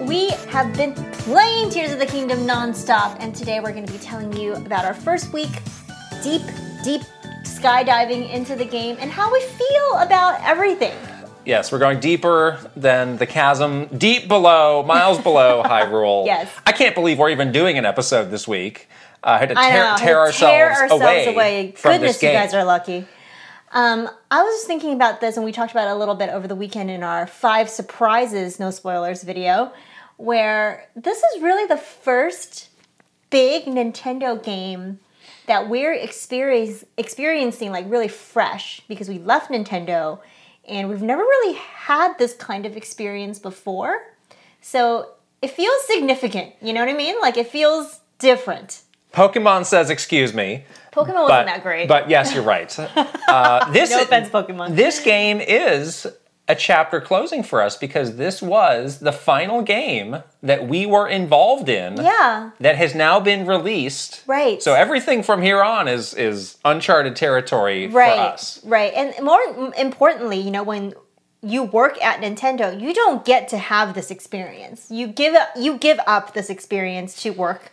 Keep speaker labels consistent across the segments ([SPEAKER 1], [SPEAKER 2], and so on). [SPEAKER 1] We have been playing Tears of the Kingdom nonstop, and today we're going to be telling you about our first week deep, deep skydiving into the game and how we feel about everything.
[SPEAKER 2] Yes, we're going deeper than the chasm, deep below, miles below Hyrule.
[SPEAKER 1] Yes.
[SPEAKER 2] I can't believe we're even doing an episode this week. Uh, I had to tear,
[SPEAKER 1] I know,
[SPEAKER 2] tear, ourselves, away from
[SPEAKER 1] Goodness,
[SPEAKER 2] this game.
[SPEAKER 1] you guys are lucky. Um, I was just thinking about this, and we talked about it a little bit over the weekend in our five surprises, no spoilers video, where this is really the first big Nintendo game that we're experience, experiencing like really fresh because we left Nintendo and we've never really had this kind of experience before. So it feels significant, you know what I mean? Like it feels different.
[SPEAKER 2] Pokemon says, "Excuse me."
[SPEAKER 1] Pokemon wasn't
[SPEAKER 2] but,
[SPEAKER 1] that great.
[SPEAKER 2] But yes, you're right. Uh, this
[SPEAKER 1] no offense, Pokemon.
[SPEAKER 2] this game is a chapter closing for us because this was the final game that we were involved in.
[SPEAKER 1] Yeah.
[SPEAKER 2] That has now been released.
[SPEAKER 1] Right.
[SPEAKER 2] So everything from here on is is uncharted territory
[SPEAKER 1] right,
[SPEAKER 2] for us.
[SPEAKER 1] Right. And more im- importantly, you know, when you work at Nintendo, you don't get to have this experience. You give up, you give up this experience to work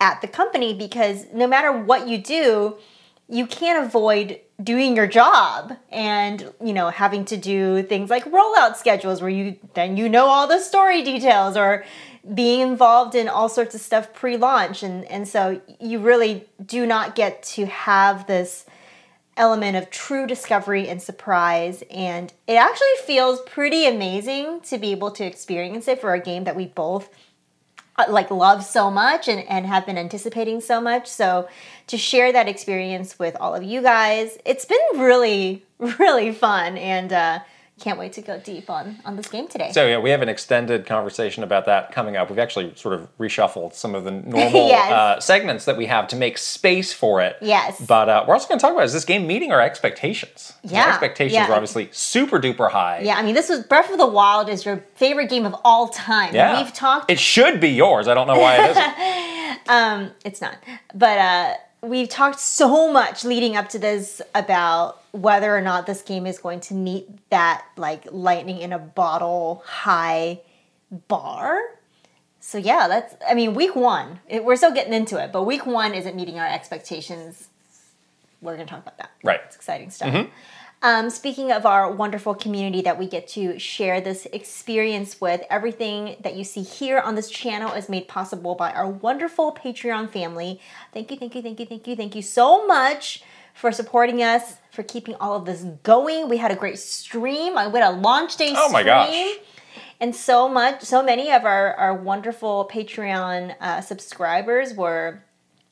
[SPEAKER 1] at the company because no matter what you do, you can't avoid doing your job and you know having to do things like rollout schedules where you then you know all the story details or being involved in all sorts of stuff pre-launch and and so you really do not get to have this element of true discovery and surprise. And it actually feels pretty amazing to be able to experience it for a game that we both uh, like love so much and, and have been anticipating so much. So to share that experience with all of you guys, it's been really, really fun and uh, can't wait to go deep on, on this game today.
[SPEAKER 2] So yeah, we have an extended conversation about that coming up. We've actually sort of reshuffled some of the normal
[SPEAKER 1] Yes.
[SPEAKER 2] uh, segments that we have to make space for it.
[SPEAKER 1] Yes.
[SPEAKER 2] But uh, we're also going to talk about is this game meeting our expectations? 'Cause
[SPEAKER 1] Yeah,
[SPEAKER 2] Our expectations
[SPEAKER 1] yeah.
[SPEAKER 2] were obviously super duper high.
[SPEAKER 1] yeah, I mean, this was Breath of the Wild is your favorite game of all time.
[SPEAKER 2] Yeah.
[SPEAKER 1] We've talked
[SPEAKER 2] It should be yours. I don't know why it isn't.
[SPEAKER 1] It's not. But uh, we've talked so much leading up to this about whether or not this game is going to meet that like lightning in a bottle high bar. So yeah, that's. I mean, week one, it, we're still getting into it, but week one isn't meeting our expectations. We're gonna talk about that.
[SPEAKER 2] Right.
[SPEAKER 1] It's exciting stuff. Um, speaking of our wonderful community that we get to share this experience with, everything that you see here on this channel is made possible by our wonderful Patreon family. Thank you, thank you, thank you, thank you, thank you so much for supporting us, for keeping all of this going. We had a great stream. I went a launch day
[SPEAKER 2] Oh
[SPEAKER 1] stream
[SPEAKER 2] my gosh.
[SPEAKER 1] and so much so many of our, our wonderful patreon uh, subscribers were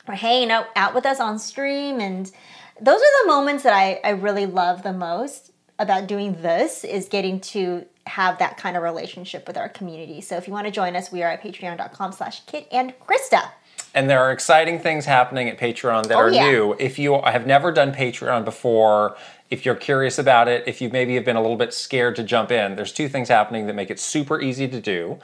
[SPEAKER 1] were hanging out, out with us on stream and those are the moments that I, I really love the most about doing this is getting to have that kind of relationship with our community so if you want to join us we are at patreon.com slash kit and krista
[SPEAKER 2] And there are exciting things happening at Patreon that are
[SPEAKER 1] yeah.
[SPEAKER 2] new. If you have never done Patreon before, if you're curious about it, if you maybe have been a little bit scared to jump in, there's two things happening that make it super easy to do.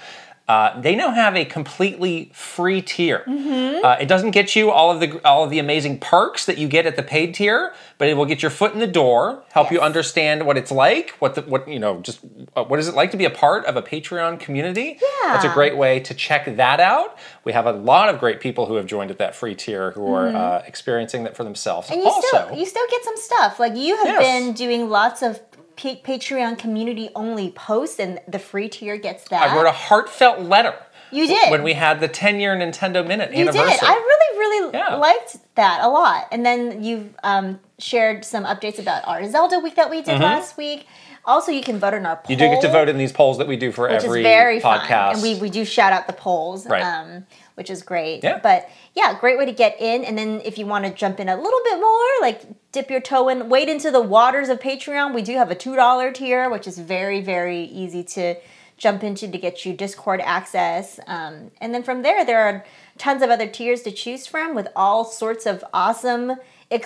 [SPEAKER 2] Uh, they now have a completely free tier. Uh, it doesn't get you all of the all of the amazing perks that you get at the paid tier, but it will get your foot in the door, help you
[SPEAKER 1] Yes.
[SPEAKER 2] understand what it's like, what the, what you know, just uh, what is it like to be a part of a Patreon community.
[SPEAKER 1] Yeah.
[SPEAKER 2] that's a great way to check that out. We have a lot of great people who have joined at that free tier who are uh, experiencing that for themselves.
[SPEAKER 1] Mm-hmm. And you
[SPEAKER 2] also,
[SPEAKER 1] still you still get some stuff. Like you have
[SPEAKER 2] Yes.
[SPEAKER 1] been doing lots of pa- Patreon community only posts, and the free tier gets that.
[SPEAKER 2] I wrote a heartfelt letter.
[SPEAKER 1] You did.
[SPEAKER 2] when we had the 10 year Nintendo Minute
[SPEAKER 1] you did.
[SPEAKER 2] anniversary.
[SPEAKER 1] I really really
[SPEAKER 2] Yeah.
[SPEAKER 1] liked that a lot. And then you've um, shared some updates about our Zelda week that we did last week. Also, you can vote in our poll.
[SPEAKER 2] Mm-hmm. You do get to vote in these polls that we do for
[SPEAKER 1] which
[SPEAKER 2] every
[SPEAKER 1] is very
[SPEAKER 2] podcast.
[SPEAKER 1] fun. And we, we do shout out the polls,
[SPEAKER 2] Right.
[SPEAKER 1] um, which is great.
[SPEAKER 2] Yeah.
[SPEAKER 1] But yeah, great way to get in. And then if you want to jump in a little bit more, like dip your toe in, wade into the waters of Patreon. We do have a $2 tier, which is very, very easy to jump into to get you Discord access. Um, and then from there, there are tons of other tiers to choose from with all sorts of awesome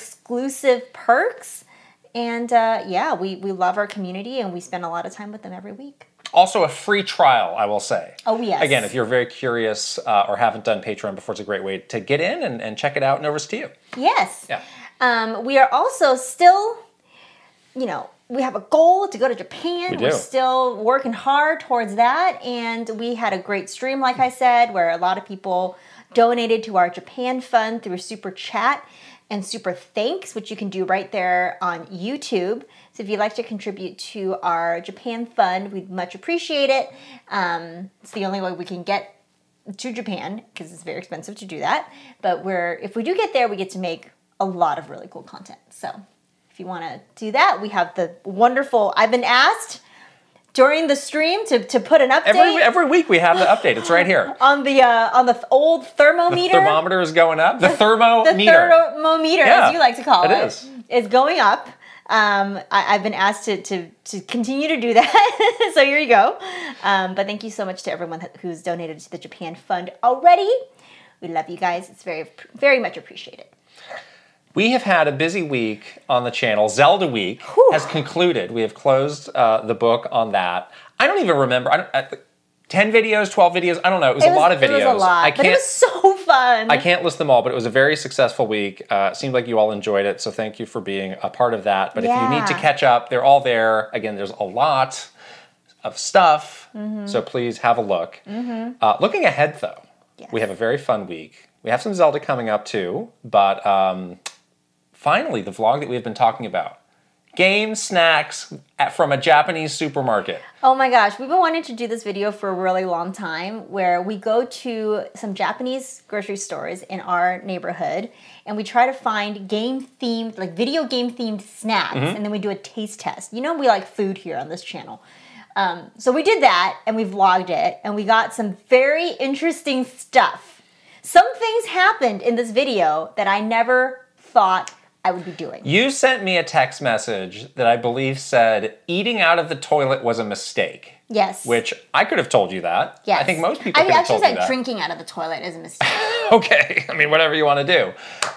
[SPEAKER 1] exclusive perks. And uh, yeah, we, we love our community and we spend a lot of time with them every week.
[SPEAKER 2] also a free trial, I will say.
[SPEAKER 1] Oh, yes.
[SPEAKER 2] Again, if you're very curious uh, or haven't done Patreon before, it's a great way to get in and, and check it out. No risk to you.
[SPEAKER 1] Yes.
[SPEAKER 2] Yeah.
[SPEAKER 1] Um, we are also still, you know, we have a goal to go to Japan.
[SPEAKER 2] We
[SPEAKER 1] are
[SPEAKER 2] do.
[SPEAKER 1] still working hard towards that. And we had a great stream, like I said, where a lot of people donated to our Japan fund through Super Chat and Super Thanks, which you can do right there on YouTube. So if you'd like to contribute to our Japan fund, we'd much appreciate it. Um, it's the only way we can get to Japan because it's very expensive to do that. But we're if we do get there, we get to make a lot of really cool content. So if you want to do that, we have the wonderful. I've been asked during the stream to, to put an update
[SPEAKER 2] Every, every week we have the update. It's right here.
[SPEAKER 1] on the uh, on the old thermometer.
[SPEAKER 2] Thermometer is going up. The thermometer.
[SPEAKER 1] the thermometer,
[SPEAKER 2] Yeah,
[SPEAKER 1] as you like to call
[SPEAKER 2] it
[SPEAKER 1] it,
[SPEAKER 2] is.
[SPEAKER 1] is going up. Um, I, I've been asked to, to, to continue to do that. so here you go. Um, but thank you so much to everyone that- who's donated to the Japan Fund already. We love you guys. It's very, very much appreciated.
[SPEAKER 2] We have had a busy week on the channel. Zelda Week has concluded. We have closed uh, the book on that. I don't even remember. I don't, I, 10 videos, 12 videos. I don't know. It was a lot of videos.
[SPEAKER 1] It was a lot,
[SPEAKER 2] I can't,
[SPEAKER 1] but it was so fun.
[SPEAKER 2] I can't list them all, but it was a very successful week. Uh, it seemed like you all enjoyed it, so thank you for being a part of that. But if you need to
[SPEAKER 1] Yeah.
[SPEAKER 2] catch up, they're all there. Again, there's a lot of stuff, so please have a look. Uh, looking ahead, though, we have a very fun week. We have some Zelda coming up too, but um, finally, the vlog that we've been talking about. Game snacks at, from a Japanese supermarket.
[SPEAKER 1] Oh my gosh, we've been wanting to do this video for a really long time where we go to some Japanese grocery stores in our neighborhood and we try to find game themed, like video game themed snacks,
[SPEAKER 2] Mm-hmm.
[SPEAKER 1] and then we do a taste test. You know, we like food here on this channel. Um, so we did that and we vlogged it and we got some very interesting stuff. Some things happened in this video that I never thought I would be doing.
[SPEAKER 2] You sent me a text message that I believe said, eating out of the toilet was a mistake.
[SPEAKER 1] Yes.
[SPEAKER 2] Which I could have told you that.
[SPEAKER 1] Yes.
[SPEAKER 2] I think most people
[SPEAKER 1] I
[SPEAKER 2] could have
[SPEAKER 1] actually
[SPEAKER 2] told you
[SPEAKER 1] said
[SPEAKER 2] that.
[SPEAKER 1] drinking out of the toilet is a mistake.
[SPEAKER 2] Okay. I mean, whatever you want to do.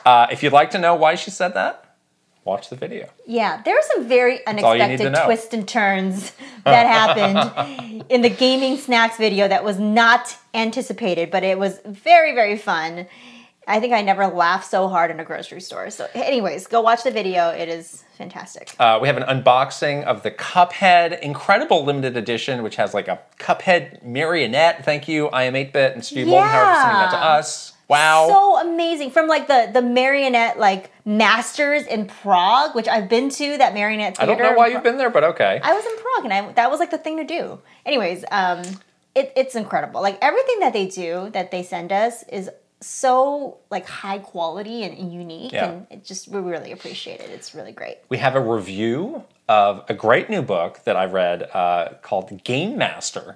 [SPEAKER 2] Uh, if you'd like to know why she said that, watch the video.
[SPEAKER 1] Yeah, there are some very
[SPEAKER 2] all you need to
[SPEAKER 1] unexpected
[SPEAKER 2] know.
[SPEAKER 1] twists and turns that happened in the gaming snacks video that was not anticipated, but it was very, very fun. I think I never laughed so hard in a grocery store. So, anyways, go watch the video. It is fantastic.
[SPEAKER 2] Uh, we have an unboxing of the Cuphead Incredible Limited Edition, which has like a Cuphead marionette. Thank you, I am 8-Bit and Stu Bolden, however, for sending that to
[SPEAKER 1] Yeah.
[SPEAKER 2] us. Wow.
[SPEAKER 1] So amazing from like the the marionette like masters in Prague, which I've been to that marionette
[SPEAKER 2] I
[SPEAKER 1] theater.
[SPEAKER 2] don't know
[SPEAKER 1] in
[SPEAKER 2] why
[SPEAKER 1] Prague.
[SPEAKER 2] you've been there, but okay.
[SPEAKER 1] I was in Prague, and I that was like the thing to do. Anyways, um, it, it's incredible. Like everything that they do, that they send us, is so like high quality and, and unique,
[SPEAKER 2] Yeah.
[SPEAKER 1] and it just we really appreciate it. It's really great.
[SPEAKER 2] we have a review of a great new book that I read uh, called Game Master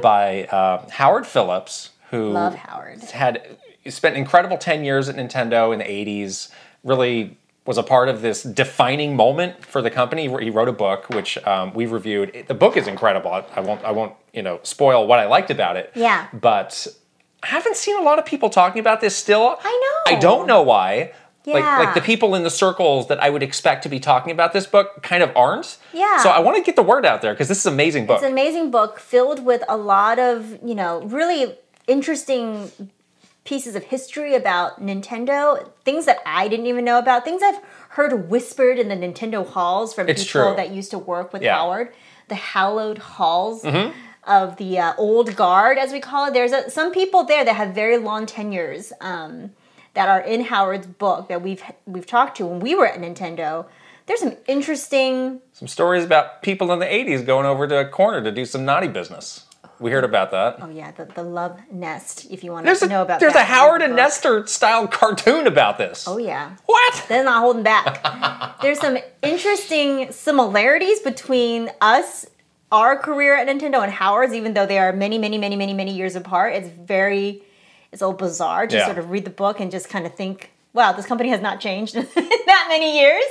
[SPEAKER 2] by uh, Howard Phillips, who
[SPEAKER 1] Mm-hmm. Love Howard.
[SPEAKER 2] had spent incredible 10 years at Nintendo in the 80s, really was a part of this defining moment for the company. He wrote a book, which um, we reviewed. It- The book is incredible. I, I won't, I won't, you know, spoil what I liked about it.
[SPEAKER 1] Yeah.
[SPEAKER 2] But I haven't seen a lot of people talking about this still.
[SPEAKER 1] I know.
[SPEAKER 2] I don't know why. Like, like
[SPEAKER 1] Yeah.
[SPEAKER 2] the people in the circles that I would expect to be talking about this book kind of aren't.
[SPEAKER 1] Yeah.
[SPEAKER 2] So I want to get the word out there because this is an amazing book.
[SPEAKER 1] It's an amazing book filled with a lot of you know really interesting pieces of history about Nintendo, things that I didn't even know about, things I've heard whispered in the Nintendo halls from
[SPEAKER 2] It's
[SPEAKER 1] people
[SPEAKER 2] true.
[SPEAKER 1] that used to work with
[SPEAKER 2] Yeah. Mm-hmm.
[SPEAKER 1] Howard, the hallowed halls. Of the uh, old guard, as we call it, there's a, some people there that have very long tenures um, that are in Howard's book that we've we've talked to when we were at Nintendo. There's some interesting
[SPEAKER 2] some stories about people in the 80s going over to a corner to do some naughty business. We heard about that.
[SPEAKER 1] Oh yeah, the, the love nest. If you want
[SPEAKER 2] There's
[SPEAKER 1] to
[SPEAKER 2] a,
[SPEAKER 1] know about
[SPEAKER 2] there's
[SPEAKER 1] that
[SPEAKER 2] a
[SPEAKER 1] in the
[SPEAKER 2] Howard and
[SPEAKER 1] book.
[SPEAKER 2] Nestor style cartoon about this.
[SPEAKER 1] Oh yeah,
[SPEAKER 2] What?
[SPEAKER 1] they're not holding back. there's some interesting similarities between us, our career at Nintendo, and Howard's. Even though they are many, many, many, many, many years apart, it's very, it's all bizarre to
[SPEAKER 2] Yeah.
[SPEAKER 1] sort of read the book and just kind of think, wow, this company has not changed in that many years.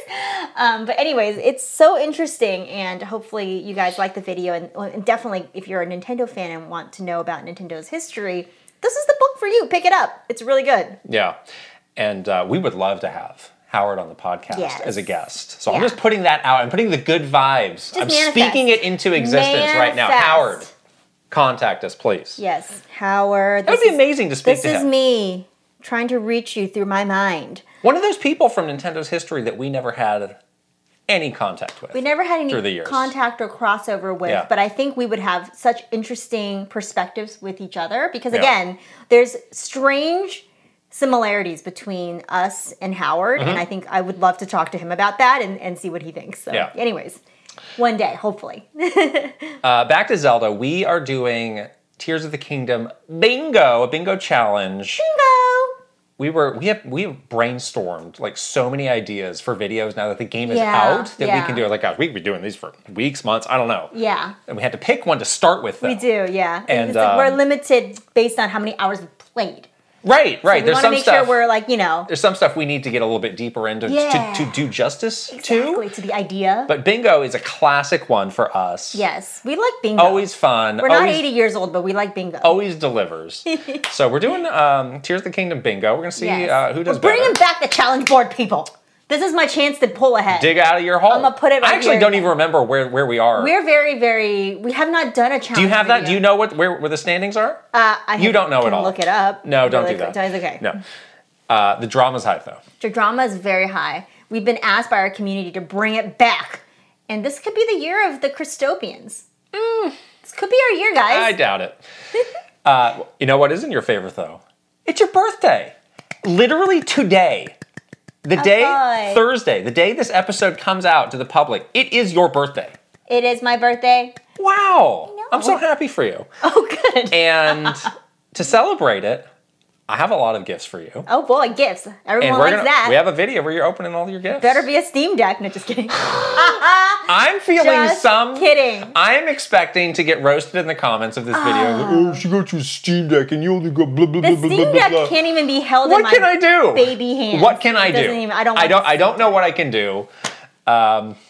[SPEAKER 1] Um, but anyways, it's so interesting, and hopefully you guys like the video, and, and definitely if you're a Nintendo fan and want to know about Nintendo's history. This is the book for you. Pick it up. It's really good.
[SPEAKER 2] Yeah. And uh, we would love to have Howard on the podcast
[SPEAKER 1] Yes.
[SPEAKER 2] as a guest. So I'm
[SPEAKER 1] Yeah.
[SPEAKER 2] just putting that out. I'm putting the good vibes. I'm
[SPEAKER 1] manifest.
[SPEAKER 2] speaking it into existence right now.
[SPEAKER 1] Manifest.
[SPEAKER 2] Howard, contact us, please.
[SPEAKER 1] Yes, Howard.
[SPEAKER 2] That
[SPEAKER 1] This
[SPEAKER 2] would be
[SPEAKER 1] is-
[SPEAKER 2] amazing to speak
[SPEAKER 1] This
[SPEAKER 2] to
[SPEAKER 1] is
[SPEAKER 2] him.
[SPEAKER 1] me trying to reach you through my mind.
[SPEAKER 2] One of those people from Nintendo's history that we never had any contact with.
[SPEAKER 1] We never had
[SPEAKER 2] Through the
[SPEAKER 1] any
[SPEAKER 2] years.
[SPEAKER 1] contact or crossover with,
[SPEAKER 2] Yeah.
[SPEAKER 1] but I think we would have such interesting perspectives with each other because,
[SPEAKER 2] Yeah.
[SPEAKER 1] again, there's strange similarities between us and Howard,
[SPEAKER 2] Mm-hmm.
[SPEAKER 1] and I think I would love to talk to him about that and, and see what he thinks. So,
[SPEAKER 2] Yeah.
[SPEAKER 1] anyways, one day, hopefully.
[SPEAKER 2] Uh, back to Zelda. We are doing Tears of the Kingdom bingo, a bingo challenge.
[SPEAKER 1] Bingo!
[SPEAKER 2] We were we have we have brainstormed like so many ideas for videos now that the game is
[SPEAKER 1] Yeah,
[SPEAKER 2] out that we
[SPEAKER 1] yeah.
[SPEAKER 2] can do. Like, gosh, we could be doing these for weeks, months. I don't know.
[SPEAKER 1] Yeah.
[SPEAKER 2] And we had to pick one to start with. Though.
[SPEAKER 1] We do, yeah.
[SPEAKER 2] And,
[SPEAKER 1] it's like we're
[SPEAKER 2] um,
[SPEAKER 1] limited based on how many hours we played.
[SPEAKER 2] Right, right.
[SPEAKER 1] We
[SPEAKER 2] There's
[SPEAKER 1] want to
[SPEAKER 2] some
[SPEAKER 1] make
[SPEAKER 2] stuff.
[SPEAKER 1] sure we're like, you know,
[SPEAKER 2] there's some stuff we need to get a little bit deeper into to-
[SPEAKER 1] Yeah.
[SPEAKER 2] to, do justice
[SPEAKER 1] exactly
[SPEAKER 2] to.
[SPEAKER 1] to the idea.
[SPEAKER 2] But bingo is a classic one for us.
[SPEAKER 1] yes, we like bingo.
[SPEAKER 2] Always fun.
[SPEAKER 1] We're not
[SPEAKER 2] always,
[SPEAKER 1] 80 years old, but we like bingo.
[SPEAKER 2] Always delivers. so we're doing um, Tears of the Kingdom bingo. We're gonna see
[SPEAKER 1] Yes.
[SPEAKER 2] uh, who does
[SPEAKER 1] We're bringing
[SPEAKER 2] better.
[SPEAKER 1] back the challenge board, people. This is my chance to pull ahead.
[SPEAKER 2] Dig out of your hole. I'm
[SPEAKER 1] gonna put it right
[SPEAKER 2] I actually
[SPEAKER 1] here.
[SPEAKER 2] don't even remember where, where we are.
[SPEAKER 1] We're very, very. We have not done a challenge.
[SPEAKER 2] do you have that? Do you know what where, where the standings are?
[SPEAKER 1] Uh, I
[SPEAKER 2] you don't know
[SPEAKER 1] can
[SPEAKER 2] at all.
[SPEAKER 1] Look it up.
[SPEAKER 2] no, don't
[SPEAKER 1] really
[SPEAKER 2] do that.
[SPEAKER 1] quick. It's okay.
[SPEAKER 2] No. Uh, the drama's high though.
[SPEAKER 1] The drama is very high. We've been asked by our community to bring it back, and this could be the year of the Christopians. This could be our year,
[SPEAKER 2] Mm. I
[SPEAKER 1] guys.
[SPEAKER 2] doubt it. uh, you know what isn't your favorite though? It's your birthday. Literally today. The day
[SPEAKER 1] boy.
[SPEAKER 2] Thursday, the day this episode comes out to the public, it is your birthday.
[SPEAKER 1] it is my birthday.
[SPEAKER 2] Wow.
[SPEAKER 1] know.
[SPEAKER 2] I'm so happy for you.
[SPEAKER 1] Oh, good.
[SPEAKER 2] And to celebrate it, I have a lot of gifts for you.
[SPEAKER 1] oh boy, gifts.
[SPEAKER 2] and
[SPEAKER 1] Everyone
[SPEAKER 2] we're
[SPEAKER 1] likes
[SPEAKER 2] gonna,
[SPEAKER 1] that.
[SPEAKER 2] we have a video where you're opening all your gifts.
[SPEAKER 1] Better be a Steam Deck. No, just kidding.
[SPEAKER 2] I'm feeling
[SPEAKER 1] Just
[SPEAKER 2] some
[SPEAKER 1] kidding.
[SPEAKER 2] I'm expecting to get roasted in the comments of this video. Oh, she got your Steam Deck and you only got blah blah
[SPEAKER 1] Ah. The
[SPEAKER 2] blah blah blah
[SPEAKER 1] Steam
[SPEAKER 2] blah.
[SPEAKER 1] Deck
[SPEAKER 2] blah.
[SPEAKER 1] can't even be held in
[SPEAKER 2] What
[SPEAKER 1] my
[SPEAKER 2] can I do?
[SPEAKER 1] baby hands.
[SPEAKER 2] What can I
[SPEAKER 1] It
[SPEAKER 2] do?
[SPEAKER 1] doesn't even- I don't
[SPEAKER 2] I
[SPEAKER 1] want
[SPEAKER 2] don't.
[SPEAKER 1] the
[SPEAKER 2] I don't know what I can do.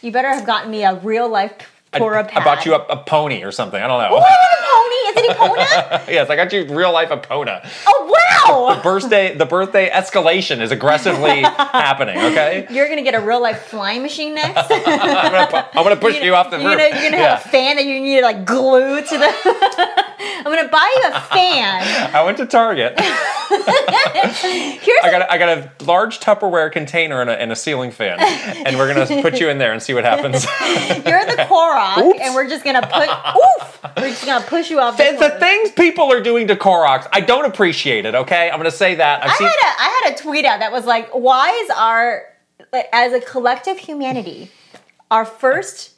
[SPEAKER 1] You better have gotten me a real life
[SPEAKER 2] I,
[SPEAKER 1] Torah pad.
[SPEAKER 2] I bought you a, a pony or something. I don't know.
[SPEAKER 1] What is a pony? Is it a pona?
[SPEAKER 2] yes, I got you real life a pona.
[SPEAKER 1] Oh wow!
[SPEAKER 2] Birthday. The birthday escalation is aggressively happening. Okay.
[SPEAKER 1] You're gonna get a real life flying machine next. you're gonna,
[SPEAKER 2] I'm gonna, pu- I'm gonna push you off the roof.
[SPEAKER 1] you're gonna, you're gonna have a fan that you need to like glue to the. I'm gonna buy you a fan.
[SPEAKER 2] I went to Target.
[SPEAKER 1] Here's
[SPEAKER 2] I got a, I got a large Tupperware container and a, and a ceiling fan, and we're gonna put you in there and see what happens.
[SPEAKER 1] you're the Korok,
[SPEAKER 2] Oops.
[SPEAKER 1] and we're just gonna put. oof! We're just gonna push you off.
[SPEAKER 2] the,
[SPEAKER 1] this
[SPEAKER 2] the
[SPEAKER 1] one.
[SPEAKER 2] things people are doing to Koroks, I don't appreciate it. Okay, I'm gonna say that. I've
[SPEAKER 1] I had a I had a tweet out that was like, "Why is our like, as a collective humanity, our first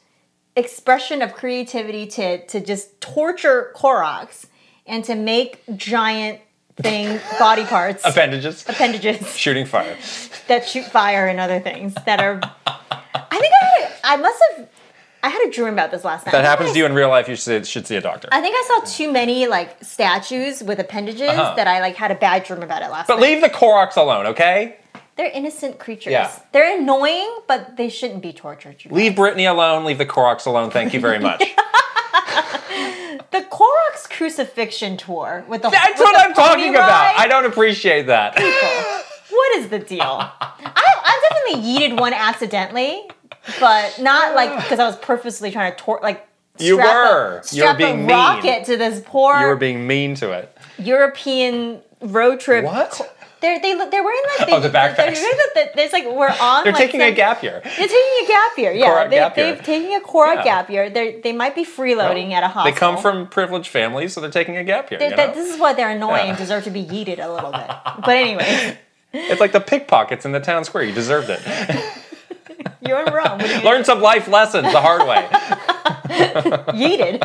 [SPEAKER 1] expression of creativity to to just torture Koroks and to make giant thing body parts
[SPEAKER 2] appendages
[SPEAKER 1] appendages
[SPEAKER 2] shooting fire.
[SPEAKER 1] that shoot fire and other things that are?" I think I had a, I must have I had a dream about this last night.
[SPEAKER 2] That happens to you in real life. You should, should see a doctor.
[SPEAKER 1] I think I saw too many like statues with appendages that I like had a bad dream about it last
[SPEAKER 2] Uh-huh. But
[SPEAKER 1] night.
[SPEAKER 2] leave the Koroks alone, okay?
[SPEAKER 1] They're innocent creatures.
[SPEAKER 2] Yeah.
[SPEAKER 1] They're annoying, but they shouldn't be tortured. You guys.
[SPEAKER 2] Leave Britney alone. Leave the Koroks alone. Thank you very much.
[SPEAKER 1] The Korok's crucifixion tour with the
[SPEAKER 2] That's
[SPEAKER 1] with
[SPEAKER 2] what
[SPEAKER 1] the
[SPEAKER 2] I'm talking
[SPEAKER 1] pony
[SPEAKER 2] about. I
[SPEAKER 1] ride. eh,
[SPEAKER 2] don't appreciate that.
[SPEAKER 1] What is the deal? I, I've definitely yeeted one accidentally, but not like because I was purposely trying to tor- like.
[SPEAKER 2] You
[SPEAKER 1] strap
[SPEAKER 2] were. You were
[SPEAKER 1] A, strap
[SPEAKER 2] being mean.
[SPEAKER 1] a rocket to this poor
[SPEAKER 2] you were being mean to it.
[SPEAKER 1] European road trip.
[SPEAKER 2] What?
[SPEAKER 1] They're they look- they're wearing like
[SPEAKER 2] Oh, the backpacks.
[SPEAKER 1] They're, wearing the- the- there's like we're on.
[SPEAKER 2] They're
[SPEAKER 1] like,
[SPEAKER 2] taking a
[SPEAKER 1] some-
[SPEAKER 2] gap year.
[SPEAKER 1] They're taking a gap year. Yeah,
[SPEAKER 2] Korok
[SPEAKER 1] they,
[SPEAKER 2] gap year.
[SPEAKER 1] they're taking a Korok
[SPEAKER 2] Yeah.
[SPEAKER 1] gap year. They they might be freeloading at a hostel.
[SPEAKER 2] Oh. They come from privileged families, so they're taking a gap year.
[SPEAKER 1] Th-
[SPEAKER 2] you
[SPEAKER 1] that-
[SPEAKER 2] know?
[SPEAKER 1] this is why they're annoying
[SPEAKER 2] Yeah.
[SPEAKER 1] and deserve to be yeeted a little bit. But anyway,
[SPEAKER 2] It's like the pickpockets in the town square. You deserved it.
[SPEAKER 1] you're in Rome. What are you
[SPEAKER 2] Learn some life lessons the hard way.
[SPEAKER 1] yeeted.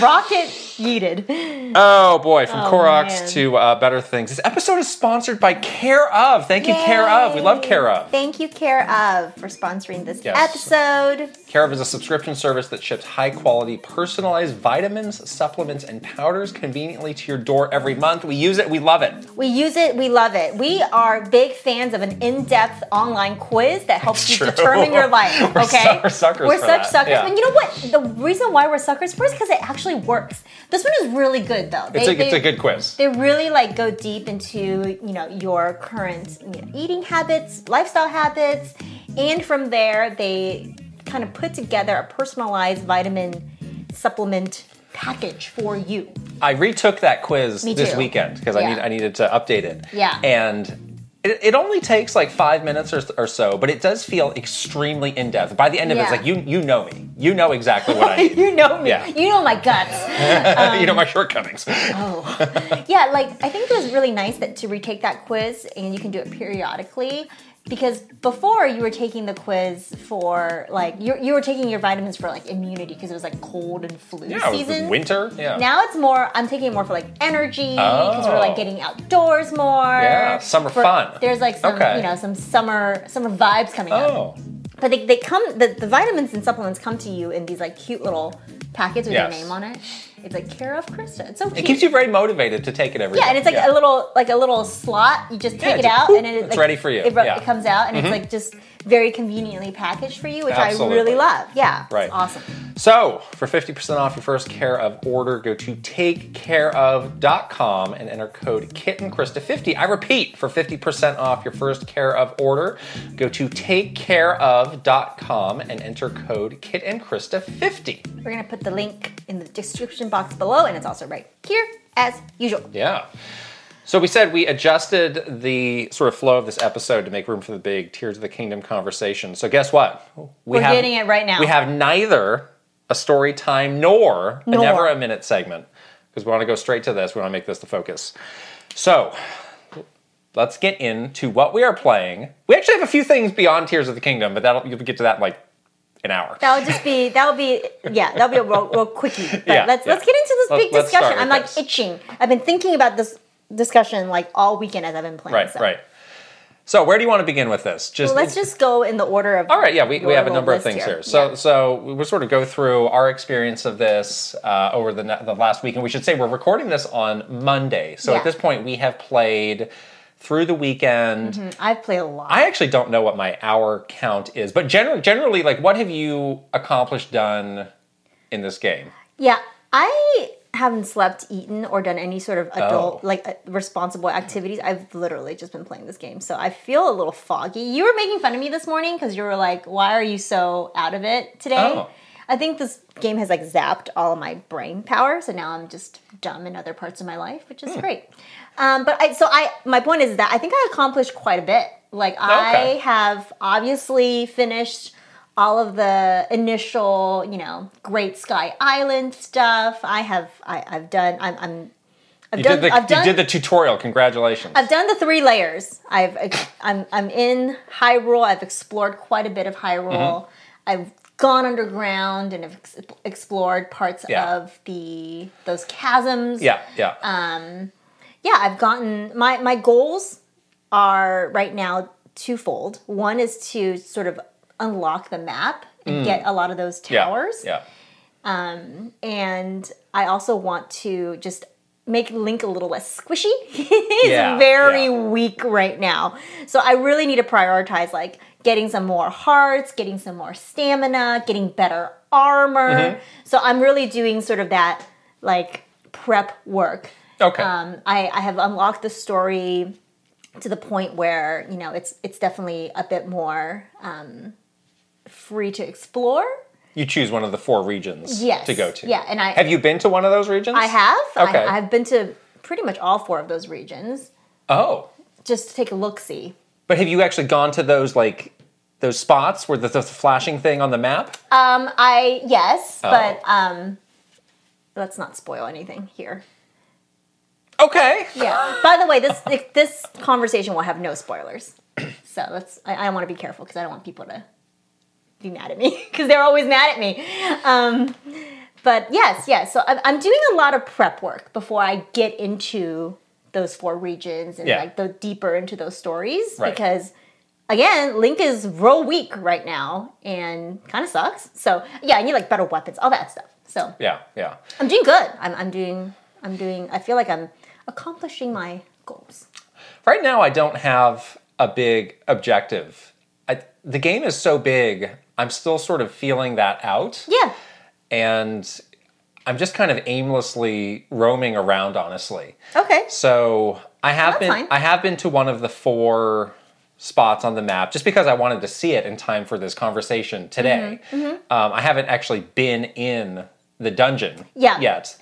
[SPEAKER 1] Rocket yeeted.
[SPEAKER 2] Oh boy, from
[SPEAKER 1] Oh,
[SPEAKER 2] Clorox
[SPEAKER 1] man.
[SPEAKER 2] to uh, better things. This episode is sponsored by Care of. Thank you, Care of. We love Care of.
[SPEAKER 1] Thank you, Care of, for sponsoring this
[SPEAKER 2] Yes.
[SPEAKER 1] episode.
[SPEAKER 2] Care of is a subscription service that ships high quality, personalized vitamins, supplements, and powders conveniently to your door every month. We use it. We love it.
[SPEAKER 1] We use it, we love it. We are big fans of an in depth online quiz that helps
[SPEAKER 2] That's
[SPEAKER 1] you
[SPEAKER 2] true.
[SPEAKER 1] determine your life.
[SPEAKER 2] We're
[SPEAKER 1] okay?
[SPEAKER 2] suck- we're suckers
[SPEAKER 1] We're
[SPEAKER 2] for
[SPEAKER 1] such
[SPEAKER 2] that,
[SPEAKER 1] suckers.
[SPEAKER 2] yeah.
[SPEAKER 1] And you know what? The reason why we're suckers for is because it actually works. This one is really good, though.
[SPEAKER 2] It's,
[SPEAKER 1] They-
[SPEAKER 2] a, it's
[SPEAKER 1] they-
[SPEAKER 2] a good quiz.
[SPEAKER 1] They really like go deep into you know your current you know, eating habits, lifestyle habits, and from there they kind of put together a personalized vitamin supplement package for you.
[SPEAKER 2] I retook that quiz
[SPEAKER 1] Me
[SPEAKER 2] this
[SPEAKER 1] too.
[SPEAKER 2] weekend because I
[SPEAKER 1] Yeah.
[SPEAKER 2] need I needed to update it.
[SPEAKER 1] Yeah.
[SPEAKER 2] And it, it only takes like five minutes or, or so, but it does feel extremely in depth. By the end of it, it's
[SPEAKER 1] Yeah.
[SPEAKER 2] like you you know me. You know exactly what I need.
[SPEAKER 1] You know me.
[SPEAKER 2] Yeah.
[SPEAKER 1] You know my guts.
[SPEAKER 2] you know my shortcomings.
[SPEAKER 1] yeah, like I think it was really nice that to retake that quiz and you can do it periodically because before you were taking the quiz for like you you were taking your vitamins for like immunity because it was like cold and flu
[SPEAKER 2] Yeah, it
[SPEAKER 1] season.
[SPEAKER 2] was winter. Yeah.
[SPEAKER 1] Now it's more. I'm taking it more for like energy because we're like
[SPEAKER 2] Oh.
[SPEAKER 1] getting outdoors more.
[SPEAKER 2] Yeah, summer
[SPEAKER 1] For-
[SPEAKER 2] fun.
[SPEAKER 1] There's like some,
[SPEAKER 2] Okay.
[SPEAKER 1] you know, some summer summer vibes coming up.
[SPEAKER 2] oh.
[SPEAKER 1] But they, they come. The, the vitamins and supplements come to you in these like cute little packets with
[SPEAKER 2] Yes.
[SPEAKER 1] your name on it. It's like care of Krista. It's so cute.
[SPEAKER 2] It keeps you very motivated to take it every
[SPEAKER 1] yeah,
[SPEAKER 2] day.
[SPEAKER 1] and it's like a little like a little slot. You just take it
[SPEAKER 2] just
[SPEAKER 1] out,
[SPEAKER 2] boop,
[SPEAKER 1] and it,
[SPEAKER 2] it's
[SPEAKER 1] like,
[SPEAKER 2] ready for you.
[SPEAKER 1] It, ru-
[SPEAKER 2] Yeah. Mm-hmm.
[SPEAKER 1] it comes out, and it's like just very conveniently packaged for you, which I
[SPEAKER 2] Absolutely.
[SPEAKER 1] really love. Yeah, it's
[SPEAKER 2] Right.
[SPEAKER 1] awesome.
[SPEAKER 2] So, for 50% off your first care of order, go to takecareof.com and enter code KittenKrista50. I repeat, for 50% off your first care of order, go to takecareof.com and enter code KittenKrista50.
[SPEAKER 1] We're gonna put the link in the description box below, and it's also right here as usual.
[SPEAKER 2] Yeah. So, we said we adjusted the sort of flow of this episode to make room for the big Tears of the Kingdom conversation. So, guess what? We
[SPEAKER 1] We're getting it right now.
[SPEAKER 2] We have neither a story time nor, a
[SPEAKER 1] Nor.
[SPEAKER 2] never a minute segment because we want to go straight to this. We want to make this the focus. So let's get into what we are playing. We actually have a few things beyond Tears of the Kingdom, but that'll you'll get to that in like an hour.
[SPEAKER 1] That would just be that would be yeah that would be a real, real quickie. But
[SPEAKER 2] Yeah,
[SPEAKER 1] let's
[SPEAKER 2] yeah.
[SPEAKER 1] let's get into this
[SPEAKER 2] Let's-
[SPEAKER 1] big
[SPEAKER 2] let's start
[SPEAKER 1] discussion.
[SPEAKER 2] with
[SPEAKER 1] I'm like
[SPEAKER 2] this.
[SPEAKER 1] itching. I've been thinking about this discussion like all weekend as I've been playing.
[SPEAKER 2] right,
[SPEAKER 1] so.
[SPEAKER 2] right. So where do you want to begin with this? Just
[SPEAKER 1] So let's just go in the order of.
[SPEAKER 2] all right. Yeah, we, we
[SPEAKER 1] your
[SPEAKER 2] have a
[SPEAKER 1] little
[SPEAKER 2] number of
[SPEAKER 1] list
[SPEAKER 2] things here.
[SPEAKER 1] Yeah.
[SPEAKER 2] So so we'll sort of go through our experience of this uh, over the na- the last week, and we should say we're recording this on Monday. So
[SPEAKER 1] Yeah.
[SPEAKER 2] at this point, we have played through the weekend.
[SPEAKER 1] I've played a lot.
[SPEAKER 2] I actually don't know what my hour count is, but generally, generally, like, what have you accomplished, done in this game?
[SPEAKER 1] yeah, I haven't slept, eaten, or done any sort of adult
[SPEAKER 2] Oh.
[SPEAKER 1] like uh, responsible activities. I've literally just been playing this game, so I feel a little foggy. You were making fun of me this morning because you were like, "Why are you so out of it today?"
[SPEAKER 2] Oh.
[SPEAKER 1] I think this game has like zapped all of my brain power, so now I'm just dumb in other parts of my life, which
[SPEAKER 2] Hmm.
[SPEAKER 1] is great. Um, but I, so I, my point is that I think I accomplished quite a bit. Like I
[SPEAKER 2] Okay.
[SPEAKER 1] have obviously finished all of the initial, you know, Great Sky Island stuff. I have, I, I've done, I'm, I'm I've
[SPEAKER 2] You,
[SPEAKER 1] done,
[SPEAKER 2] did, the,
[SPEAKER 1] I've done,
[SPEAKER 2] you did the tutorial. Congratulations.
[SPEAKER 1] I've done the three layers. I've ex- I'm I'm in Hyrule. I've explored quite a bit of Hyrule.
[SPEAKER 2] Mm-hmm.
[SPEAKER 1] I've gone underground and have ex- explored parts
[SPEAKER 2] Yeah.
[SPEAKER 1] of the those chasms.
[SPEAKER 2] yeah, yeah.
[SPEAKER 1] Uh, Yeah, I've gotten my my goals are right now twofold. One is to sort of unlock the map and get a lot of those
[SPEAKER 2] Mm. yeah,
[SPEAKER 1] towers.
[SPEAKER 2] Yeah.
[SPEAKER 1] And I also want to just make Link a little less squishy. He's
[SPEAKER 2] Yeah,
[SPEAKER 1] very
[SPEAKER 2] yeah.
[SPEAKER 1] weak right now. So I really need to prioritize like getting some more hearts, getting some more stamina, getting better armor.
[SPEAKER 2] Mm-hmm.
[SPEAKER 1] So I'm really doing sort of that like prep work.
[SPEAKER 2] Okay.
[SPEAKER 1] Um, I, I have unlocked the story to the point where you know it's it's definitely a bit more um, free to explore.
[SPEAKER 2] you choose one of the four regions
[SPEAKER 1] Yes,
[SPEAKER 2] to go to.
[SPEAKER 1] yeah, and I-
[SPEAKER 2] have you been to one of those regions?
[SPEAKER 1] I have.
[SPEAKER 2] Okay.
[SPEAKER 1] I, I've been to pretty much all four of those regions
[SPEAKER 2] Oh,
[SPEAKER 1] just to take a look see.
[SPEAKER 2] but have you actually gone to those like those spots where there's the flashing thing on the map?
[SPEAKER 1] Um, I, yes,
[SPEAKER 2] Oh.
[SPEAKER 1] but um, let's not spoil anything here.
[SPEAKER 2] Okay.
[SPEAKER 1] Yeah. By the way, this this conversation will have no spoilers. So let's, I, I want to be careful because I don't want people to be mad at me because they're always mad at me. Um, But yes, yes. So I'm, I'm doing a lot of prep work before I get into those four regions and
[SPEAKER 2] Yeah.
[SPEAKER 1] like the deeper into those stories
[SPEAKER 2] Right.
[SPEAKER 1] because again, Link is real weak right now and kind of sucks. So yeah, I need like better weapons, all that stuff. So
[SPEAKER 2] Yeah, yeah.
[SPEAKER 1] I'm doing good. I'm, I'm doing I'm doing. I feel like I'm accomplishing my goals.
[SPEAKER 2] Right now, I don't have a big objective. I, the game is so big, I'm still sort of feeling that out.
[SPEAKER 1] Yeah.
[SPEAKER 2] And I'm just kind of aimlessly roaming around, honestly.
[SPEAKER 1] Okay.
[SPEAKER 2] So I have
[SPEAKER 1] That's
[SPEAKER 2] been
[SPEAKER 1] fine.
[SPEAKER 2] I have been to one of the four spots on the map just because I wanted to see it in time for this conversation today.
[SPEAKER 1] Mm-hmm.
[SPEAKER 2] Um, I haven't actually been in the dungeon
[SPEAKER 1] Yeah.
[SPEAKER 2] yet,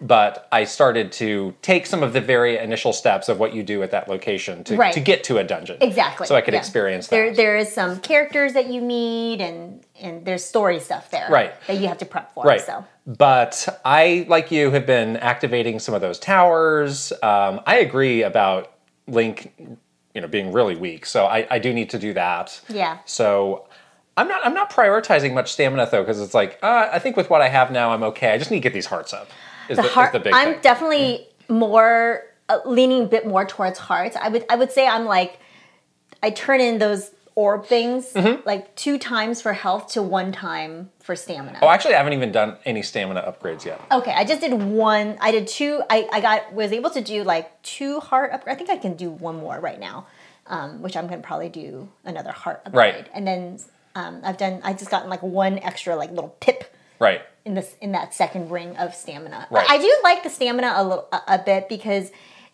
[SPEAKER 2] but I started to take some of the very initial steps of what you do at that location to,
[SPEAKER 1] Right.
[SPEAKER 2] to get to a dungeon.
[SPEAKER 1] Exactly.
[SPEAKER 2] So I could
[SPEAKER 1] yeah.
[SPEAKER 2] experience that.
[SPEAKER 1] There, there is some characters that you meet, and and there's story stuff there,
[SPEAKER 2] Right.
[SPEAKER 1] That you have to prep for.
[SPEAKER 2] Right.
[SPEAKER 1] So
[SPEAKER 2] But I, like you, have been activating some of those towers. Um, I agree about Link, you know, being really weak. So I, I do need to do that.
[SPEAKER 1] Yeah.
[SPEAKER 2] So I'm not I'm not prioritizing much stamina though, because it's like uh, I think with what I have now, I'm okay. I just need to get these hearts up. Is the, is
[SPEAKER 1] heart.
[SPEAKER 2] the big
[SPEAKER 1] I'm
[SPEAKER 2] thing. Mm-hmm.
[SPEAKER 1] definitely more uh, leaning a bit more towards hearts. I would I would say I'm like I turn in those orb things
[SPEAKER 2] Mm-hmm.
[SPEAKER 1] like two times for health to one time for stamina.
[SPEAKER 2] oh, actually, I haven't even done any stamina upgrades yet.
[SPEAKER 1] Okay, I just did one. I did two. I, I got was able to do like two heart upgrade. I think I can do one more right now, um, which I'm gonna probably do another heart upgrade.
[SPEAKER 2] Right.
[SPEAKER 1] And then um, I've done. I just gotten like one extra like little pip
[SPEAKER 2] Right.
[SPEAKER 1] in this in that second ring of stamina.
[SPEAKER 2] Right.
[SPEAKER 1] But I do like the stamina a little a, a bit because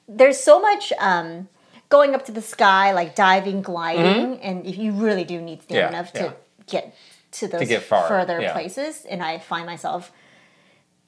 [SPEAKER 1] there's so much um, going up to the sky, like diving, gliding, and if you really do need stamina
[SPEAKER 2] Mm-hmm. Yeah,
[SPEAKER 1] to
[SPEAKER 2] yeah.
[SPEAKER 1] get to those
[SPEAKER 2] get far,
[SPEAKER 1] further
[SPEAKER 2] yeah.
[SPEAKER 1] places. And I find myself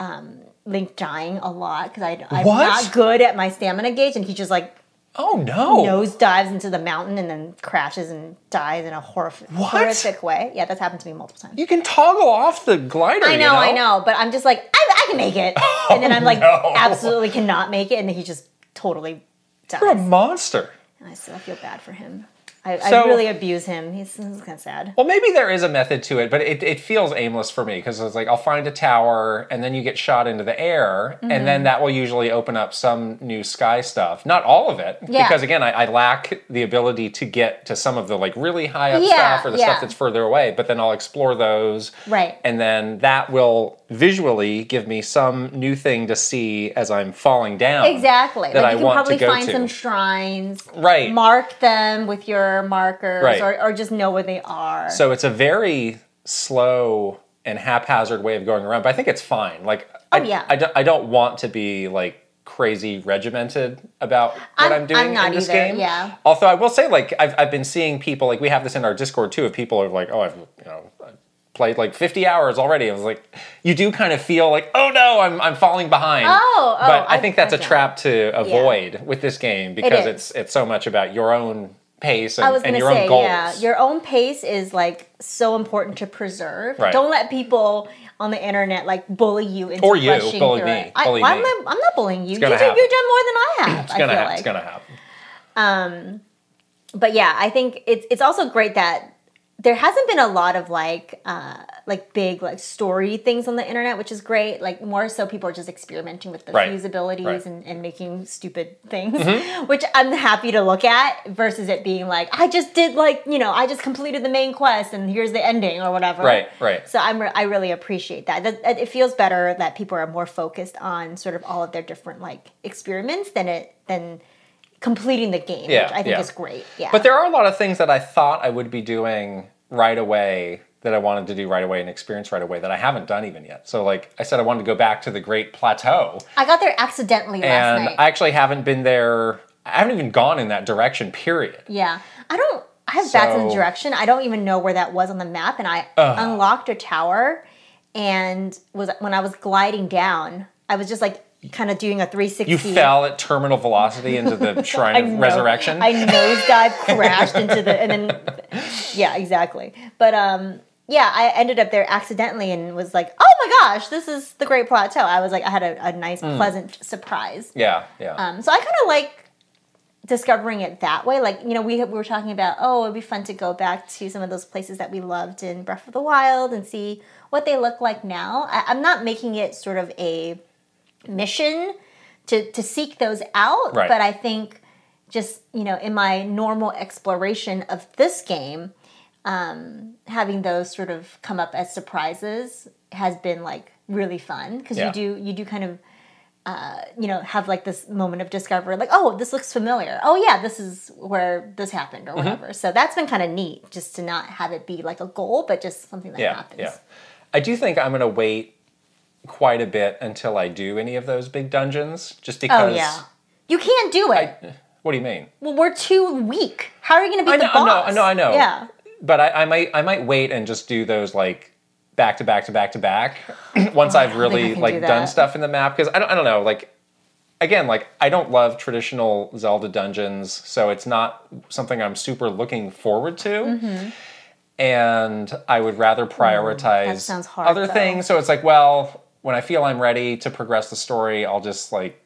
[SPEAKER 1] um, Link dying a lot because I'm
[SPEAKER 2] What?
[SPEAKER 1] not good at my stamina gauge, and he just like
[SPEAKER 2] Oh no.
[SPEAKER 1] nose dives into the mountain and then crashes and dies in a horrific, horrific way. Yeah, that's happened to me multiple times.
[SPEAKER 2] You can toggle off the glider.
[SPEAKER 1] I
[SPEAKER 2] you Oh,
[SPEAKER 1] know, I know, but I'm just like, I, I can make it. and then I'm like,
[SPEAKER 2] no.
[SPEAKER 1] absolutely cannot make it. And then he just totally dies.
[SPEAKER 2] You're a monster.
[SPEAKER 1] And I still feel bad for him. I, I
[SPEAKER 2] So-
[SPEAKER 1] really abuse him. He's, he's kind of sad.
[SPEAKER 2] Well, maybe there is a method to it, but it, it feels aimless for me because it's like I'll find a tower and then you get shot into the air, and
[SPEAKER 1] Mm-hmm.
[SPEAKER 2] then that will usually open up some new sky stuff. Not all of it,
[SPEAKER 1] Yeah.
[SPEAKER 2] because again, I, I lack the ability to get to some of the like really high up
[SPEAKER 1] Yeah,
[SPEAKER 2] stuff or the
[SPEAKER 1] yeah.
[SPEAKER 2] stuff that's further away, but then I'll explore those.
[SPEAKER 1] Right.
[SPEAKER 2] And then that will visually give me some new thing to see as I'm falling down.
[SPEAKER 1] Exactly.
[SPEAKER 2] That
[SPEAKER 1] like
[SPEAKER 2] I
[SPEAKER 1] you can
[SPEAKER 2] want
[SPEAKER 1] probably
[SPEAKER 2] to go
[SPEAKER 1] find
[SPEAKER 2] to.
[SPEAKER 1] some shrines.
[SPEAKER 2] Right.
[SPEAKER 1] Mark them with your markers
[SPEAKER 2] Right.
[SPEAKER 1] or, or just know where they are.
[SPEAKER 2] So it's a very slow and haphazard way of going around, but I think it's fine. Like, I,
[SPEAKER 1] Oh, yeah.
[SPEAKER 2] I, don't, I don't want to be like crazy regimented about what I'm,
[SPEAKER 1] I'm-
[SPEAKER 2] doing
[SPEAKER 1] I'm not
[SPEAKER 2] in this
[SPEAKER 1] either,
[SPEAKER 2] game.
[SPEAKER 1] yeah.
[SPEAKER 2] Although I will say, like, I've, I've been seeing people, like, we have this in our Discord too, of people are like, oh, I've, you know, played like 50 hours already. I was like, you do kind of feel like, oh no, I'm, I'm falling behind.
[SPEAKER 1] Oh, oh,
[SPEAKER 2] But I
[SPEAKER 1] I-
[SPEAKER 2] think that's
[SPEAKER 1] I
[SPEAKER 2] a
[SPEAKER 1] don't.
[SPEAKER 2] trap to avoid with this game because
[SPEAKER 1] is.
[SPEAKER 2] it's it's so much about your own pace
[SPEAKER 1] I
[SPEAKER 2] and,
[SPEAKER 1] was
[SPEAKER 2] and
[SPEAKER 1] gonna
[SPEAKER 2] your
[SPEAKER 1] say,
[SPEAKER 2] own goals.
[SPEAKER 1] yeah, your own pace is like so important to preserve.
[SPEAKER 2] Right.
[SPEAKER 1] Don't let people on the internet like bully you into
[SPEAKER 2] Or you,
[SPEAKER 1] rushing
[SPEAKER 2] bully
[SPEAKER 1] through
[SPEAKER 2] me,
[SPEAKER 1] it. I,
[SPEAKER 2] bully
[SPEAKER 1] I'm,
[SPEAKER 2] me.
[SPEAKER 1] not, I'm not bullying you. You do, you've
[SPEAKER 2] gonna
[SPEAKER 1] done more than
[SPEAKER 2] happen.
[SPEAKER 1] I have.
[SPEAKER 2] it's gonna
[SPEAKER 1] I feel
[SPEAKER 2] happen.
[SPEAKER 1] like.
[SPEAKER 2] It's gonna happen.
[SPEAKER 1] But yeah, I think it's it's also great that there hasn't been a lot of like uh, like big like story things on the internet, which is great. Like more so, people are just experimenting with the
[SPEAKER 2] Right.
[SPEAKER 1] usabilities
[SPEAKER 2] Right. Mm-hmm.
[SPEAKER 1] and, and making stupid things, which I'm happy to look at. Versus it being like, I just did like you know, I just completed the main quest and here's the ending or whatever.
[SPEAKER 2] Right, right.
[SPEAKER 1] So I'm re- I really appreciate that. that. that- It feels better that people are more focused on sort of all of their different like experiments than it than completing the game,
[SPEAKER 2] Yeah,
[SPEAKER 1] which I think
[SPEAKER 2] yeah.
[SPEAKER 1] is great. Yeah.
[SPEAKER 2] But there are a lot of things that I thought I would be doing right away that I wanted to do right away and experience right away that I haven't done even yet. So like I said I wanted to go back to the Great Plateau
[SPEAKER 1] I got there accidentally last
[SPEAKER 2] and
[SPEAKER 1] night.
[SPEAKER 2] I actually haven't been there I haven't even gone in that direction period.
[SPEAKER 1] yeah. I don't I have bats in the
[SPEAKER 2] So-
[SPEAKER 1] direction. I don't even know where that was on the map and I unlocked a tower and was when I was gliding down, I was just like kind of doing a 360
[SPEAKER 2] You fell at terminal velocity into the Shrine of
[SPEAKER 1] know.
[SPEAKER 2] Resurrection.
[SPEAKER 1] I nosedive crashed into the and then yeah, exactly. But um yeah, I ended up there accidentally and was like, "Oh my gosh, this is the Great
[SPEAKER 2] Mm.
[SPEAKER 1] Plateau." I was like, I had a, a nice, pleasant surprise.
[SPEAKER 2] yeah, yeah.
[SPEAKER 1] Um, so I kind of like discovering it that way. Like, you know, we, we were talking about, oh, it'd be fun to go back to some of those places that we loved in Breath of the Wild and see what they look like now. I, I'm not making it sort of a mission to, to seek those out,
[SPEAKER 2] Right.
[SPEAKER 1] but I think just, you know, in my normal exploration of this game, um, having those sort of come up as surprises has been like really fun because
[SPEAKER 2] Yeah.
[SPEAKER 1] you do you do kind of you know, have like this moment of discovery, like, oh, this looks familiar. Oh, yeah, this is where this happened or
[SPEAKER 2] Mm-hmm.
[SPEAKER 1] whatever. So that's been kind of neat just to not have it be like a goal, but just something that
[SPEAKER 2] yeah,
[SPEAKER 1] happens.
[SPEAKER 2] yeah. I do think I'm going to wait quite a bit until I do any of those big dungeons, just
[SPEAKER 1] Oh,
[SPEAKER 2] because.
[SPEAKER 1] yeah. You can't do it.
[SPEAKER 2] What do you mean?
[SPEAKER 1] well, we're too weak. How are you going to be
[SPEAKER 2] I
[SPEAKER 1] the
[SPEAKER 2] know, I know,
[SPEAKER 1] boss?
[SPEAKER 2] I know, I know.
[SPEAKER 1] Yeah.
[SPEAKER 2] But I, I might, I might wait and just do those like back to back to back to back once I've
[SPEAKER 1] think Oh, I
[SPEAKER 2] really
[SPEAKER 1] can do
[SPEAKER 2] like done
[SPEAKER 1] that.
[SPEAKER 2] stuff in the map because I don't, I don't know, like again, like I don't love traditional Zelda dungeons, so it's not something I'm super looking forward to.
[SPEAKER 1] Mm-hmm.
[SPEAKER 2] And I would rather prioritize
[SPEAKER 1] Mm, sounds hard,
[SPEAKER 2] other
[SPEAKER 1] though.
[SPEAKER 2] things. So it's like, well, when I feel I'm ready to progress the story, I'll just like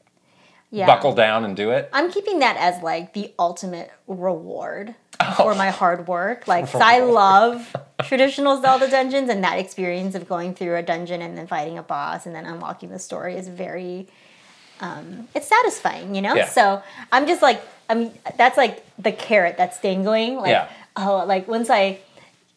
[SPEAKER 1] Yeah.
[SPEAKER 2] buckle down and do it.
[SPEAKER 1] I'm keeping that as like the ultimate reward Oh. for my hard work. Like, 'cause I love traditional Zelda dungeons, and that experience of going through a dungeon and then fighting a boss and then unlocking the story is very, um, it's satisfying, you know.
[SPEAKER 2] Yeah.
[SPEAKER 1] So I'm just like, I'm that's like the carrot that's dangling. Like,
[SPEAKER 2] Yeah.
[SPEAKER 1] oh, like once I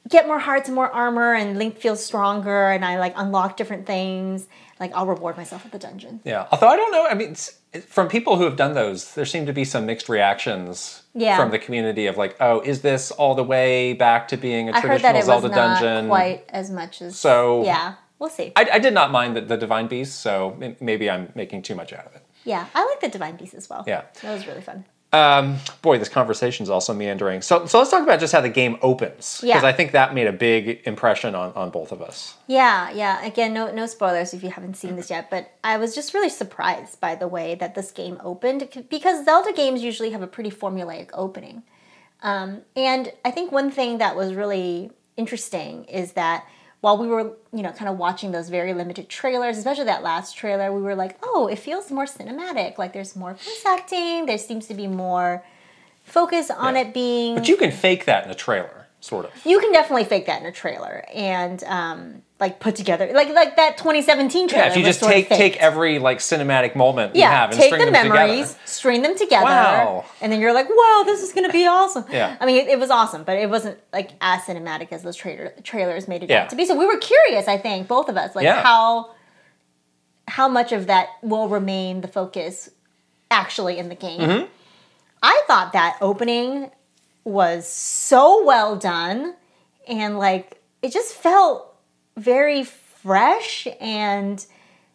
[SPEAKER 1] get more hearts and more armor, and Link feels stronger, and I like unlock different things. Like, I'll reward myself with the dungeon.
[SPEAKER 2] Yeah. Although I don't know. I mean, it's, from people who have done those, there seem to be some mixed reactions
[SPEAKER 1] Yeah.
[SPEAKER 2] from the community of like, oh, is this all the way back to being a
[SPEAKER 1] I heard that
[SPEAKER 2] traditional
[SPEAKER 1] it
[SPEAKER 2] Zelda
[SPEAKER 1] was not
[SPEAKER 2] dungeon?
[SPEAKER 1] quite as much as
[SPEAKER 2] So-
[SPEAKER 1] yeah. We'll see.
[SPEAKER 2] I, I did not mind the, the Divine Beast, so m- maybe I'm making too much out of it.
[SPEAKER 1] yeah, I like the Divine Beast as well.
[SPEAKER 2] Yeah.
[SPEAKER 1] that was really fun.
[SPEAKER 2] Boy, this conversation's also meandering. So, so let's talk about just how the game opens. Because
[SPEAKER 1] Yeah.
[SPEAKER 2] I think that made a big impression on, on both of us.
[SPEAKER 1] Yeah, yeah. Again, no no spoilers if you haven't seen this yet, but I was just really surprised by the way that this game opened c- because Zelda games usually have a pretty formulaic opening. Um, and I think one thing that was really interesting is that while we were, you know, kind of watching those very limited trailers, especially that last trailer, we were like, "Oh, it feels more cinematic. Like there's more voice acting. There seems to be more focus on
[SPEAKER 2] Yeah.
[SPEAKER 1] it being."
[SPEAKER 2] But you can fake that in a trailer, sort of.
[SPEAKER 1] you can definitely fake that in a trailer and um, like put together like like that 2017 trailer.
[SPEAKER 2] Yeah, if you
[SPEAKER 1] was
[SPEAKER 2] just
[SPEAKER 1] sort of
[SPEAKER 2] take take
[SPEAKER 1] faked.
[SPEAKER 2] every like cinematic moment you
[SPEAKER 1] yeah,
[SPEAKER 2] have and
[SPEAKER 1] take
[SPEAKER 2] string
[SPEAKER 1] the
[SPEAKER 2] them
[SPEAKER 1] memories,
[SPEAKER 2] together.
[SPEAKER 1] string them together,
[SPEAKER 2] Wow.
[SPEAKER 1] and then you're like, "Whoa, this is gonna be awesome!"
[SPEAKER 2] Yeah.
[SPEAKER 1] I mean, it, it was awesome, but it wasn't like as cinematic as those trailer trailers made it
[SPEAKER 2] Yeah.
[SPEAKER 1] out to be. So we were curious, I think, both of us, like
[SPEAKER 2] Yeah.
[SPEAKER 1] how how much of that will remain the focus actually in the game.
[SPEAKER 2] Mm-hmm.
[SPEAKER 1] I thought that opening was so well done and like it just felt very fresh and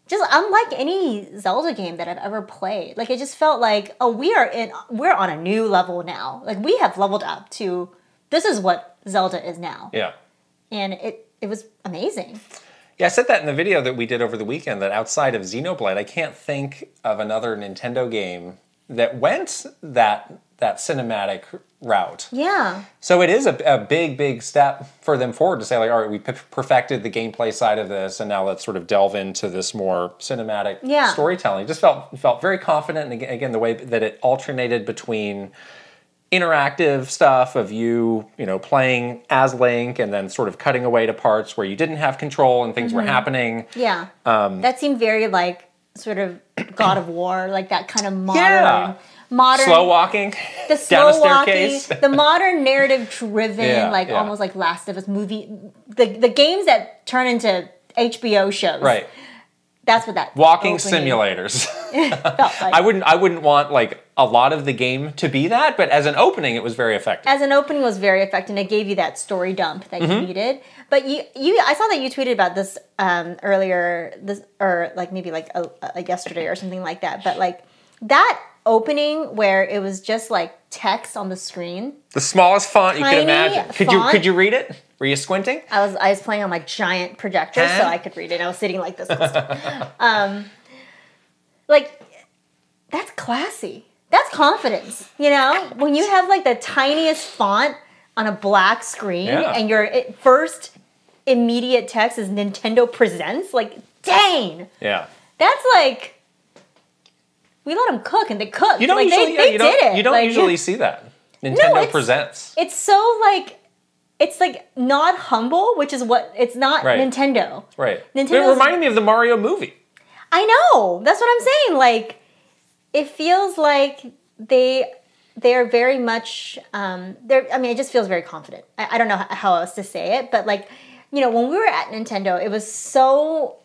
[SPEAKER 1] just unlike any Zelda game that I've ever played. Like it just felt like oh we are in we're on a new level now. Like we have leveled up to this is what Zelda is now.
[SPEAKER 2] Yeah.
[SPEAKER 1] And it it was amazing.
[SPEAKER 2] Yeah, I said that in the video that we did over the weekend that outside of Xenoblade, I can't think of another Nintendo game that went that that cinematic route.
[SPEAKER 1] Yeah.
[SPEAKER 2] So it is a, a big, big step for them forward to say, like, all right, we p- perfected the gameplay side of this, and now let's sort of delve into this more cinematic
[SPEAKER 1] Yeah.
[SPEAKER 2] storytelling. Just felt felt very confident, and aga- again, the way that it alternated between interactive stuff of you, you know, playing as Link, and then sort of cutting away to parts where you didn't have control and things were
[SPEAKER 1] Mm-hmm.
[SPEAKER 2] happening.
[SPEAKER 1] Yeah.
[SPEAKER 2] Um,
[SPEAKER 1] that seemed very like sort of God of War, like that kind of modern
[SPEAKER 2] Yeah.
[SPEAKER 1] modern
[SPEAKER 2] Slow walking
[SPEAKER 1] the
[SPEAKER 2] down a
[SPEAKER 1] slow walking,
[SPEAKER 2] staircase.
[SPEAKER 1] the modern narrative driven,
[SPEAKER 2] Yeah,
[SPEAKER 1] like
[SPEAKER 2] yeah.
[SPEAKER 1] almost like Last of Us movie, the the games that turn into HBO shows.
[SPEAKER 2] Right,
[SPEAKER 1] That's what that
[SPEAKER 2] walking
[SPEAKER 1] opening
[SPEAKER 2] simulators.
[SPEAKER 1] Felt like.
[SPEAKER 2] I wouldn't I wouldn't want like a lot of the game to be that, but as an opening it was very effective.
[SPEAKER 1] as an opening was very effective. It gave you that story dump that you needed. But you, you, I saw that you tweeted about this um, earlier, this or like maybe like a, a yesterday or something like that. But like that opening where it was just like text on the screen.
[SPEAKER 2] The smallest font you could
[SPEAKER 1] Tiny
[SPEAKER 2] imagine. Could you
[SPEAKER 1] font.
[SPEAKER 2] could you read it? Were you squinting?
[SPEAKER 1] I was I was playing on my giant projector, so
[SPEAKER 2] Huh?
[SPEAKER 1] I could read it. I was sitting like this. and stuff. um, like that's classy. That's confidence. You know, when you have like the tiniest font on a black screen,
[SPEAKER 2] Yeah.
[SPEAKER 1] and your it, first immediate text is Nintendo Presents. Like, dang,
[SPEAKER 2] Yeah.
[SPEAKER 1] that's like. we let them cook and they cooked.
[SPEAKER 2] You don't
[SPEAKER 1] like, they,
[SPEAKER 2] usually, yeah,
[SPEAKER 1] they did
[SPEAKER 2] you don't,
[SPEAKER 1] it.
[SPEAKER 2] You don't
[SPEAKER 1] Like,
[SPEAKER 2] usually see that. Nintendo
[SPEAKER 1] it's-
[SPEAKER 2] presents.
[SPEAKER 1] It's so like, it's like not humble, which is what it's not
[SPEAKER 2] Right.
[SPEAKER 1] Nintendo.
[SPEAKER 2] Right.
[SPEAKER 1] Nintendo's-
[SPEAKER 2] it reminded me of the Mario movie.
[SPEAKER 1] I know. That's what I'm saying. Like, it feels like they they are very much. Um, they're. I mean, it just feels very confident. I, I don't know h- how else to say it, but like, you know, when we were at Nintendo, it was so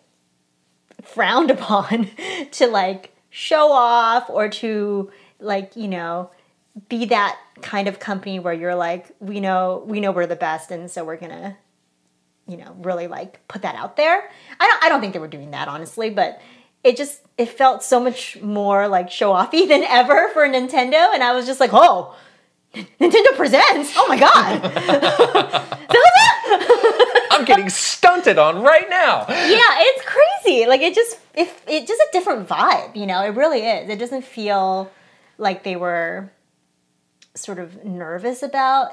[SPEAKER 1] frowned upon to like show off or to like you know be that kind of company where you're like we know we know we're the best and so we're gonna you know really like put that out there i don't i don't think they were doing that honestly but it just it felt so much more like show offy than ever for nintendo and i was just like oh nintendo presents oh my god
[SPEAKER 2] I'm getting stunted on right now.
[SPEAKER 1] yeah it's crazy like it just if it just a different vibe you know it really is it doesn't feel like they were sort of nervous about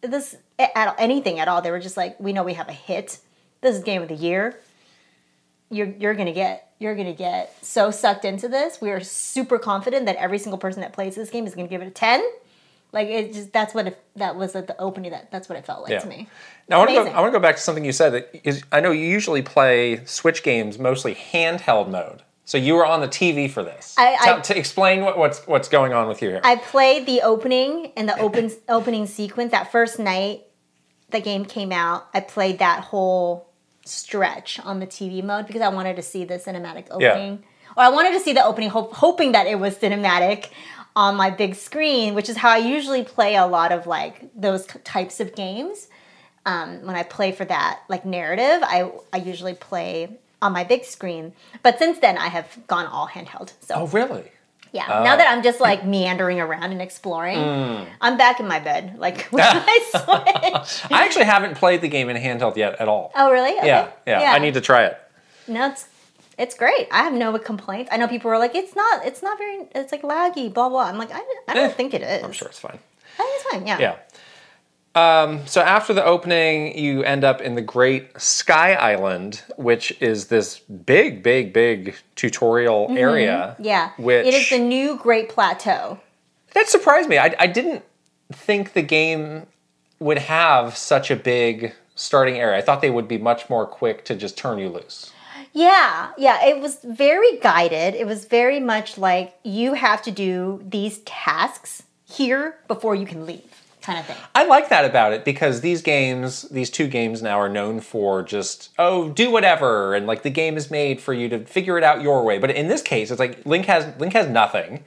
[SPEAKER 1] this at anything at all they were just like we know we have a hit this is game of the year you're you're gonna get you're gonna get so sucked into this we are super confident that every single person that plays this game is gonna give it a 10 like it just that's what it, that was at the opening that that's what it felt like
[SPEAKER 2] Yeah.
[SPEAKER 1] to me
[SPEAKER 2] Now, I want to go.
[SPEAKER 1] Amazing.
[SPEAKER 2] I want to go back to something you said. That is, I know you usually play Switch games mostly handheld mode. So you were on the TV for this.
[SPEAKER 1] I- I-
[SPEAKER 2] Tell- to explain what, what's what's going on with you here.
[SPEAKER 1] I played the opening and the open opening sequence that first night the game came out. I played that whole stretch on the TV mode because I wanted to see the cinematic
[SPEAKER 2] Yeah.
[SPEAKER 1] opening, or I wanted to see the opening, hope, hoping that it was cinematic on my big screen, which is how I usually play a lot of like those k- types of games. Um, when I play for that like narrative, I I usually play on my big screen. But since then, I have gone all handheld. So
[SPEAKER 2] oh, really?
[SPEAKER 1] yeah.
[SPEAKER 2] Uh,
[SPEAKER 1] Now that I'm just like meandering around and exploring,
[SPEAKER 2] Mm.
[SPEAKER 1] I'm back in my bed, like with my Switch.
[SPEAKER 2] I actually haven't played the game in handheld yet at all.
[SPEAKER 1] Oh, really? Okay.
[SPEAKER 2] yeah, yeah, I need to try it.
[SPEAKER 1] No, it's it's great. I have no complaints. I know people were like, it's not, it's not very, it's like laggy, blah blah. I'm like, I, I don't
[SPEAKER 2] Eh,
[SPEAKER 1] think it is.
[SPEAKER 2] I'm sure it's fine.
[SPEAKER 1] I think it's fine. Yeah.
[SPEAKER 2] Yeah. Um, so after the opening, you end up in the Great Sky Island, which is this big, big, big tutorial area.
[SPEAKER 1] Yeah.
[SPEAKER 2] Which
[SPEAKER 1] it is the new Great Plateau.
[SPEAKER 2] that surprised me. I, I didn't think the game would have such a big starting area. I thought they would be much more quick to just turn you loose.
[SPEAKER 1] Yeah, yeah, it was very guided. It was very much like you have to do these tasks here before you can leave, kind of thing.
[SPEAKER 2] I like that about it because these games, these two games now are known for just, oh, do whatever and like the game is made for you to figure it out your way. But in this case, it's like Link has Link has nothing.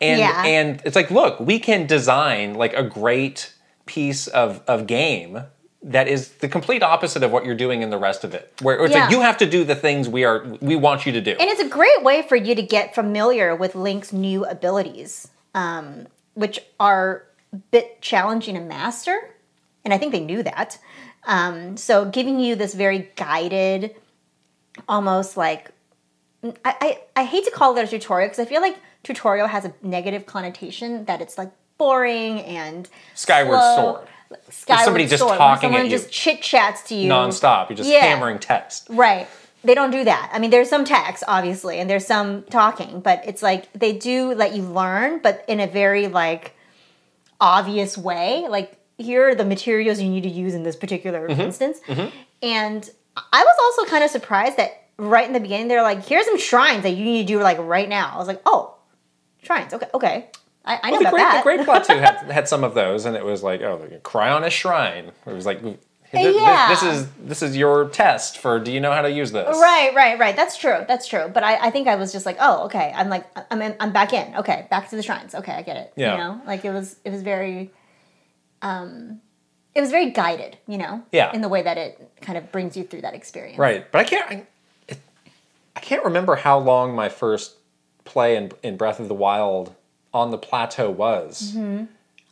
[SPEAKER 2] And
[SPEAKER 1] Yeah.
[SPEAKER 2] and it's like, look, we can design like a great piece of of game that is the complete opposite of what you're doing in the rest of it. Where it's like
[SPEAKER 1] Yeah.
[SPEAKER 2] you have to do the things we are we want you to do.
[SPEAKER 1] And it's a great way for you to get familiar with Link's new abilities, um, which are a bit challenging to master. And I think they knew that. Um, so, giving you this very guided, almost like I, I, I hate to call it a tutorial because I feel like tutorial has a negative connotation that it's like boring and
[SPEAKER 2] Skyward
[SPEAKER 1] slow.
[SPEAKER 2] Sword.
[SPEAKER 1] Skyward
[SPEAKER 2] somebody just
[SPEAKER 1] Sword, when
[SPEAKER 2] talking at
[SPEAKER 1] someone
[SPEAKER 2] you.
[SPEAKER 1] just chit chats to you
[SPEAKER 2] Nonstop. You're just
[SPEAKER 1] Yeah.
[SPEAKER 2] hammering text.
[SPEAKER 1] Right. They don't do that. I mean, there's some text, obviously, and there's some talking, but it's like they do let you learn, but in a very like obvious way. Like here are the materials you need to use in this particular
[SPEAKER 2] Mm-hmm.
[SPEAKER 1] instance. And I was also kind of surprised that right in the beginning they're like, here's some shrines that you need to do like right now. I was like, oh, shrines. Okay, okay. I, I know
[SPEAKER 2] Well, the
[SPEAKER 1] about
[SPEAKER 2] great,
[SPEAKER 1] that.
[SPEAKER 2] the great plateau had, had some of those, and it was like, oh, they're gonna cry on a shrine. It was like, th- th-
[SPEAKER 1] Yeah.
[SPEAKER 2] this, is this is your test for do you know how to use this?
[SPEAKER 1] Right, right, right. That's true. That's true. But I, I think I was just like, oh, okay. I'm like, I'm, in- I'm back in. Okay, back to the shrines. Okay, I get it.
[SPEAKER 2] Yeah.
[SPEAKER 1] You know, like it was, it was very, um, it was very guided. You know.
[SPEAKER 2] Yeah.
[SPEAKER 1] In the way that it kind of brings you through that experience.
[SPEAKER 2] right. But I can't, I, it- I can't remember how long my first play in, in Breath of the Wild on the plateau was.
[SPEAKER 1] Mm-hmm.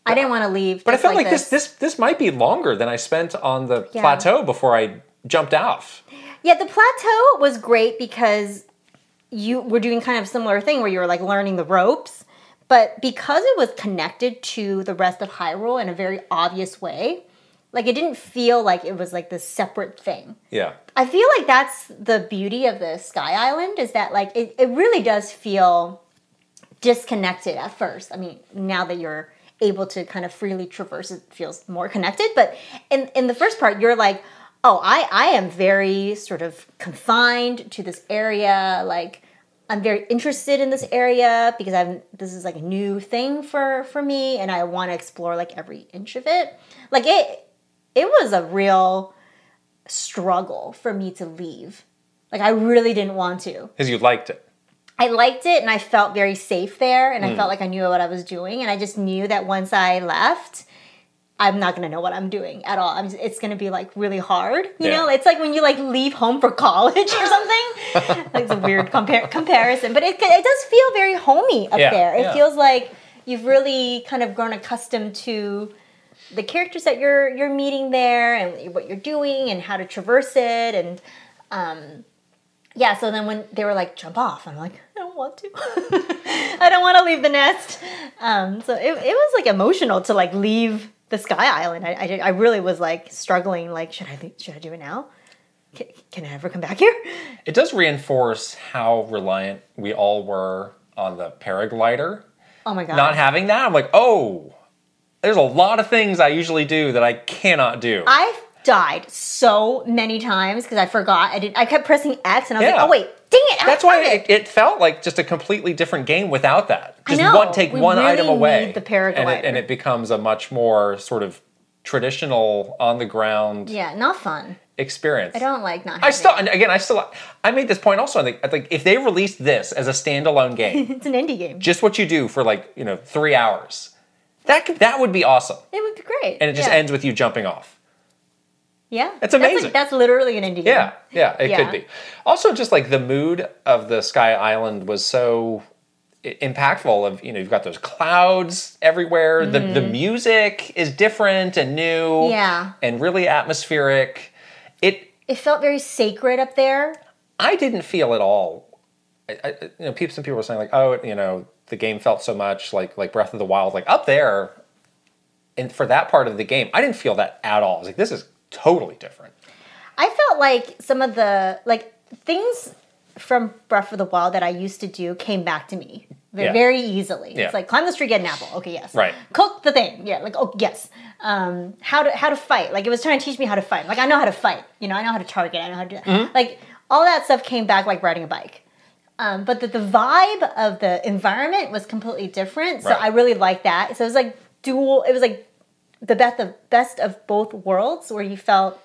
[SPEAKER 1] I didn't want to leave.
[SPEAKER 2] But I felt like, this. this this might be longer than I spent on the
[SPEAKER 1] Yeah.
[SPEAKER 2] plateau before I jumped off.
[SPEAKER 1] Yeah, the plateau was great because you were doing kind of similar thing where you were like learning the ropes, but because it was connected to the rest of Hyrule in a very obvious way, like it didn't feel like it was like this separate thing.
[SPEAKER 2] Yeah.
[SPEAKER 1] I feel like that's the beauty of the Sky Island is that like it, it really does feel disconnected at first. I mean, now that you're able to kind of freely traverse, it feels more connected. But in in the first part, you're like, oh, I I am very sort of confined to this area. Like, I'm very interested in this area because I'm this is like a new thing for for me, and I want to explore like every inch of it. Like it it was a real struggle for me to leave. Like I really didn't want to.
[SPEAKER 2] Because you liked it.
[SPEAKER 1] I liked it and I felt very safe there and I felt like I knew what I was doing and I just knew that once I left I'm not gonna know what I'm doing at all. I'm just, it's gonna be like really hard, you
[SPEAKER 2] Yeah.
[SPEAKER 1] know. It's like when you like leave home for college or something. like it's a weird compar- comparison, but it it does feel very homey up
[SPEAKER 2] Yeah,
[SPEAKER 1] there. It
[SPEAKER 2] yeah.
[SPEAKER 1] feels like you've really kind of grown accustomed to the characters that you're you're meeting there and what you're doing and how to traverse it and um, yeah, so then when they were like, jump off, I'm like, I don't want to. I don't want to leave the nest. Um, so it, it was like emotional to like leave the Sky Island. I, I, did- I really was like struggling, like, should I, leave, should I do it now? Can, can I ever come back here?
[SPEAKER 2] It does reinforce how reliant we all were on the paraglider.
[SPEAKER 1] Oh my God.
[SPEAKER 2] Not having that, I'm like, oh, there's a lot of things I usually do that I cannot do.
[SPEAKER 1] I died so many times because I forgot. I did. I kept pressing X and I was
[SPEAKER 2] Yeah.
[SPEAKER 1] like, oh wait, dang it. I
[SPEAKER 2] That's why
[SPEAKER 1] have
[SPEAKER 2] it, it felt like just a completely different game without that. Just
[SPEAKER 1] I know.
[SPEAKER 2] one take
[SPEAKER 1] We
[SPEAKER 2] one
[SPEAKER 1] really
[SPEAKER 2] item away.
[SPEAKER 1] need the
[SPEAKER 2] and,
[SPEAKER 1] paraglider.
[SPEAKER 2] it, and it becomes a much more sort of traditional on the ground
[SPEAKER 1] Yeah, not fun.
[SPEAKER 2] experience.
[SPEAKER 1] I don't like not having
[SPEAKER 2] I still, and again, I still, I made this point also. I think, I think if they released this as a standalone game,
[SPEAKER 1] It's an indie game.
[SPEAKER 2] just what you do for like you know three hours, that could, that would be awesome.
[SPEAKER 1] It would be great.
[SPEAKER 2] And it just
[SPEAKER 1] yeah.
[SPEAKER 2] ends with you jumping off.
[SPEAKER 1] Yeah.
[SPEAKER 2] It's
[SPEAKER 1] That's, like-
[SPEAKER 2] amazing.
[SPEAKER 1] That's, literally an indie
[SPEAKER 2] Yeah,
[SPEAKER 1] game.
[SPEAKER 2] yeah, it
[SPEAKER 1] Yeah.
[SPEAKER 2] could be. Also, just like the mood of the Sky Island was so i- impactful. Of you know, you've got those clouds everywhere. The the music is different and new.
[SPEAKER 1] Mm-hmm. Yeah.
[SPEAKER 2] and really atmospheric. It
[SPEAKER 1] It felt very sacred up there.
[SPEAKER 2] I didn't feel at all. I, I, you know, people, some people were saying like, oh, you know, the game felt so much like like Breath of the Wild, like up there, and for that part of the game, I didn't feel that at all. I was like, this is totally different.
[SPEAKER 1] I felt like some of the like things from Breath of the Wild that I used to do came back to me ve-
[SPEAKER 2] Yeah.
[SPEAKER 1] very easily.
[SPEAKER 2] Yeah.
[SPEAKER 1] It's like climb this tree, get an apple. Okay, yes.
[SPEAKER 2] Right.
[SPEAKER 1] Cook the thing. Yeah. Like oh yes. Um, how to how to fight. Like it was trying to teach me how to fight. Like I know how to fight. You know I know how to target. I know how to do that.
[SPEAKER 2] Mm-hmm.
[SPEAKER 1] like all that stuff came back like riding a bike. Um, but the, the vibe of the environment was completely different. So
[SPEAKER 2] Right.
[SPEAKER 1] I really liked that. So it was like dual. It was like the best of best of both worlds, where you felt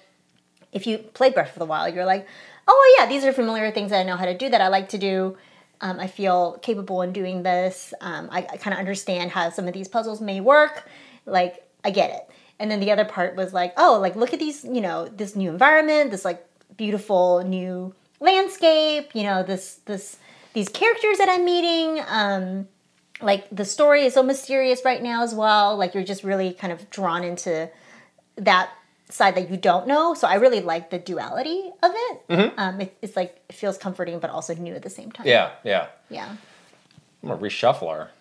[SPEAKER 1] if you play Breath of the Wild, you're like, oh yeah, these are familiar things that I know how to do that I like to do. Um, I feel capable in doing this. Um, I, I kind of understand how some of these puzzles may work. Like I get it. And then the other part was like, oh, like look at these, you know, this new environment, this like beautiful new landscape. You know, this this these characters that I'm meeting. Um, like the story is so mysterious right now as well. Like you're just really kind of drawn into that side that you don't know. So I really like the duality of it. Um, it it's like it feels comforting but also new at the same time.
[SPEAKER 2] Mm-hmm. Yeah, yeah.
[SPEAKER 1] Yeah.
[SPEAKER 2] I'm gonna reshuffle our,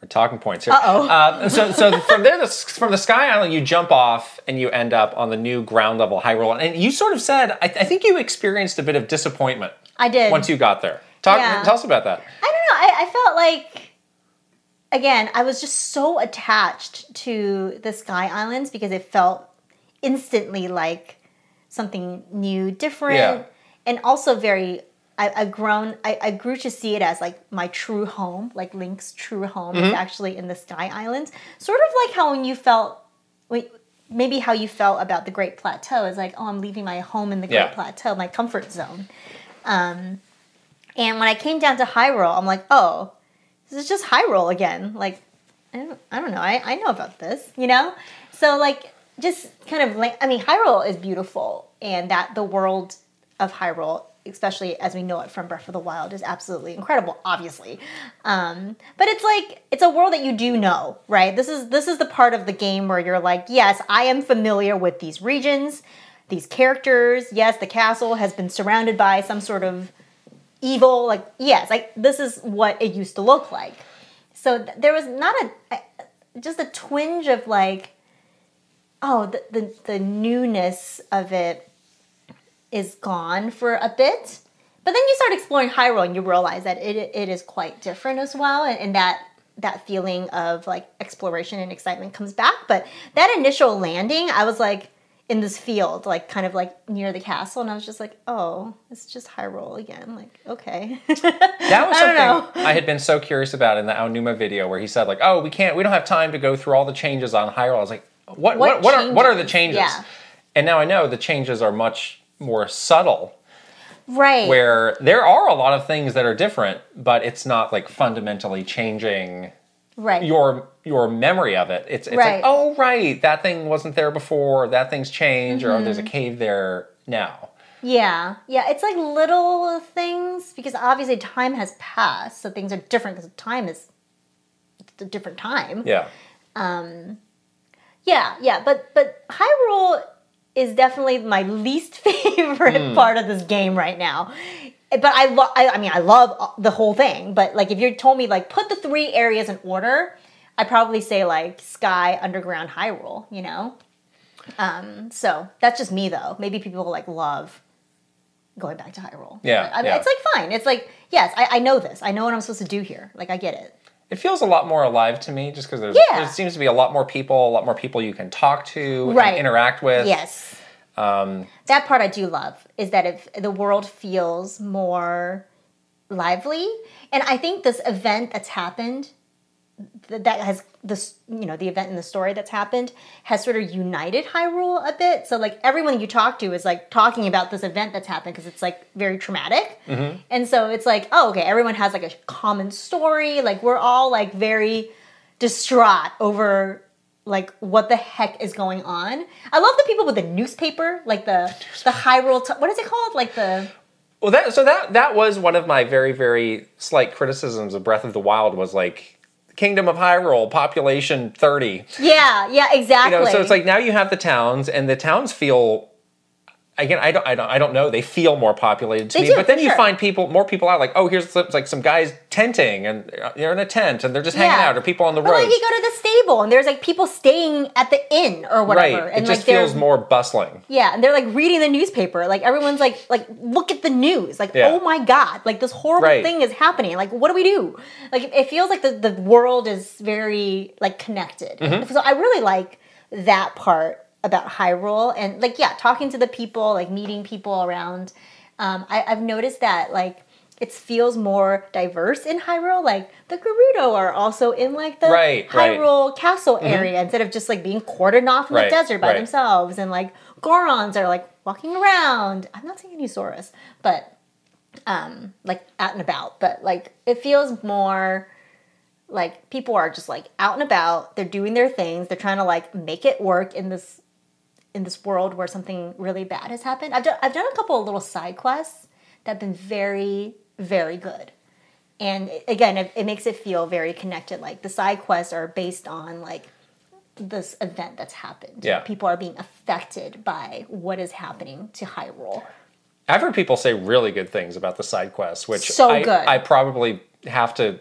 [SPEAKER 2] our talking points here.
[SPEAKER 1] Uh-oh.
[SPEAKER 2] Uh, so, so from there, the, from the Sky Island, you jump off and you end up on the new ground level Hyrule. And you sort of said, I, I think you experienced a bit of disappointment
[SPEAKER 1] I did.
[SPEAKER 2] once you got there. Talk,
[SPEAKER 1] Yeah.
[SPEAKER 2] tell us about that.
[SPEAKER 1] I don't know. I, I felt like again, I was just so attached to the Sky Islands because it felt instantly like something new, different,
[SPEAKER 2] Yeah.
[SPEAKER 1] and also very. I, I grown. I, I grew to see it as like my true home, like Link's true home is actually in the Sky Islands. Sort of like how when you felt, when- maybe how you felt about the Great Plateau is like, oh, I'm leaving my home in the Great
[SPEAKER 2] Yeah.
[SPEAKER 1] Plateau, my comfort zone. Um, and when I came down to Hyrule, I'm like, oh, this is just Hyrule again. Like, I don't, I don't know. I, I know about this, you know? So, like, just kind of like, I mean, Hyrule is beautiful, and that the world of Hyrule, especially as we know it from Breath of the Wild, is absolutely incredible, obviously. Um, but it's like, it's a world that you do know, right? This is This is the part of the game where you're like, yes, I am familiar with these regions, these characters. Yes, the castle has been surrounded by some sort of evil like yes like this is what it used to look like so th- there was not a I- just a twinge of like oh the, the the newness of it is gone for a bit But then you start exploring Hyrule and you realize that it, it is quite different as well, and, and that that feeling of like exploration and excitement comes back. But that initial landing, I was like in this field, like kind of like near the castle, and I was just like, oh, it's just Hyrule again. Like, okay.
[SPEAKER 2] That was
[SPEAKER 1] I don't
[SPEAKER 2] something I had been so curious about in the Aonuma video where he said like, "Oh, we can't, we don't have time to go through all the changes on Hyrule." I was like, "What? What? What,
[SPEAKER 1] What
[SPEAKER 2] are, what are the changes?"
[SPEAKER 1] changes? Yeah.
[SPEAKER 2] And now I know the changes are much more subtle.
[SPEAKER 1] right.
[SPEAKER 2] Where there are a lot of things that are different, but it's not like fundamentally changing
[SPEAKER 1] right.
[SPEAKER 2] your your memory of it. It's it's like,
[SPEAKER 1] Right.
[SPEAKER 2] oh right, that thing wasn't there before. That thing's changed, or "Oh, there's a
[SPEAKER 1] Mm-hmm.
[SPEAKER 2] cave there now.
[SPEAKER 1] Yeah, yeah, it's like little things because obviously time has passed, so things are different because time is it's a different time.
[SPEAKER 2] Yeah.
[SPEAKER 1] yeah, yeah, but but Hyrule is definitely my least favorite
[SPEAKER 2] Hmm.
[SPEAKER 1] part of this game right now. Eh, But I love, I, I mean, I love the whole thing. But like, if you told me like put the three areas in order, I would probably say like Sky, Underground, Hyrule. You know, um, so that's just me though. Maybe people like love going back to Hyrule.
[SPEAKER 2] Yeah,
[SPEAKER 1] I mean,
[SPEAKER 2] yeah.
[SPEAKER 1] it's like fine. It's like yes, I, I know this. I know what I'm supposed to do here. Like I get it.
[SPEAKER 2] it feels a lot more alive to me just because there's
[SPEAKER 1] Yeah.
[SPEAKER 2] there seems to be a lot more people a lot more people you can talk to
[SPEAKER 1] Right.
[SPEAKER 2] and interact with
[SPEAKER 1] Yes. that part I do love is that if the world feels more lively, and I think this event that's happened, th- that has this you know the event in the story that's happened has sort of united Hyrule a bit. So like everyone you talk to is like talking about this event that's happened because it's like very traumatic, and so it's like oh okay everyone has like a common story. Like we're all like very distraught over like what the heck is going on. I love the people with the newspaper, like the the Hyrule. T- what is it called? Like the
[SPEAKER 2] well that so that that was one of my very very slight criticisms of breath of the wild was like kingdom of hyrule population 30
[SPEAKER 1] yeah, yeah,
[SPEAKER 2] you
[SPEAKER 1] exactly.
[SPEAKER 2] know so it's like now you have the towns and the towns feel again i don't i don't, I don't know they feel more populated to
[SPEAKER 1] They
[SPEAKER 2] me
[SPEAKER 1] do,
[SPEAKER 2] but then
[SPEAKER 1] for
[SPEAKER 2] you
[SPEAKER 1] sure.
[SPEAKER 2] find people more people out like oh here's some- like some guys tenting and uh, they're in a tent and they're just hanging
[SPEAKER 1] Yeah.
[SPEAKER 2] out or people on the
[SPEAKER 1] Or
[SPEAKER 2] road
[SPEAKER 1] like you go to the stable and there's like people staying at the inn or
[SPEAKER 2] right
[SPEAKER 1] whatever,
[SPEAKER 2] it
[SPEAKER 1] and
[SPEAKER 2] just
[SPEAKER 1] like
[SPEAKER 2] feels
[SPEAKER 1] they're
[SPEAKER 2] more bustling
[SPEAKER 1] yeah, and they're like reading the newspaper. Like everyone's like like look at the news. Like
[SPEAKER 2] Yeah.
[SPEAKER 1] oh my god, like this horrible
[SPEAKER 2] Right.
[SPEAKER 1] thing is happening. Like what do we do? Like it- it feels like the the world is very like connected.
[SPEAKER 2] Mm-hmm.
[SPEAKER 1] So I really like that part about Hyrule and like yeah, talking to the people, like meeting people around. Um, I, I've noticed that like. It feels more diverse in Hyrule. Like the Gerudo are also in like the
[SPEAKER 2] Right, right.
[SPEAKER 1] Hyrule castle area instead of just like being cordoned off in
[SPEAKER 2] Mm-hmm. Right,
[SPEAKER 1] the desert by
[SPEAKER 2] right.
[SPEAKER 1] themselves themselves and like gorons are like walking around i'm not saying any saurus but um like out and about but like it feels more like people are just like out and about they're doing their things they're trying to like make it work in this in this world where something really bad has happened i've done, I've done a couple of little side quests that have been very very good and again it, it makes it feel very connected like the side quests are based on like this event that's happened
[SPEAKER 2] Yeah.
[SPEAKER 1] people are being affected by what is happening to hyrule
[SPEAKER 2] I've heard people say really good things about the side quests, which
[SPEAKER 1] So
[SPEAKER 2] I,
[SPEAKER 1] good.
[SPEAKER 2] I probably have to.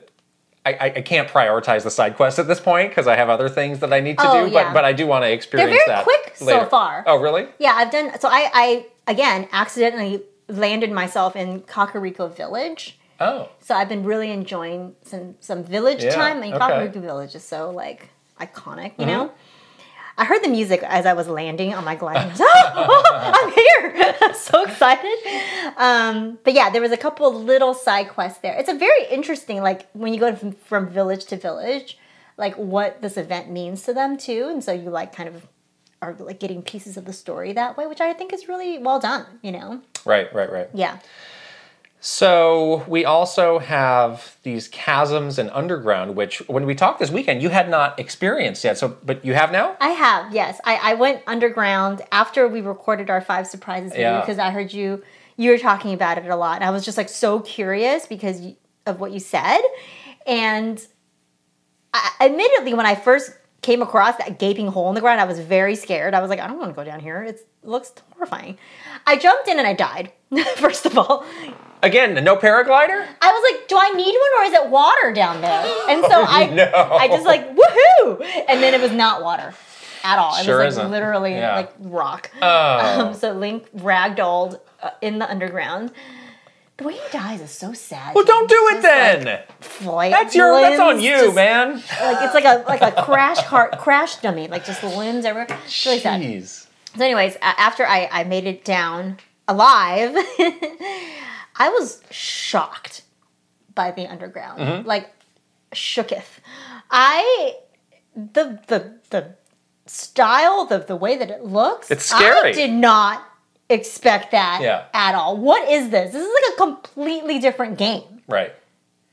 [SPEAKER 2] I, I, I can't prioritize the side quests at this point because I have other things that I need to
[SPEAKER 1] Oh,
[SPEAKER 2] do.
[SPEAKER 1] yeah.
[SPEAKER 2] But but I do want to experience
[SPEAKER 1] very
[SPEAKER 2] that.
[SPEAKER 1] quick so
[SPEAKER 2] later.
[SPEAKER 1] far.
[SPEAKER 2] Oh really?
[SPEAKER 1] yeah i've done so i i again accidentally landed myself in kakariko village
[SPEAKER 2] Oh
[SPEAKER 1] so i've been really enjoying some some village
[SPEAKER 2] Yeah,
[SPEAKER 1] time and
[SPEAKER 2] okay. Mm-hmm.
[SPEAKER 1] kakariko village is so like iconic you know I heard the music as I was landing on my glide. and I was, "Oh, oh, I'm here! I'm so excited. Um, but yeah, there was a couple little side quests there. It's a very interesting, like when you go from, from village to village, like what this event means to them too, and so you like kind of are like getting pieces of the story that way, which I think is really well done. You know,
[SPEAKER 2] right right right.
[SPEAKER 1] yeah,
[SPEAKER 2] So we also have these chasms and underground, which when we talked this weekend, you had not experienced yet. So but you have now.
[SPEAKER 1] I have. Yes, I, I went underground after we recorded our five surprises video
[SPEAKER 2] Yeah.
[SPEAKER 1] because I heard you you were talking about it a lot, and I was just like so curious because you, of what you said, and I, admittedly, when I first came across that gaping hole in the ground, I was very scared. I was like, I don't want to go down here. It's, it looks horrifying. I jumped in and I died. First of all,
[SPEAKER 2] Again, no paraglider.
[SPEAKER 1] I was like, do I need one or is it water down there? And so I
[SPEAKER 2] no.
[SPEAKER 1] I just like woohoo! And then it was not water at all. It
[SPEAKER 2] Sure
[SPEAKER 1] was like
[SPEAKER 2] isn't.
[SPEAKER 1] literally
[SPEAKER 2] Yeah.
[SPEAKER 1] like rock.
[SPEAKER 2] Oh.
[SPEAKER 1] Um, so Link ragdolled uh, in the uh, underground. The way he dies is so sad.
[SPEAKER 2] Well, don't do it then. that's your. That's on you, man.
[SPEAKER 1] Like it's like a like a crash heart crash dummy. Like just limbs everywhere. It's really sad.
[SPEAKER 2] Jeez.
[SPEAKER 1] So, anyways, a- after I, I made it down alive, I was shocked by the underground.
[SPEAKER 2] Mm-hmm.
[SPEAKER 1] Like, shooketh. I the the the style, the the way that it looks.
[SPEAKER 2] It's scary.
[SPEAKER 1] I did not expect that
[SPEAKER 2] Yeah.
[SPEAKER 1] at all. What is this? This is like a completely different game.
[SPEAKER 2] Right.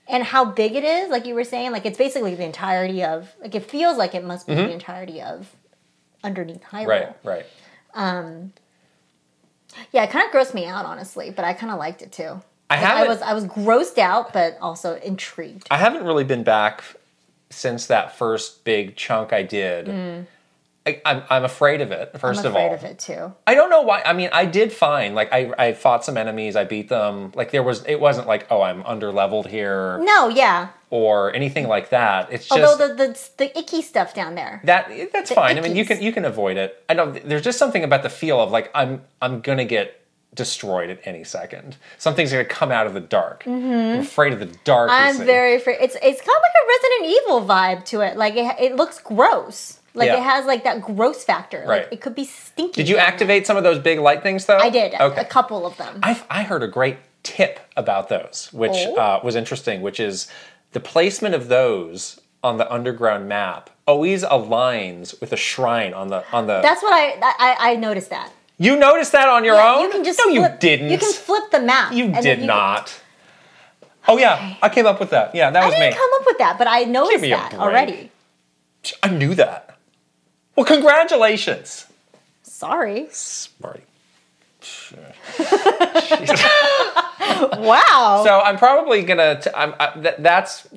[SPEAKER 1] And how big it is, like you were saying, like it's basically the entirety of like it feels like it must be the entirety of underneath high
[SPEAKER 2] Mm-hmm. Right. Right.
[SPEAKER 1] Yeah, it kind of grossed me out, honestly, but I kind of liked it too.
[SPEAKER 2] I
[SPEAKER 1] Like, I
[SPEAKER 2] haven't.
[SPEAKER 1] was I was grossed out, but also intrigued.
[SPEAKER 2] I haven't really been back since that first big chunk I did. I, I'm, I'm afraid of it. 1st
[SPEAKER 1] Mm. I'm
[SPEAKER 2] of
[SPEAKER 1] afraid
[SPEAKER 2] all,
[SPEAKER 1] of it too.
[SPEAKER 2] I don't know why. I mean, I did fine. Like, I, I fought some enemies. I beat them. Like, there was. It wasn't like, oh, I'm under leveled here
[SPEAKER 1] No, yeah.
[SPEAKER 2] or anything like that. It's just
[SPEAKER 1] Although the, the the icky stuff down there.
[SPEAKER 2] that that's fine. I mean, you
[SPEAKER 1] ickies.
[SPEAKER 2] can you can avoid it. I know there's just something about the feel of like I'm I'm gonna get destroyed at any second. Something's gonna come out of the dark. I'm afraid of the dark. you
[SPEAKER 1] Mm-hmm. I'm
[SPEAKER 2] see.
[SPEAKER 1] very afraid. It's it's kind of like a Resident Evil vibe to it. Like it, it looks gross. Like
[SPEAKER 2] Yeah.
[SPEAKER 1] it has like that gross factor. Like
[SPEAKER 2] Right.
[SPEAKER 1] it could be stinky.
[SPEAKER 2] Did you
[SPEAKER 1] down
[SPEAKER 2] activate some of those big light things though?
[SPEAKER 1] there. I did. a-
[SPEAKER 2] Okay.
[SPEAKER 1] A couple of them.
[SPEAKER 2] I've, I heard a great tip about those, which
[SPEAKER 1] Oh.
[SPEAKER 2] uh, was interesting, which is the placement of those on the underground map always aligns with a shrine on the on the.
[SPEAKER 1] That's what I I, I noticed that.
[SPEAKER 2] you noticed that on your
[SPEAKER 1] Yeah,
[SPEAKER 2] own?
[SPEAKER 1] you can just
[SPEAKER 2] no, you
[SPEAKER 1] flip-
[SPEAKER 2] didn't.
[SPEAKER 1] You can flip the map.
[SPEAKER 2] You
[SPEAKER 1] and then
[SPEAKER 2] did
[SPEAKER 1] can-
[SPEAKER 2] not. Oh yeah, I came up with that. Yeah, that
[SPEAKER 1] I
[SPEAKER 2] was
[SPEAKER 1] didn't
[SPEAKER 2] me.
[SPEAKER 1] come up with that, but I noticed
[SPEAKER 2] me a
[SPEAKER 1] that
[SPEAKER 2] break.
[SPEAKER 1] already.
[SPEAKER 2] I knew that. Well, congratulations.
[SPEAKER 1] Sorry.
[SPEAKER 2] Smarty.
[SPEAKER 1] Wow.
[SPEAKER 2] So I'm probably gonna. T- I'm, I, th- that's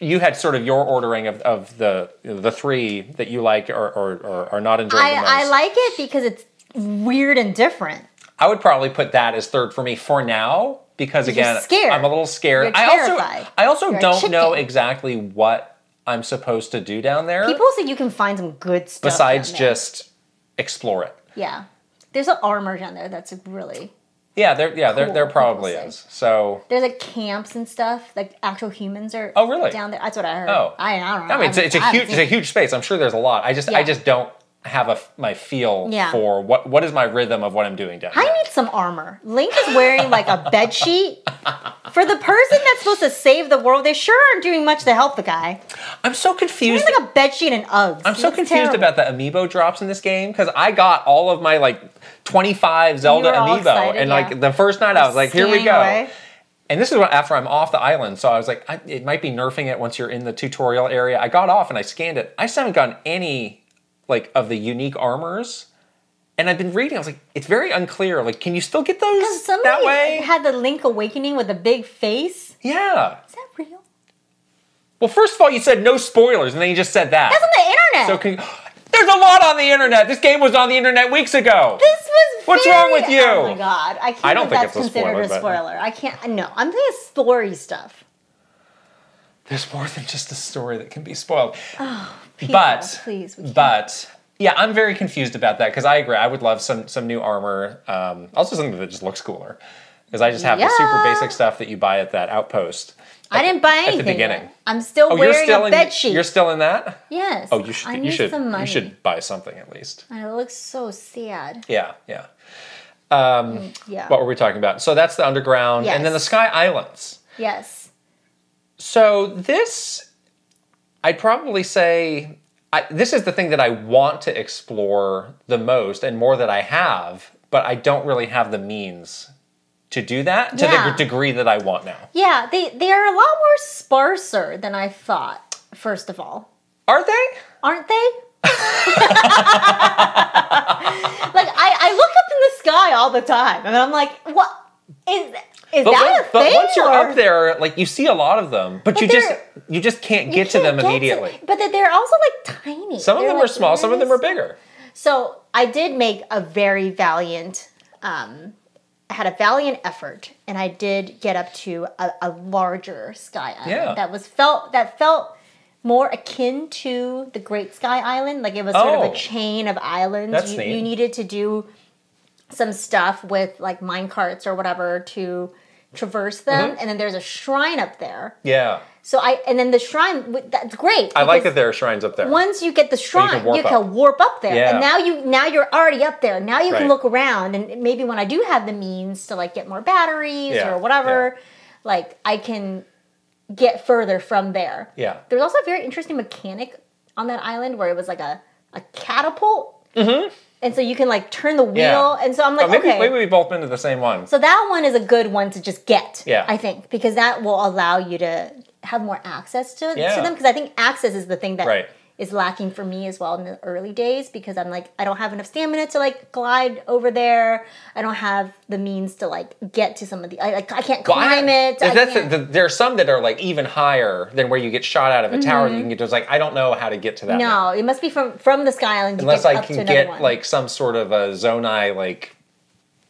[SPEAKER 2] you had sort of your ordering of, of the the three that you like or or, or are not enjoying the most.
[SPEAKER 1] I, I like it because it's weird and different.
[SPEAKER 2] I would probably put that as third for me for now because again,
[SPEAKER 1] scared.
[SPEAKER 2] I'm a little scared.
[SPEAKER 1] You're
[SPEAKER 2] I also
[SPEAKER 1] terrified.
[SPEAKER 2] I also
[SPEAKER 1] You're a
[SPEAKER 2] don't know
[SPEAKER 1] chicken.
[SPEAKER 2] exactly what I'm supposed to do down there
[SPEAKER 1] People say you can find some good stuff.
[SPEAKER 2] besides
[SPEAKER 1] down there.
[SPEAKER 2] just explore it.
[SPEAKER 1] yeah. There's an armor down there that's really
[SPEAKER 2] Yeah, there yeah, there there
[SPEAKER 1] Cool,
[SPEAKER 2] probably
[SPEAKER 1] people
[SPEAKER 2] is. So
[SPEAKER 1] there's like camps and stuff. Like actual humans are.
[SPEAKER 2] Oh, really?
[SPEAKER 1] Down there. That's what I heard.
[SPEAKER 2] Oh.
[SPEAKER 1] I, I don't know.
[SPEAKER 2] I mean, it's,
[SPEAKER 1] haven't-
[SPEAKER 2] it's a
[SPEAKER 1] haven't
[SPEAKER 2] huge, it's
[SPEAKER 1] seen
[SPEAKER 2] a
[SPEAKER 1] it.
[SPEAKER 2] huge space. I'm sure there's a lot. I just, I
[SPEAKER 1] Yeah.
[SPEAKER 2] just don't have a f- my feel
[SPEAKER 1] Yeah.
[SPEAKER 2] for what, what is my rhythm of what I'm doing down
[SPEAKER 1] I
[SPEAKER 2] there.
[SPEAKER 1] need some armor. Link is wearing like a bed sheet. For the person that's supposed to save the world, they sure aren't doing much to help the guy.
[SPEAKER 2] I'm so confused.
[SPEAKER 1] It's like a bed sheet and Uggs.
[SPEAKER 2] I'm so confused about the amiibo drops in this game because I got all of my like 25 Zelda
[SPEAKER 1] were all
[SPEAKER 2] amiibo,
[SPEAKER 1] excited,
[SPEAKER 2] and
[SPEAKER 1] yeah.
[SPEAKER 2] like the first night I was like, here we
[SPEAKER 1] Skiing
[SPEAKER 2] go.
[SPEAKER 1] away.
[SPEAKER 2] And this is what, after I'm off the island, so I was like, I, it might be nerfing it once you're in the tutorial area. I got off and I scanned it. I just haven't gotten any like of the unique armors. And I've been reading. I was like, it's very unclear. Like, can you still get those
[SPEAKER 1] Somebody
[SPEAKER 2] that way?
[SPEAKER 1] had the Link awakening with a big face.
[SPEAKER 2] yeah.
[SPEAKER 1] Is that real?
[SPEAKER 2] Well, first of all, you said no spoilers, and then you just said that.
[SPEAKER 1] That's on the internet.
[SPEAKER 2] so can, there's a lot on the internet. This game was on the internet weeks ago.
[SPEAKER 1] This was
[SPEAKER 2] What's
[SPEAKER 1] very-
[SPEAKER 2] wrong with you?
[SPEAKER 1] Oh my god, I can't.
[SPEAKER 2] I don't
[SPEAKER 1] believe
[SPEAKER 2] think
[SPEAKER 1] that's
[SPEAKER 2] it's a
[SPEAKER 1] considered
[SPEAKER 2] spoiler,
[SPEAKER 1] a
[SPEAKER 2] but-
[SPEAKER 1] spoiler. I can't. No, I'm thinking story stuff.
[SPEAKER 2] There's more than just a story that can be spoiled.
[SPEAKER 1] Oh, People,
[SPEAKER 2] but
[SPEAKER 1] please, we can't.
[SPEAKER 2] but yeah, I'm very confused about that because I agree. I would love some some new armor. Um, also something that just looks cooler. Because I just have the super
[SPEAKER 1] Yeah.
[SPEAKER 2] basic stuff that you buy at that outpost.
[SPEAKER 1] I didn't buy
[SPEAKER 2] the
[SPEAKER 1] anything.
[SPEAKER 2] beginning.
[SPEAKER 1] yet. I'm still
[SPEAKER 2] Oh,
[SPEAKER 1] wearing
[SPEAKER 2] you're still
[SPEAKER 1] a
[SPEAKER 2] in
[SPEAKER 1] bed sheet.
[SPEAKER 2] you're still in that?
[SPEAKER 1] yes.
[SPEAKER 2] Oh, you should
[SPEAKER 1] I
[SPEAKER 2] you
[SPEAKER 1] need
[SPEAKER 2] should
[SPEAKER 1] some money.
[SPEAKER 2] you should buy something at least.
[SPEAKER 1] And it looks so sad.
[SPEAKER 2] Yeah, yeah.
[SPEAKER 1] Yeah.
[SPEAKER 2] What were we talking about? So that's the underground and then the
[SPEAKER 1] Yes.
[SPEAKER 2] sky islands.
[SPEAKER 1] yes.
[SPEAKER 2] So this, I'd probably say, I, this is the thing that I want to explore the most, and more that I have, but I don't really have the means to do that to
[SPEAKER 1] Yeah.
[SPEAKER 2] the degree that I want now.
[SPEAKER 1] Yeah. They they are a lot more sparser than I thought. First of all,
[SPEAKER 2] Are they?
[SPEAKER 1] aren't they? like I, I look up in the sky all the time, and I'm like, what is is
[SPEAKER 2] But,
[SPEAKER 1] that
[SPEAKER 2] when-
[SPEAKER 1] a
[SPEAKER 2] but
[SPEAKER 1] thing?
[SPEAKER 2] once you're
[SPEAKER 1] or-
[SPEAKER 2] up there, like you see a lot of them, but, you just
[SPEAKER 1] they're-
[SPEAKER 2] you just can't
[SPEAKER 1] You
[SPEAKER 2] get to
[SPEAKER 1] can't
[SPEAKER 2] them
[SPEAKER 1] get
[SPEAKER 2] immediately.
[SPEAKER 1] it. but they're also like tiny.
[SPEAKER 2] Some of
[SPEAKER 1] They're
[SPEAKER 2] them are
[SPEAKER 1] like
[SPEAKER 2] small, some of them are
[SPEAKER 1] really
[SPEAKER 2] bigger.
[SPEAKER 1] small. So I did make a very valiant. Um, I had a valiant effort, and I did get up to a, a larger sky island
[SPEAKER 2] Yeah.
[SPEAKER 1] that was felt that felt more akin to the Great Sky Island. Like it was sort of
[SPEAKER 2] Oh.
[SPEAKER 1] a chain of islands.
[SPEAKER 2] That's
[SPEAKER 1] you,
[SPEAKER 2] neat.
[SPEAKER 1] you needed to do some stuff with like mine carts or whatever to traverse them,
[SPEAKER 2] Mm-hmm.
[SPEAKER 1] and then there's a shrine up there.
[SPEAKER 2] Yeah.
[SPEAKER 1] So I and then the shrine w- that's great.
[SPEAKER 2] I like
[SPEAKER 1] because
[SPEAKER 2] that there are shrines up there.
[SPEAKER 1] Once you get the shrine, you can
[SPEAKER 2] warp
[SPEAKER 1] warp,
[SPEAKER 2] up.
[SPEAKER 1] up. there,
[SPEAKER 2] Yeah.
[SPEAKER 1] and now you now you're already up there. Now you
[SPEAKER 2] Right.
[SPEAKER 1] can look around, and maybe when I do have the means to like get more batteries
[SPEAKER 2] Yeah,
[SPEAKER 1] or whatever, like I can get further from there.
[SPEAKER 2] Yeah.
[SPEAKER 1] There's also a very interesting mechanic on that island where it was like a a catapult, mm-hmm. and so you can like turn the wheel, and so I'm like,
[SPEAKER 2] Oh, maybe,
[SPEAKER 1] okay,
[SPEAKER 2] maybe we've both been to the same one.
[SPEAKER 1] so that one is a good one to just get.
[SPEAKER 2] Yeah.
[SPEAKER 1] I think because that will allow you to have more access to,
[SPEAKER 2] Yeah.
[SPEAKER 1] to them. Because I think access is the thing that is
[SPEAKER 2] Right.
[SPEAKER 1] lacking for me as well in the early days because I'm like I don't have enough stamina to like glide over there. I don't have the means to like get to some of the. I, like, I can't climb it. I
[SPEAKER 2] That's
[SPEAKER 1] can't-
[SPEAKER 2] the, there are some that are like even higher than where you get shot out of a tower that you can get. There's like I don't know how to get to that. now.
[SPEAKER 1] Mm-hmm. no, it must be from from the Sky Island. to
[SPEAKER 2] unless
[SPEAKER 1] get
[SPEAKER 2] I
[SPEAKER 1] up to
[SPEAKER 2] can
[SPEAKER 1] another
[SPEAKER 2] get
[SPEAKER 1] one.
[SPEAKER 2] like some sort of a zonai like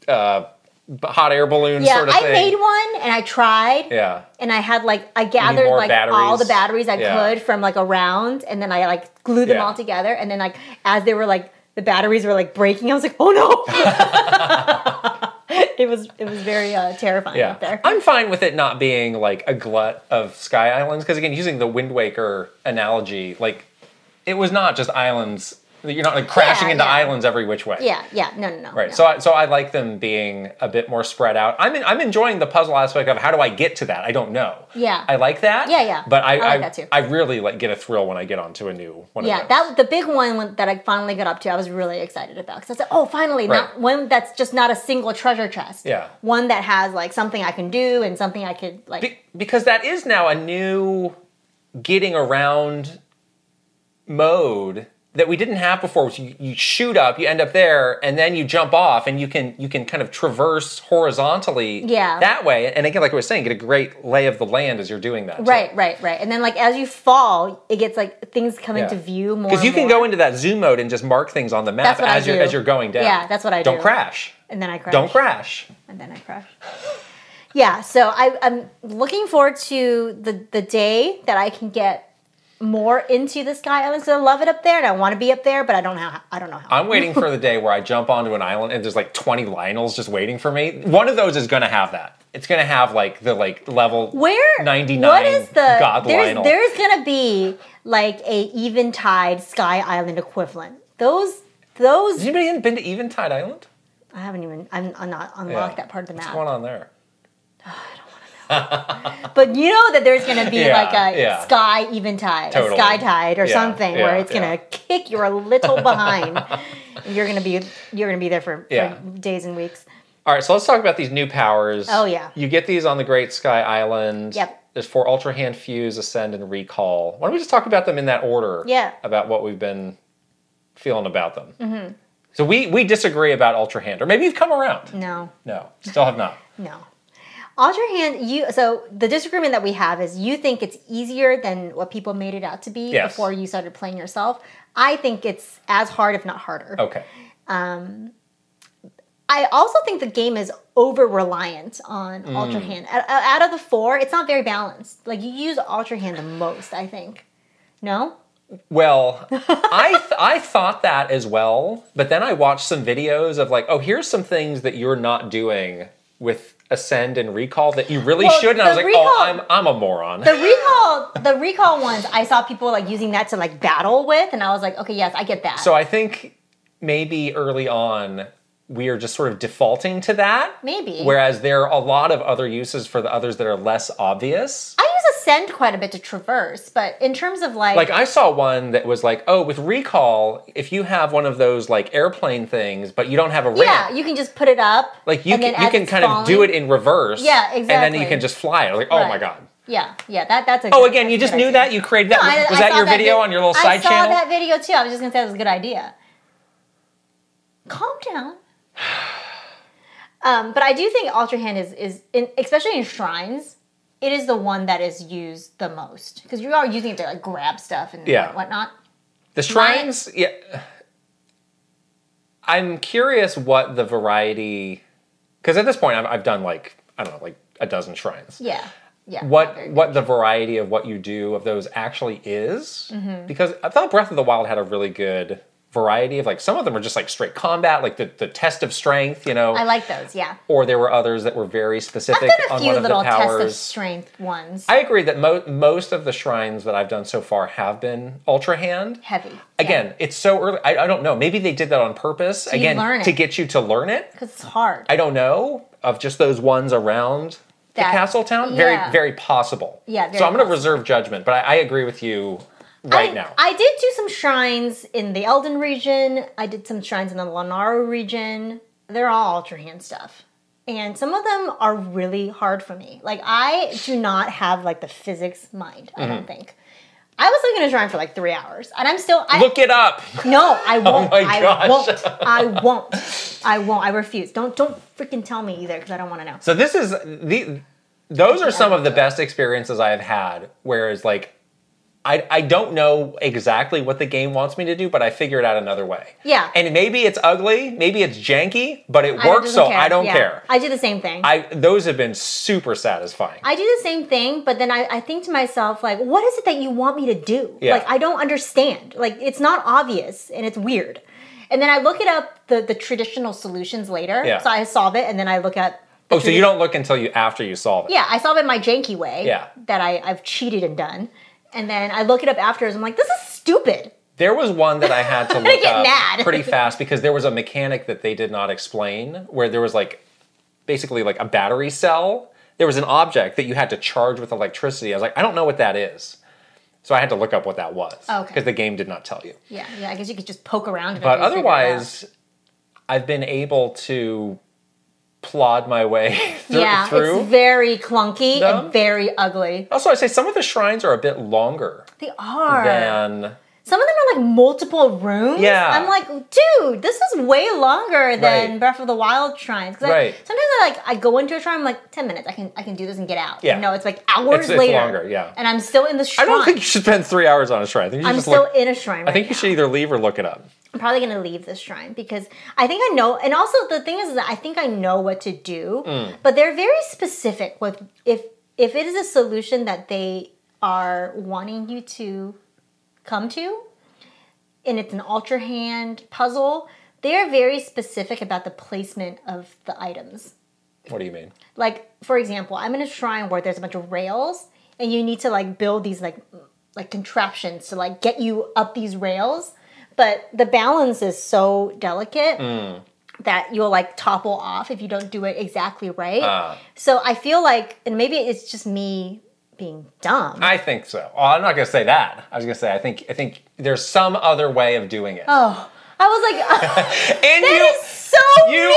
[SPEAKER 2] uh, b- hot air balloon
[SPEAKER 1] Yeah,
[SPEAKER 2] sort of
[SPEAKER 1] I
[SPEAKER 2] thing.
[SPEAKER 1] made one and I tried.
[SPEAKER 2] yeah.
[SPEAKER 1] and I had like I gathered
[SPEAKER 2] more
[SPEAKER 1] like all
[SPEAKER 2] batteries?
[SPEAKER 1] the batteries I
[SPEAKER 2] Yeah.
[SPEAKER 1] could from like around, and then I like glued them
[SPEAKER 2] Yeah.
[SPEAKER 1] all together, and then like as they were like the batteries were like breaking, I was like, oh no! it was it was very uh, terrifying
[SPEAKER 2] Yeah.
[SPEAKER 1] up there.
[SPEAKER 2] I'm fine with it not being like a glut of Sky Islands because again, using the Wind Waker analogy, like it was not just islands. You're not like crashing
[SPEAKER 1] Yeah,
[SPEAKER 2] into
[SPEAKER 1] yeah.
[SPEAKER 2] islands every which way.
[SPEAKER 1] yeah, yeah, no, no, no.
[SPEAKER 2] Right.
[SPEAKER 1] no.
[SPEAKER 2] So I, so I like them being a bit more spread out. I'm in, I'm enjoying the puzzle aspect of how do I get to that? I don't know.
[SPEAKER 1] Yeah.
[SPEAKER 2] I like that.
[SPEAKER 1] Yeah, yeah.
[SPEAKER 2] But I
[SPEAKER 1] I like
[SPEAKER 2] I,
[SPEAKER 1] that too.
[SPEAKER 2] I really like get a thrill when I get onto a new one
[SPEAKER 1] yeah,
[SPEAKER 2] of those.
[SPEAKER 1] that the big one when, that I finally got up to, I was really excited about because I said, "Oh, finally,
[SPEAKER 2] Right.
[SPEAKER 1] not one that's just not a single treasure chest.
[SPEAKER 2] Yeah.
[SPEAKER 1] one that has like something I can do and something I could like."
[SPEAKER 2] Be- because that is now a new getting around mode that we didn't have before which you, you shoot up you end up there and then you jump off and you can you can kind of traverse horizontally
[SPEAKER 1] Yeah.
[SPEAKER 2] that way and again like i was saying get a great lay of the land as you're doing that too.
[SPEAKER 1] Right, right, right. And then like as you fall, it gets like things come into view more.
[SPEAKER 2] Because you
[SPEAKER 1] and
[SPEAKER 2] can
[SPEAKER 1] more.
[SPEAKER 2] go into that zoom mode and just mark things on the map
[SPEAKER 1] That's what I
[SPEAKER 2] as you're
[SPEAKER 1] do.
[SPEAKER 2] as you're going down.
[SPEAKER 1] Yeah, that's what I
[SPEAKER 2] Don't
[SPEAKER 1] do.
[SPEAKER 2] crash.
[SPEAKER 1] and then I crash.
[SPEAKER 2] Don't crash.
[SPEAKER 1] And then I crash. yeah. So I, I'm looking forward to the the day that I can get more into the Sky Islands because I love it up there and I want to be up there, but I don't know. How, I don't know how.
[SPEAKER 2] I'm waiting for the day where I jump onto an island and there's like 20 Lionels just waiting for me. One of those is gonna have that. It's gonna have like the like level
[SPEAKER 1] Where
[SPEAKER 2] 99
[SPEAKER 1] What is the
[SPEAKER 2] God
[SPEAKER 1] there's,
[SPEAKER 2] Lionel.
[SPEAKER 1] There's gonna be like a eventide Sky Island equivalent. Those
[SPEAKER 2] Has
[SPEAKER 1] those
[SPEAKER 2] anybody been to Eventide Island?
[SPEAKER 1] I haven't even I'm, I'm not unlocked
[SPEAKER 2] Yeah.
[SPEAKER 1] that part of the map.
[SPEAKER 2] What's going on there?
[SPEAKER 1] But you know that there's going to be
[SPEAKER 2] Yeah,
[SPEAKER 1] like a
[SPEAKER 2] yeah.
[SPEAKER 1] sky eventide,
[SPEAKER 2] Totally.
[SPEAKER 1] a sky tide or
[SPEAKER 2] Yeah,
[SPEAKER 1] something
[SPEAKER 2] yeah,
[SPEAKER 1] where it's going
[SPEAKER 2] yeah.
[SPEAKER 1] to kick you a little behind. And you're going to be you're going to be there for, for
[SPEAKER 2] Yeah.
[SPEAKER 1] days and weeks.
[SPEAKER 2] All right, so let's talk about these new powers.
[SPEAKER 1] Oh, yeah.
[SPEAKER 2] You get these on the Great Sky Island.
[SPEAKER 1] Yep.
[SPEAKER 2] There's four Ultra Hand Fuse, Ascend, and Recall. Why don't we just talk about them in that order?
[SPEAKER 1] Yeah.
[SPEAKER 2] About what we've been feeling about them. Mm-hmm. So we we disagree about Ultra Hand, or maybe you've come around.
[SPEAKER 1] No.
[SPEAKER 2] No, still have not.
[SPEAKER 1] No. Ultra hand you so the disagreement that we have is you think it's easier than what people made it out to be
[SPEAKER 2] Yes.
[SPEAKER 1] before you started playing yourself. I think it's as hard if not harder.
[SPEAKER 2] Okay.
[SPEAKER 1] I also think the game is over reliant on
[SPEAKER 2] Mm.
[SPEAKER 1] Ultra Hand. Out, out of the four, it's not very balanced. Like you use Ultra Hand the most, I think. No,
[SPEAKER 2] Well, I th- I thought that as well, but then I watched some videos of like, oh, here's some things that you're not doing with Ascend and Recall that you really
[SPEAKER 1] Well,
[SPEAKER 2] should. And I was
[SPEAKER 1] the
[SPEAKER 2] like,
[SPEAKER 1] Recall-
[SPEAKER 2] oh, I'm I'm a moron.
[SPEAKER 1] the recall, the recall ones. I saw people like using that to like battle with, and I was like, okay, yes, I get that.
[SPEAKER 2] So I think maybe early on we are just sort of defaulting to that.
[SPEAKER 1] Maybe.
[SPEAKER 2] Whereas there are a lot of other uses for the others that are less obvious.
[SPEAKER 1] I use ascend quite a bit to traverse, but in terms of like,
[SPEAKER 2] Like uh, I saw one that was like, oh, with recall, if you have one of those like airplane things, but you don't have a ramp,
[SPEAKER 1] yeah, you can just put it up.
[SPEAKER 2] like you
[SPEAKER 1] and
[SPEAKER 2] can
[SPEAKER 1] then
[SPEAKER 2] you
[SPEAKER 1] as
[SPEAKER 2] can
[SPEAKER 1] it's
[SPEAKER 2] kind of do it
[SPEAKER 1] falling-
[SPEAKER 2] in reverse.
[SPEAKER 1] Yeah,
[SPEAKER 2] And then you
[SPEAKER 1] exactly.
[SPEAKER 2] can just fly it. Like, oh my
[SPEAKER 1] Right.
[SPEAKER 2] god.
[SPEAKER 1] Yeah, yeah, that that's a.
[SPEAKER 2] Oh,
[SPEAKER 1] good-
[SPEAKER 2] again, you
[SPEAKER 1] that's a
[SPEAKER 2] just
[SPEAKER 1] good
[SPEAKER 2] knew
[SPEAKER 1] idea.
[SPEAKER 2] that you created
[SPEAKER 1] No,
[SPEAKER 2] that.
[SPEAKER 1] I-
[SPEAKER 2] was
[SPEAKER 1] I
[SPEAKER 2] that
[SPEAKER 1] saw
[SPEAKER 2] your video
[SPEAKER 1] vid-
[SPEAKER 2] on your little
[SPEAKER 1] I
[SPEAKER 2] side
[SPEAKER 1] saw
[SPEAKER 2] channel?
[SPEAKER 1] that video too. I was just gonna say that was a good idea. Calm down. Um, but I do think Ultra Hand is is in, especially in shrines, it is the one that is used the most because you are using it to like grab stuff and
[SPEAKER 2] Yeah.
[SPEAKER 1] whatnot.
[SPEAKER 2] The shrines, yeah. I'm curious what the variety, because at this point I've, I've done like I don't know, like a dozen shrines.
[SPEAKER 1] Yeah, yeah. not
[SPEAKER 2] What
[SPEAKER 1] very
[SPEAKER 2] what the variety
[SPEAKER 1] Mm-hmm.
[SPEAKER 2] of what you do of those actually is? Because I thought Breath of the Wild had a really good variety of like some of them are just like straight combat, like the, the test of strength, you know.
[SPEAKER 1] I like those. Yeah.
[SPEAKER 2] or there were others that were very specific
[SPEAKER 1] I've got a
[SPEAKER 2] on one
[SPEAKER 1] few
[SPEAKER 2] of the
[SPEAKER 1] little test of
[SPEAKER 2] powers.
[SPEAKER 1] strength ones.
[SPEAKER 2] I agree that mo- most of the shrines that I've done so far have been ultra hand.
[SPEAKER 1] Heavy.
[SPEAKER 2] Again, it's so early. I, I don't know. Maybe they did that on purpose.
[SPEAKER 1] you
[SPEAKER 2] Again,
[SPEAKER 1] learn
[SPEAKER 2] to
[SPEAKER 1] it.
[SPEAKER 2] get you to learn it.
[SPEAKER 1] Because it's hard.
[SPEAKER 2] I don't know of just those ones around the
[SPEAKER 1] That-
[SPEAKER 2] castle town. Very,
[SPEAKER 1] yeah.
[SPEAKER 2] very possible.
[SPEAKER 1] Yeah, very
[SPEAKER 2] so I'm going to reserve judgment, but I, I agree with you right
[SPEAKER 1] I,
[SPEAKER 2] now.
[SPEAKER 1] I did do some shrines in the Elden region. I did some shrines in the Lanaro region. They're all Ultra Hand stuff. And some of them are really hard for me. Like I do not have like the physics mind, I
[SPEAKER 2] Mm-hmm.
[SPEAKER 1] don't think. I was looking at a shrine for like three hours. And I'm still I
[SPEAKER 2] Look it up.
[SPEAKER 1] No, I won't.
[SPEAKER 2] my
[SPEAKER 1] I
[SPEAKER 2] gosh.
[SPEAKER 1] won't. I won't. I won't. I refuse. Don't don't freaking tell me either, because I don't want to know.
[SPEAKER 2] So this is the those are some of the best experiences I have had. Whereas like I I don't know exactly what the game wants me to do, but I figure it out another way.
[SPEAKER 1] Yeah.
[SPEAKER 2] And maybe it's ugly, maybe it's janky, but it
[SPEAKER 1] I
[SPEAKER 2] works,
[SPEAKER 1] doesn't
[SPEAKER 2] so I don't
[SPEAKER 1] Yeah.
[SPEAKER 2] care.
[SPEAKER 1] I do the same thing.
[SPEAKER 2] I those have been super satisfying.
[SPEAKER 1] I do the same thing, but then I, I think to myself, like, what is it that you want me to do?
[SPEAKER 2] Yeah.
[SPEAKER 1] Like, I don't understand. Like, it's not obvious and it's weird. And then I look it up the, the traditional solutions later.
[SPEAKER 2] Yeah.
[SPEAKER 1] So I solve it and then I look at. the
[SPEAKER 2] oh, so
[SPEAKER 1] tradi-
[SPEAKER 2] you don't look until you after you solve it.
[SPEAKER 1] Yeah, I solve it my janky way
[SPEAKER 2] Yeah.
[SPEAKER 1] that I, I've cheated and done. And then I look it up afterwards. I'm like, this is stupid.
[SPEAKER 2] There was one that I had to look
[SPEAKER 1] get
[SPEAKER 2] up
[SPEAKER 1] mad.
[SPEAKER 2] pretty fast because there was a mechanic that they did not explain where there was like basically like a battery cell. There was an object that you had to charge with electricity. I was like, I don't know what that is. So I had to look up what that was
[SPEAKER 1] Okay.
[SPEAKER 2] because the game did not tell you.
[SPEAKER 1] Yeah, yeah, I guess you could just poke around.
[SPEAKER 2] But otherwise, I've been able to plod my way thr-
[SPEAKER 1] yeah,
[SPEAKER 2] through.
[SPEAKER 1] it's very clunky
[SPEAKER 2] No?
[SPEAKER 1] and very ugly.
[SPEAKER 2] also, I say some of the shrines are a bit longer
[SPEAKER 1] They are.
[SPEAKER 2] than
[SPEAKER 1] Some of them are like multiple rooms.
[SPEAKER 2] Yeah.
[SPEAKER 1] I'm like, dude, this is way longer than
[SPEAKER 2] Right.
[SPEAKER 1] Breath of the Wild shrines. 'Cause I-
[SPEAKER 2] Right.
[SPEAKER 1] sometimes I like I go into a shrine, I'm like, ten minutes, I can I can do this and get out.
[SPEAKER 2] Yeah.
[SPEAKER 1] No, it's like hours
[SPEAKER 2] It's- it's
[SPEAKER 1] later.
[SPEAKER 2] longer, yeah.
[SPEAKER 1] And I'm still in the
[SPEAKER 2] I
[SPEAKER 1] shrine.
[SPEAKER 2] don't think you should spend three hours on a shrine. I think you
[SPEAKER 1] I'm
[SPEAKER 2] just
[SPEAKER 1] still
[SPEAKER 2] look-
[SPEAKER 1] in a shrine. Right
[SPEAKER 2] I think you should either leave or look it up.
[SPEAKER 1] I'm probably gonna leave this shrine because I think I know. And also, the thing is that I think I know what to do, but they're very specific with if if it is a solution that they are wanting you to come to, and it's an ultra hand puzzle. They are very specific about the placement of the items.
[SPEAKER 2] What do you mean?
[SPEAKER 1] Like for example, I'm in a shrine where there's a bunch of rails, and you need to like build these like like contraptions to like get you up these rails. But the balance is so delicate
[SPEAKER 2] Mm.
[SPEAKER 1] that you'll like topple off if you don't do it exactly right.
[SPEAKER 2] Ah.
[SPEAKER 1] So I feel like, and maybe it's just me being dumb.
[SPEAKER 2] I think so. Oh, I'm not gonna say that. I was gonna say I think I think there's some other way of doing it.
[SPEAKER 1] I was like,
[SPEAKER 2] and
[SPEAKER 1] Oh, that
[SPEAKER 2] you
[SPEAKER 1] is so
[SPEAKER 2] you
[SPEAKER 1] mean!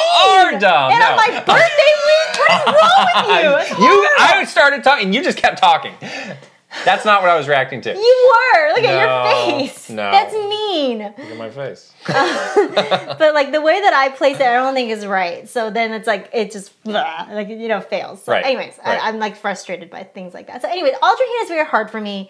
[SPEAKER 2] are dumb.
[SPEAKER 1] And on
[SPEAKER 2] No.
[SPEAKER 1] my birthday week, what is wrong with you?
[SPEAKER 2] you I started talking you just kept talking. That's not what I was reacting to.
[SPEAKER 1] You were. Look at
[SPEAKER 2] No,
[SPEAKER 1] your face.
[SPEAKER 2] no.
[SPEAKER 1] That's mean.
[SPEAKER 2] Look at my face.
[SPEAKER 1] But like the way that I place it, I don't think is right. So then it's like it just blah, like you know fails. So
[SPEAKER 2] Right,
[SPEAKER 1] Anyways,
[SPEAKER 2] right.
[SPEAKER 1] I, I'm like frustrated by things like that. So anyways, altering hand is very hard for me.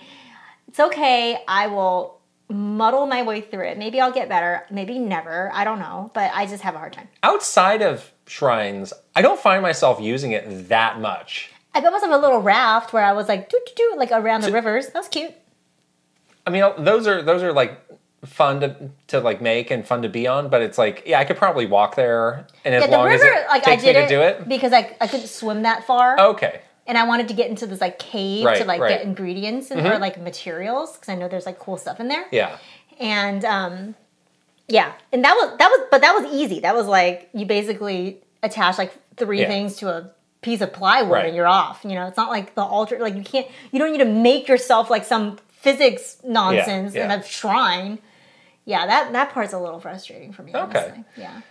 [SPEAKER 1] It's okay. I will muddle my way through it. Maybe I'll get better. Maybe never. I don't know. But I just have a hard time.
[SPEAKER 2] Outside of shrines, I don't find myself using it that much.
[SPEAKER 1] I built myself a little raft where I was like do do do like around the rivers. That was cute.
[SPEAKER 2] I mean those are those are like fun to, to like make and fun to be on, but it's like yeah, I could probably walk there and as
[SPEAKER 1] Yeah, the
[SPEAKER 2] long
[SPEAKER 1] river,
[SPEAKER 2] as it
[SPEAKER 1] like
[SPEAKER 2] takes
[SPEAKER 1] I did
[SPEAKER 2] me
[SPEAKER 1] it,
[SPEAKER 2] to do it.
[SPEAKER 1] because I, I couldn't swim that far.
[SPEAKER 2] Okay.
[SPEAKER 1] and I wanted to get into this like cave to
[SPEAKER 2] Right,
[SPEAKER 1] like
[SPEAKER 2] right. Mm-hmm.
[SPEAKER 1] get ingredients and or like materials because I know there's like cool stuff in there.
[SPEAKER 2] Yeah.
[SPEAKER 1] And um, yeah, and that was that was but that was easy. That was like you basically attach like three
[SPEAKER 2] Yeah.
[SPEAKER 1] things to a piece of plywood
[SPEAKER 2] Right.
[SPEAKER 1] and you're off. You know, it's not like the altar. Like you can't. You don't need to make yourself like some physics nonsense
[SPEAKER 2] yeah.
[SPEAKER 1] in a shrine. Yeah, that that part's a little frustrating for me.
[SPEAKER 2] Okay.
[SPEAKER 1] Honestly. Yeah.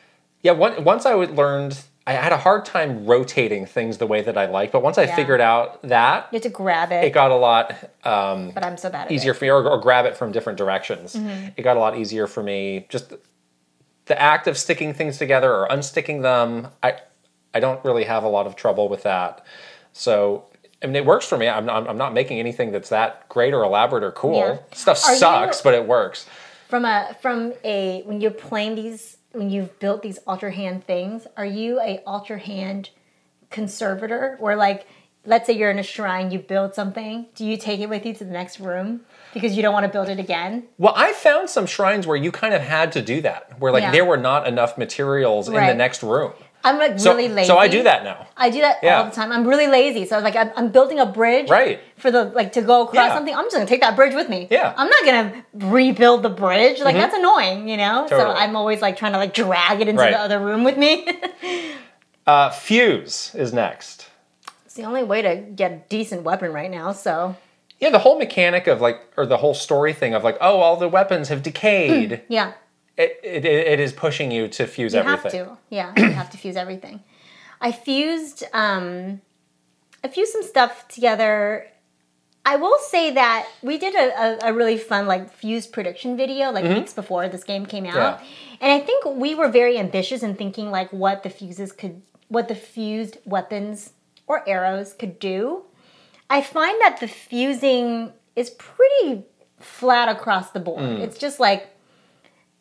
[SPEAKER 2] Yeah, one, once I would learned, I had a hard time rotating things the way that I like, but once I
[SPEAKER 1] Yeah.
[SPEAKER 2] figured out that,
[SPEAKER 1] You have to grab
[SPEAKER 2] it
[SPEAKER 1] it,
[SPEAKER 2] got a lot
[SPEAKER 1] but I'm so bad at
[SPEAKER 2] easier
[SPEAKER 1] it.
[SPEAKER 2] for me, or, or grab it from different directions.
[SPEAKER 1] Mm-hmm.
[SPEAKER 2] It got a lot easier for me. Just the act of sticking things together or unsticking them, I, I don't really have a lot of trouble with that. So, I mean, it works for me. I'm, I'm, I'm not making anything that's that great or elaborate or cool.
[SPEAKER 1] Yeah.
[SPEAKER 2] Stuff
[SPEAKER 1] Are you-
[SPEAKER 2] sucks, but it works.
[SPEAKER 1] From a from a when you're playing these when you've built these ultra hand things, are you a ultra hand conservator where like let's say you're in a shrine, you build something, do you take it with you to the next room because you don't want to build it again?
[SPEAKER 2] Well, I found some shrines where you kind of had to do that, where like
[SPEAKER 1] Yeah.
[SPEAKER 2] there were not enough materials in the
[SPEAKER 1] Right.
[SPEAKER 2] next room.
[SPEAKER 1] I'm like
[SPEAKER 2] So,
[SPEAKER 1] really lazy.
[SPEAKER 2] so I do that now.
[SPEAKER 1] I do that
[SPEAKER 2] Yeah.
[SPEAKER 1] all the time. I'm really lazy, so I was like, I'm, I'm building a bridge,
[SPEAKER 2] Right.
[SPEAKER 1] For the like to go across
[SPEAKER 2] Yeah.
[SPEAKER 1] something, I'm just gonna take that bridge with me.
[SPEAKER 2] Yeah. Mm-hmm.
[SPEAKER 1] I'm not gonna rebuild the bridge. Like that's annoying, you know. So
[SPEAKER 2] Totally.
[SPEAKER 1] I'm always like trying to like drag it into
[SPEAKER 2] Right.
[SPEAKER 1] the other room with me.
[SPEAKER 2] Uh, fuse is next.
[SPEAKER 1] it's the only way to get a decent weapon right now. So
[SPEAKER 2] Yeah, the whole mechanic of like, or the whole story thing of like, oh, all the weapons have decayed.
[SPEAKER 1] yeah,
[SPEAKER 2] It, it, it is pushing you to fuse
[SPEAKER 1] Mm. you
[SPEAKER 2] everything.
[SPEAKER 1] have to. Yeah, you have to fuse everything. I fused. um I fused some stuff together. I will say that we did a, a, a really fun like fuse prediction video like weeks before this game came out,
[SPEAKER 2] Mm-hmm. Yeah.
[SPEAKER 1] and I think we were very ambitious in thinking like what the fuses could, what the fused weapons or arrows could do. I find that the fusing is pretty flat across the board.
[SPEAKER 2] Mm.
[SPEAKER 1] It's just like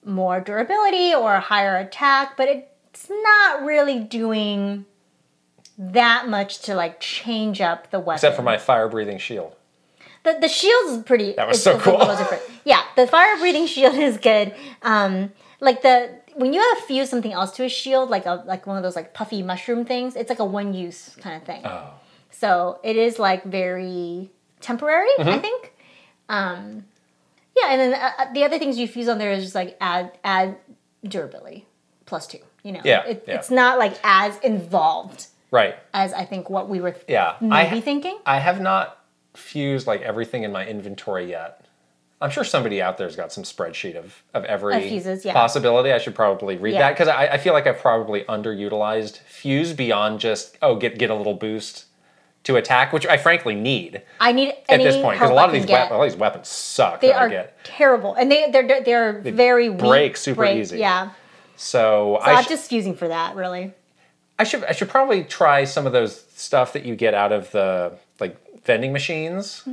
[SPEAKER 1] more durability or a higher attack, but it's not really doing that much to like change up the weapon.
[SPEAKER 2] Except for my fire breathing shield.
[SPEAKER 1] the the shield is pretty. That
[SPEAKER 2] was so cool.
[SPEAKER 1] different. Yeah, the fire breathing shield is good. Um, like the when you have fuse something else to a shield, like a like one of those like puffy mushroom things, it's like a one use kind of thing. Oh. So it is like very temporary,
[SPEAKER 2] Mm-hmm.
[SPEAKER 1] I think. Um, yeah, and then uh, uh, the other things you fuse on there is just like add add durability plus two. You know,
[SPEAKER 2] Yeah,
[SPEAKER 1] It-
[SPEAKER 2] yeah.
[SPEAKER 1] it's not like as involved
[SPEAKER 2] Right.
[SPEAKER 1] as I think what we were
[SPEAKER 2] Yeah. I
[SPEAKER 1] maybe
[SPEAKER 2] ha-
[SPEAKER 1] thinking.
[SPEAKER 2] I have not fused like everything in my inventory yet. I'm sure somebody out there's got some spreadsheet of, of every
[SPEAKER 1] Of fuses, yeah.
[SPEAKER 2] possibility. I should probably read
[SPEAKER 1] Yeah.
[SPEAKER 2] that because I, I feel like I've probably underutilized fuse beyond just oh get get a little boost to attack, which I frankly need
[SPEAKER 1] I need
[SPEAKER 2] at
[SPEAKER 1] any
[SPEAKER 2] this point because
[SPEAKER 1] help I
[SPEAKER 2] a lot of
[SPEAKER 1] can
[SPEAKER 2] these
[SPEAKER 1] get.
[SPEAKER 2] weapons, all these weapons suck
[SPEAKER 1] they
[SPEAKER 2] that I
[SPEAKER 1] are
[SPEAKER 2] get.
[SPEAKER 1] terrible, and they they're they're very weak.
[SPEAKER 2] break super easy.
[SPEAKER 1] Yeah,
[SPEAKER 2] So,
[SPEAKER 1] so
[SPEAKER 2] I,
[SPEAKER 1] I'm
[SPEAKER 2] sh-
[SPEAKER 1] just fusing for that really.
[SPEAKER 2] I should I should probably try some of those stuff that you get out of the like vending machines.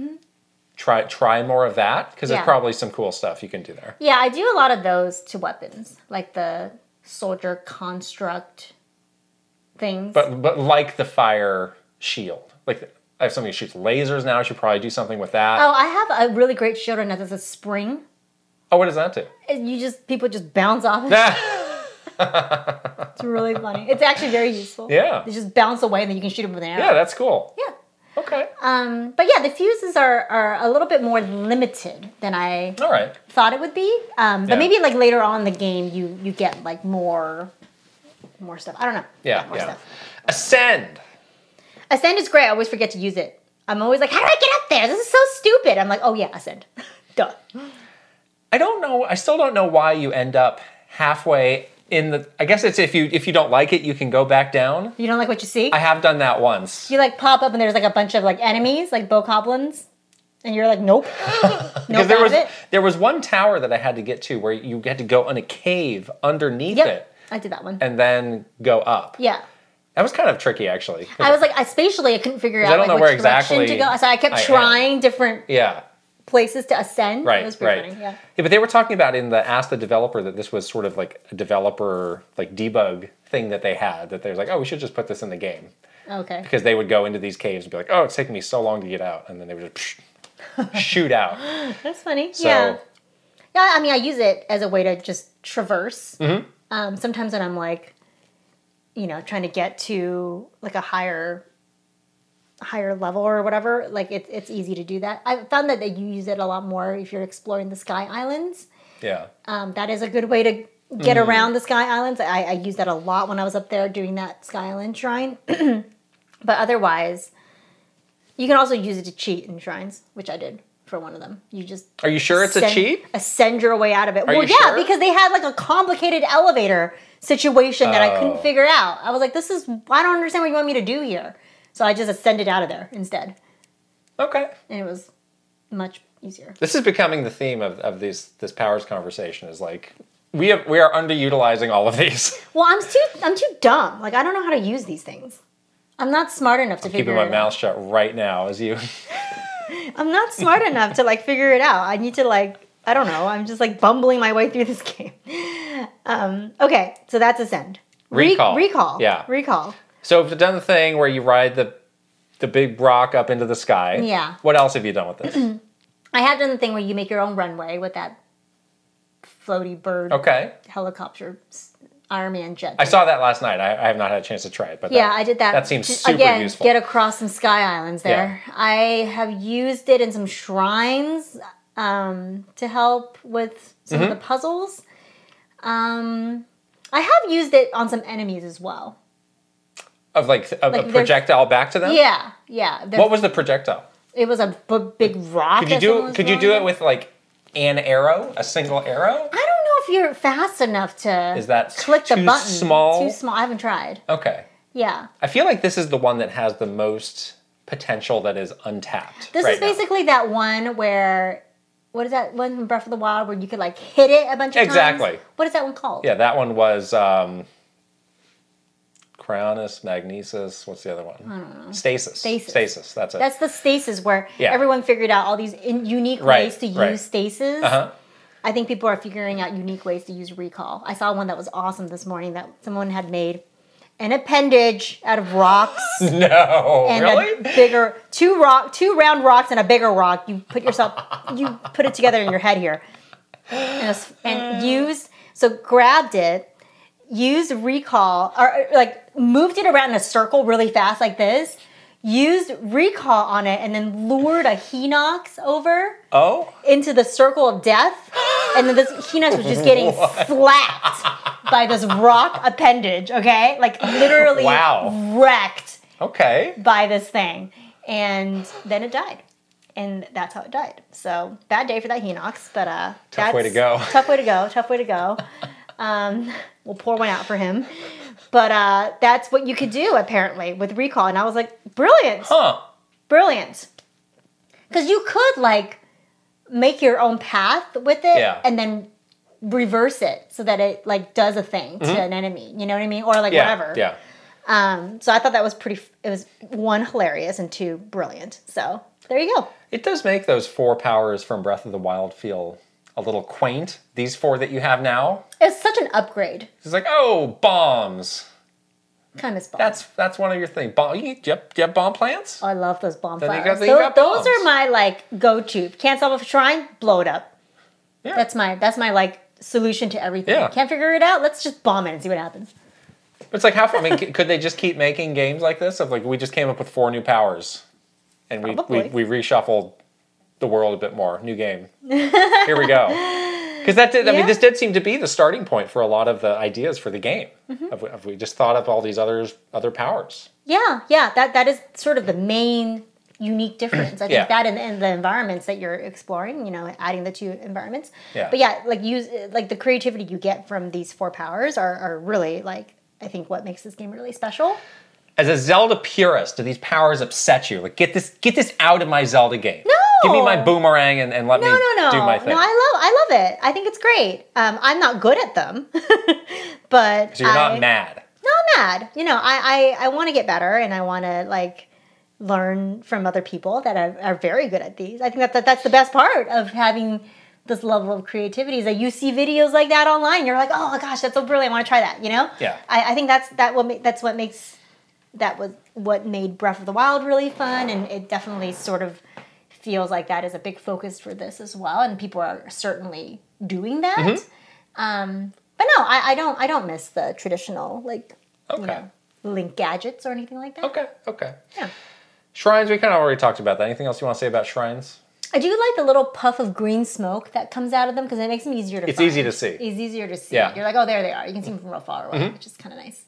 [SPEAKER 2] Try try more of that because
[SPEAKER 1] Mm-hmm. Yeah.
[SPEAKER 2] there's probably some cool stuff you can do there.
[SPEAKER 1] Yeah, I do a lot of those to weapons, like the soldier construct things.
[SPEAKER 2] But but like the fire shield, like I have something that shoots lasers now. I should probably do something with that.
[SPEAKER 1] oh, I have a really great shield right now. There's a spring.
[SPEAKER 2] Oh, what does that do?
[SPEAKER 1] and You just people just bounce off. it.
[SPEAKER 2] Ah,
[SPEAKER 1] It's really funny. It's actually very useful.
[SPEAKER 2] Yeah.
[SPEAKER 1] they just bounce away, and then you can shoot them with an arrow.
[SPEAKER 2] yeah, that's cool.
[SPEAKER 1] yeah.
[SPEAKER 2] Okay,
[SPEAKER 1] Um, but yeah, the fuses are, are a little bit more limited than I
[SPEAKER 2] all right.
[SPEAKER 1] thought it would be. Um, but
[SPEAKER 2] Yeah.
[SPEAKER 1] maybe like later on in the game, you you get like more more stuff. I don't know.
[SPEAKER 2] Yeah,
[SPEAKER 1] more
[SPEAKER 2] yeah. Ascend.
[SPEAKER 1] Ascend is great. I always forget to use it. I'm always like, how do I get up there? This is so stupid. I'm like, oh yeah, ascend. Duh.
[SPEAKER 2] I don't know. I still don't know why you end up halfway in the. I guess it's if you if you don't like it, you can go back down.
[SPEAKER 1] You don't like what you see?
[SPEAKER 2] I have done that once.
[SPEAKER 1] you like pop up and there's like a bunch of like enemies, like bokoblins, and you're like, nope, nope,
[SPEAKER 2] Because there
[SPEAKER 1] out
[SPEAKER 2] was
[SPEAKER 1] of it.
[SPEAKER 2] there was one tower that I had to get to where you had to go in a cave underneath
[SPEAKER 1] Yep,
[SPEAKER 2] it
[SPEAKER 1] I did that one.
[SPEAKER 2] and then go up.
[SPEAKER 1] yeah.
[SPEAKER 2] That was kind of tricky actually. 'cause-
[SPEAKER 1] I was like, I spatially I couldn't figure out
[SPEAKER 2] don't
[SPEAKER 1] like,
[SPEAKER 2] know
[SPEAKER 1] which
[SPEAKER 2] where
[SPEAKER 1] direction to
[SPEAKER 2] exactly
[SPEAKER 1] go, so I kept
[SPEAKER 2] I am.
[SPEAKER 1] trying different
[SPEAKER 2] yeah.
[SPEAKER 1] places to ascend.
[SPEAKER 2] Right,
[SPEAKER 1] it was pretty
[SPEAKER 2] right.
[SPEAKER 1] funny. Yeah,
[SPEAKER 2] but they were talking about in the Ask the Developer that this was sort of like a developer like debug thing that they had that they was like, oh, we should just put this in the game
[SPEAKER 1] okay.
[SPEAKER 2] because they would go into these caves and be like, oh, it's taking me so long to get out, and then they would just shoot out.
[SPEAKER 1] That's funny.
[SPEAKER 2] So
[SPEAKER 1] yeah. Yeah, I mean, I use it as a way to just traverse. Um, sometimes when I'm like, you know, trying to get to like a higher, higher level or whatever, like it's it's easy to do that. I found that, that you use it a lot more if you're exploring the Sky Islands.
[SPEAKER 2] yeah,
[SPEAKER 1] Um, that is a good way to get around the Sky Islands. I, I used that a lot when I was up there doing that Sky Island shrine. but otherwise, you can also use it to cheat in shrines, which I did for one of them. You just
[SPEAKER 2] are you sure it's a
[SPEAKER 1] send-
[SPEAKER 2] cheat?
[SPEAKER 1] Ascend your way out of it. well,
[SPEAKER 2] you
[SPEAKER 1] yeah,
[SPEAKER 2] sure?
[SPEAKER 1] because they had like a complicated elevator situation that I
[SPEAKER 2] Oh.
[SPEAKER 1] couldn't figure out. I was like, this is, I don't understand what you want me to do here. So I just ascended out of there instead.
[SPEAKER 2] Okay.
[SPEAKER 1] And it was much easier.
[SPEAKER 2] This is becoming the theme of, of these this powers conversation is like we have we are underutilizing all of these.
[SPEAKER 1] Well, I'm too, I'm too dumb. Like, I don't know how to use these things. I'm not smart enough to figure
[SPEAKER 2] Keeping my
[SPEAKER 1] it
[SPEAKER 2] mouth shut right now as you
[SPEAKER 1] out. I'm not smart enough to like figure it out. I need to like, I don't know. I'm just like bumbling my way through this game. Um, okay, so that's ascend. Re-
[SPEAKER 2] recall.
[SPEAKER 1] recall.
[SPEAKER 2] Yeah.
[SPEAKER 1] Recall.
[SPEAKER 2] So if you've done the thing where you ride the the big rock up into the sky.
[SPEAKER 1] Yeah.
[SPEAKER 2] What else have you done with this?
[SPEAKER 1] I have done the thing where you make your own runway with that floaty bird
[SPEAKER 2] okay.
[SPEAKER 1] helicopter s- Iron Man jet.
[SPEAKER 2] I saw that last night. I, I have not had a chance to try it, but
[SPEAKER 1] yeah,
[SPEAKER 2] that-
[SPEAKER 1] I did that.
[SPEAKER 2] That seems
[SPEAKER 1] to-
[SPEAKER 2] super
[SPEAKER 1] again,
[SPEAKER 2] useful.
[SPEAKER 1] Get across some sky islands there. I have used it in some shrines um, to help with some
[SPEAKER 2] Mm-hmm.
[SPEAKER 1] of the puzzles. Um, I have used it on some enemies as well.
[SPEAKER 2] of like a,
[SPEAKER 1] Like
[SPEAKER 2] a
[SPEAKER 1] there's-
[SPEAKER 2] projectile back to them.
[SPEAKER 1] Yeah, yeah. There-
[SPEAKER 2] What was the projectile?
[SPEAKER 1] it was a b- big rock.
[SPEAKER 2] Could you
[SPEAKER 1] that
[SPEAKER 2] do
[SPEAKER 1] someone
[SPEAKER 2] it?
[SPEAKER 1] was
[SPEAKER 2] Could you do
[SPEAKER 1] rolling.
[SPEAKER 2] it with like an arrow, a single arrow?
[SPEAKER 1] I don't know if you're fast enough to.
[SPEAKER 2] Is that
[SPEAKER 1] click the
[SPEAKER 2] too
[SPEAKER 1] button?
[SPEAKER 2] small?
[SPEAKER 1] Too small. I haven't tried.
[SPEAKER 2] Okay.
[SPEAKER 1] Yeah.
[SPEAKER 2] I feel like this is the one that has the most potential that is untapped.
[SPEAKER 1] This
[SPEAKER 2] right
[SPEAKER 1] is basically that one where what is that one from Breath of the Wild where you could like hit it a bunch of times?
[SPEAKER 2] Exactly.
[SPEAKER 1] What is that one called?
[SPEAKER 2] Now. Yeah, that one was um Crownus, Magnesis, what's the other one? I don't know. Stasis.
[SPEAKER 1] Stasis.
[SPEAKER 2] Stasis, that's it.
[SPEAKER 1] That's the stasis where
[SPEAKER 2] Yeah.
[SPEAKER 1] everyone figured out all these in- unique
[SPEAKER 2] Right,
[SPEAKER 1] ways to use
[SPEAKER 2] right.
[SPEAKER 1] stasis.
[SPEAKER 2] uh-huh.
[SPEAKER 1] I think people are figuring out unique ways to use recall. I saw one that was awesome this morning that someone had made an appendage out of rocks
[SPEAKER 2] No,
[SPEAKER 1] and a
[SPEAKER 2] really?
[SPEAKER 1] bigger two rock two round rocks and a bigger rock. You put yourself you put it together in your head here. And, it's- and used so grabbed it, used recall or like moved it around in a circle really fast like this. Used recall on it and then lured a Henox over
[SPEAKER 2] Oh,
[SPEAKER 1] into the circle of death, and then this Hinox was just getting slapped by this rock appendage. Okay, like literally
[SPEAKER 2] Wow.
[SPEAKER 1] wrecked
[SPEAKER 2] okay.
[SPEAKER 1] by this thing, and then it died, and that's how it died. So bad day for that Hinox, but uh,
[SPEAKER 2] Tough way
[SPEAKER 1] that's-
[SPEAKER 2] to go.
[SPEAKER 1] Tough way to go. Tough way to go. Um, we'll pour one out for him. But uh, that's what you could do apparently with recall, and I was like, brilliant
[SPEAKER 2] Huh.
[SPEAKER 1] brilliant because you could like make your own path with it
[SPEAKER 2] Yeah.
[SPEAKER 1] and then reverse it so that it like does a thing to an enemy you know what i mean or like
[SPEAKER 2] Mm-hmm. Yeah.
[SPEAKER 1] whatever
[SPEAKER 2] Yeah.
[SPEAKER 1] um so i thought that was pretty f- it was one hilarious and two brilliant so there you go
[SPEAKER 2] It does make those four powers from Breath of the Wild feel a little quaint. These four that you have now.
[SPEAKER 1] it's such an upgrade
[SPEAKER 2] It's like, oh, bombs.
[SPEAKER 1] kind of spot
[SPEAKER 2] That's that's one of your things. Bomb you, do you have, do you have bomb plants?
[SPEAKER 1] i love those bonfires
[SPEAKER 2] got- then you
[SPEAKER 1] those,
[SPEAKER 2] got
[SPEAKER 1] those
[SPEAKER 2] bombs.
[SPEAKER 1] are my like go-to can't solve a shrine blow it up
[SPEAKER 2] Yeah.
[SPEAKER 1] that's my that's my like solution to everything
[SPEAKER 2] Yeah.
[SPEAKER 1] can't figure it out let's just bomb it and see what happens
[SPEAKER 2] It's like how fun. I mean, c- could they just keep making games like this? Of like, we just came up with four new powers, and we
[SPEAKER 1] Probably.
[SPEAKER 2] we, we reshuffled the world a bit more. New game. Here we go. Because that did. I
[SPEAKER 1] Yeah.
[SPEAKER 2] mean, this did seem to be the starting point for a lot of the ideas for the game.
[SPEAKER 1] Mm-hmm.
[SPEAKER 2] Of, of we just thought up all these others other powers.
[SPEAKER 1] Yeah, yeah, that that is sort of the main unique difference. I think
[SPEAKER 2] Yeah.
[SPEAKER 1] that and, and the environments that you're exploring, you know, adding the two environments.
[SPEAKER 2] Yeah.
[SPEAKER 1] But yeah, like use like the creativity you get from these four powers are, are really like I think what makes this game really special.
[SPEAKER 2] As a Zelda purist, do these powers upset you? Like, get this get this out of my Zelda game. No. Give me my boomerang and, and let
[SPEAKER 1] No,
[SPEAKER 2] me
[SPEAKER 1] no, no.
[SPEAKER 2] do my thing.
[SPEAKER 1] No, I love I love it. I think it's great. Um, I'm not good at them. but
[SPEAKER 2] so you're
[SPEAKER 1] I-
[SPEAKER 2] not mad.
[SPEAKER 1] No, I'm mad. You know, I I, I want to get better and I want to like learn from other people that are, are very good at these. I think that, that that's the best part of having this level of creativity is that you see videos like that online. You're like, oh my gosh, that's so brilliant. I want to try that. You know?
[SPEAKER 2] Yeah.
[SPEAKER 1] I, I think that's that what ma- that's what makes that was what made Breath of the Wild really fun, and it definitely sort of feels like that is a big focus for this as well. And people are certainly doing that.
[SPEAKER 2] Mm-hmm.
[SPEAKER 1] Um, but no, I, I don't. I don't miss the traditional like
[SPEAKER 2] Okay.
[SPEAKER 1] link gadgets or anything like that.
[SPEAKER 2] Okay. Okay.
[SPEAKER 1] Yeah.
[SPEAKER 2] Shrines. We kind of already talked about that. Anything else you want to say about shrines?
[SPEAKER 1] I do like the little puff of green smoke that comes out of them because it makes them easier to.
[SPEAKER 2] It's
[SPEAKER 1] find.
[SPEAKER 2] easy to see.
[SPEAKER 1] It's easier to see.
[SPEAKER 2] Yeah. Mm-hmm.
[SPEAKER 1] You're like, oh, there they are. You can see them from real far away, which is kind of nice.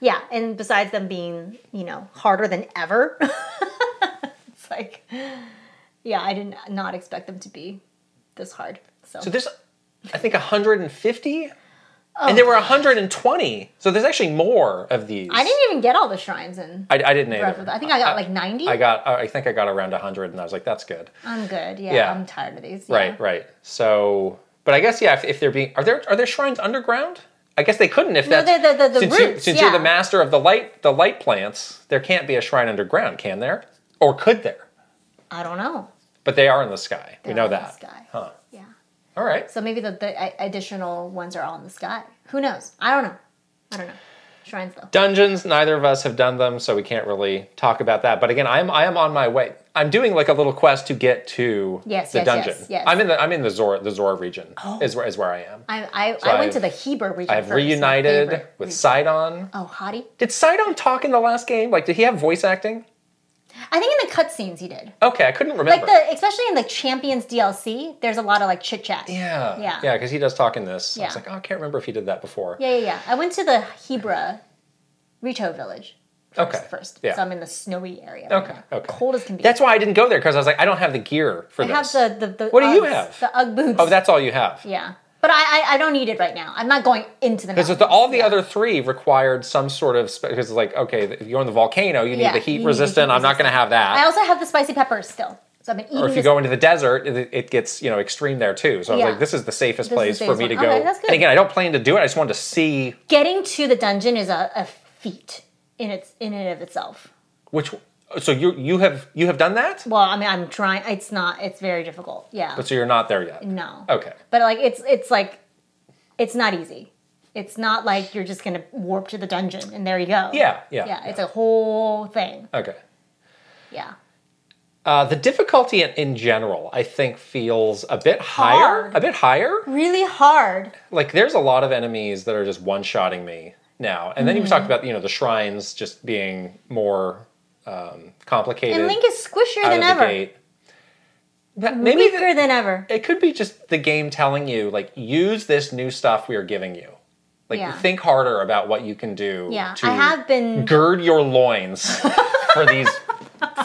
[SPEAKER 1] Yeah, and besides them being, you know, harder than ever, it's like, yeah, I did not expect them to be this hard. So,
[SPEAKER 2] So there's, I think, 150, and there were 120. So there's actually more of these.
[SPEAKER 1] Oh, I didn't even get all the shrines in.
[SPEAKER 2] I, I didn't
[SPEAKER 1] Breath of
[SPEAKER 2] either.
[SPEAKER 1] the- I think I got like 90.
[SPEAKER 2] I got. I think I got around 100, and I was like, "That's good."
[SPEAKER 1] I'm good. Yeah,
[SPEAKER 2] Yeah.
[SPEAKER 1] I'm tired of these. yeah.
[SPEAKER 2] Right. Right. So, but I guess yeah. If, if they're being, are there are there shrines underground? I guess they couldn't if
[SPEAKER 1] No,
[SPEAKER 2] that's
[SPEAKER 1] the- the- the- the
[SPEAKER 2] since, you,
[SPEAKER 1] roots,
[SPEAKER 2] since
[SPEAKER 1] yeah.
[SPEAKER 2] you're the master of the light the light plants. There can't be a shrine underground, can there? Or could there?
[SPEAKER 1] I don't know.
[SPEAKER 2] But they are in the sky. we
[SPEAKER 1] They're
[SPEAKER 2] know
[SPEAKER 1] all in the
[SPEAKER 2] that.
[SPEAKER 1] sky.
[SPEAKER 2] Huh.
[SPEAKER 1] Yeah.
[SPEAKER 2] All right.
[SPEAKER 1] So maybe the, the a- additional ones are all in the sky. Who knows? I don't know. I don't know. Shrines though.
[SPEAKER 2] Dungeons, neither of us have done them, so we can't really talk about that. But again, I'm I am on my way. I'm doing like a little quest to get to
[SPEAKER 1] Yes,
[SPEAKER 2] the
[SPEAKER 1] yes,
[SPEAKER 2] dungeon.
[SPEAKER 1] yes, Oh. yes.
[SPEAKER 2] I'm in the I'm in the Zora the Zora region is where is where I am.
[SPEAKER 1] I I,
[SPEAKER 2] So
[SPEAKER 1] I went
[SPEAKER 2] I've-
[SPEAKER 1] to the Heber region.
[SPEAKER 2] I've
[SPEAKER 1] first, my
[SPEAKER 2] reunited
[SPEAKER 1] favorite
[SPEAKER 2] with
[SPEAKER 1] region.
[SPEAKER 2] Sidon.
[SPEAKER 1] Oh, Hottie.
[SPEAKER 2] Did Sidon talk in the last game? Like, did he have voice acting?
[SPEAKER 1] I think in the cutscenes he did.
[SPEAKER 2] Okay, I couldn't remember.
[SPEAKER 1] Like the especially in the Champions DLC, there's a lot of like chit chat.
[SPEAKER 2] yeah,
[SPEAKER 1] Yeah.
[SPEAKER 2] yeah, because he does talk in this. I was
[SPEAKER 1] Yeah.
[SPEAKER 2] like, oh, I can't remember if he did that before.
[SPEAKER 1] Yeah, yeah, yeah. I went to the Hebra Rito village first.
[SPEAKER 2] Okay,
[SPEAKER 1] first.
[SPEAKER 2] yeah.
[SPEAKER 1] So I'm in the snowy area. right
[SPEAKER 2] Okay,
[SPEAKER 1] now.
[SPEAKER 2] okay.
[SPEAKER 1] Cold as can be.
[SPEAKER 2] That's why I didn't go there because I was like, I don't have the gear for
[SPEAKER 1] I have
[SPEAKER 2] this.
[SPEAKER 1] the, the, the
[SPEAKER 2] What do you
[SPEAKER 1] Uggs-
[SPEAKER 2] have?
[SPEAKER 1] The Ugg boots.
[SPEAKER 2] oh, that's all you have.
[SPEAKER 1] Yeah. But I, I I don't need it right now. I'm not going into the
[SPEAKER 2] Because
[SPEAKER 1] mountains.
[SPEAKER 2] the, all the other three required some sort of because it's like okay, if you're in the volcano, you need
[SPEAKER 1] Yeah,
[SPEAKER 2] the
[SPEAKER 1] you
[SPEAKER 2] heat
[SPEAKER 1] need the
[SPEAKER 2] resistant.
[SPEAKER 1] heat
[SPEAKER 2] I'm not going to have that.
[SPEAKER 1] I also have the spicy peppers still. So I've been eating
[SPEAKER 2] or if you
[SPEAKER 1] this-
[SPEAKER 2] go into the desert, it, it gets you know extreme there too. So I was
[SPEAKER 1] Yeah.
[SPEAKER 2] like, this is the safest
[SPEAKER 1] This is
[SPEAKER 2] place
[SPEAKER 1] the
[SPEAKER 2] for me
[SPEAKER 1] safest
[SPEAKER 2] to
[SPEAKER 1] one.
[SPEAKER 2] go.
[SPEAKER 1] Okay, that's good.
[SPEAKER 2] And again, I don't plan to do it. I just wanted to see
[SPEAKER 1] getting to the dungeon is a, a feat in its in and of itself.
[SPEAKER 2] which. So you you have you have done that,
[SPEAKER 1] Well, I mean I'm trying it's not it's very difficult. Yeah.
[SPEAKER 2] but so you're not there yet.
[SPEAKER 1] no.
[SPEAKER 2] Okay.
[SPEAKER 1] But like it's it's like it's not easy. It's not like you're just gonna warp to the dungeon and there you go.
[SPEAKER 2] Yeah, yeah,
[SPEAKER 1] Yeah, it's a whole thing.
[SPEAKER 2] Okay.
[SPEAKER 1] Yeah.
[SPEAKER 2] Uh, the difficulty in, in general, I think, feels a bit higher.
[SPEAKER 1] Hard.
[SPEAKER 2] A bit higher.
[SPEAKER 1] Really hard.
[SPEAKER 2] like there's a lot of enemies that are just one shotting me now. And then
[SPEAKER 1] Mm-hmm.
[SPEAKER 2] you talked about you know the shrines just being more um, complicated
[SPEAKER 1] And Link is squishier
[SPEAKER 2] out
[SPEAKER 1] than
[SPEAKER 2] of
[SPEAKER 1] ever.
[SPEAKER 2] the gate. That- maybe
[SPEAKER 1] Weaker
[SPEAKER 2] the-
[SPEAKER 1] than ever.
[SPEAKER 2] it could be just the game telling you like use this new stuff we are giving you. Like
[SPEAKER 1] Yeah.
[SPEAKER 2] think harder about what you can do.
[SPEAKER 1] Yeah.
[SPEAKER 2] to
[SPEAKER 1] I have been
[SPEAKER 2] gird your loins for these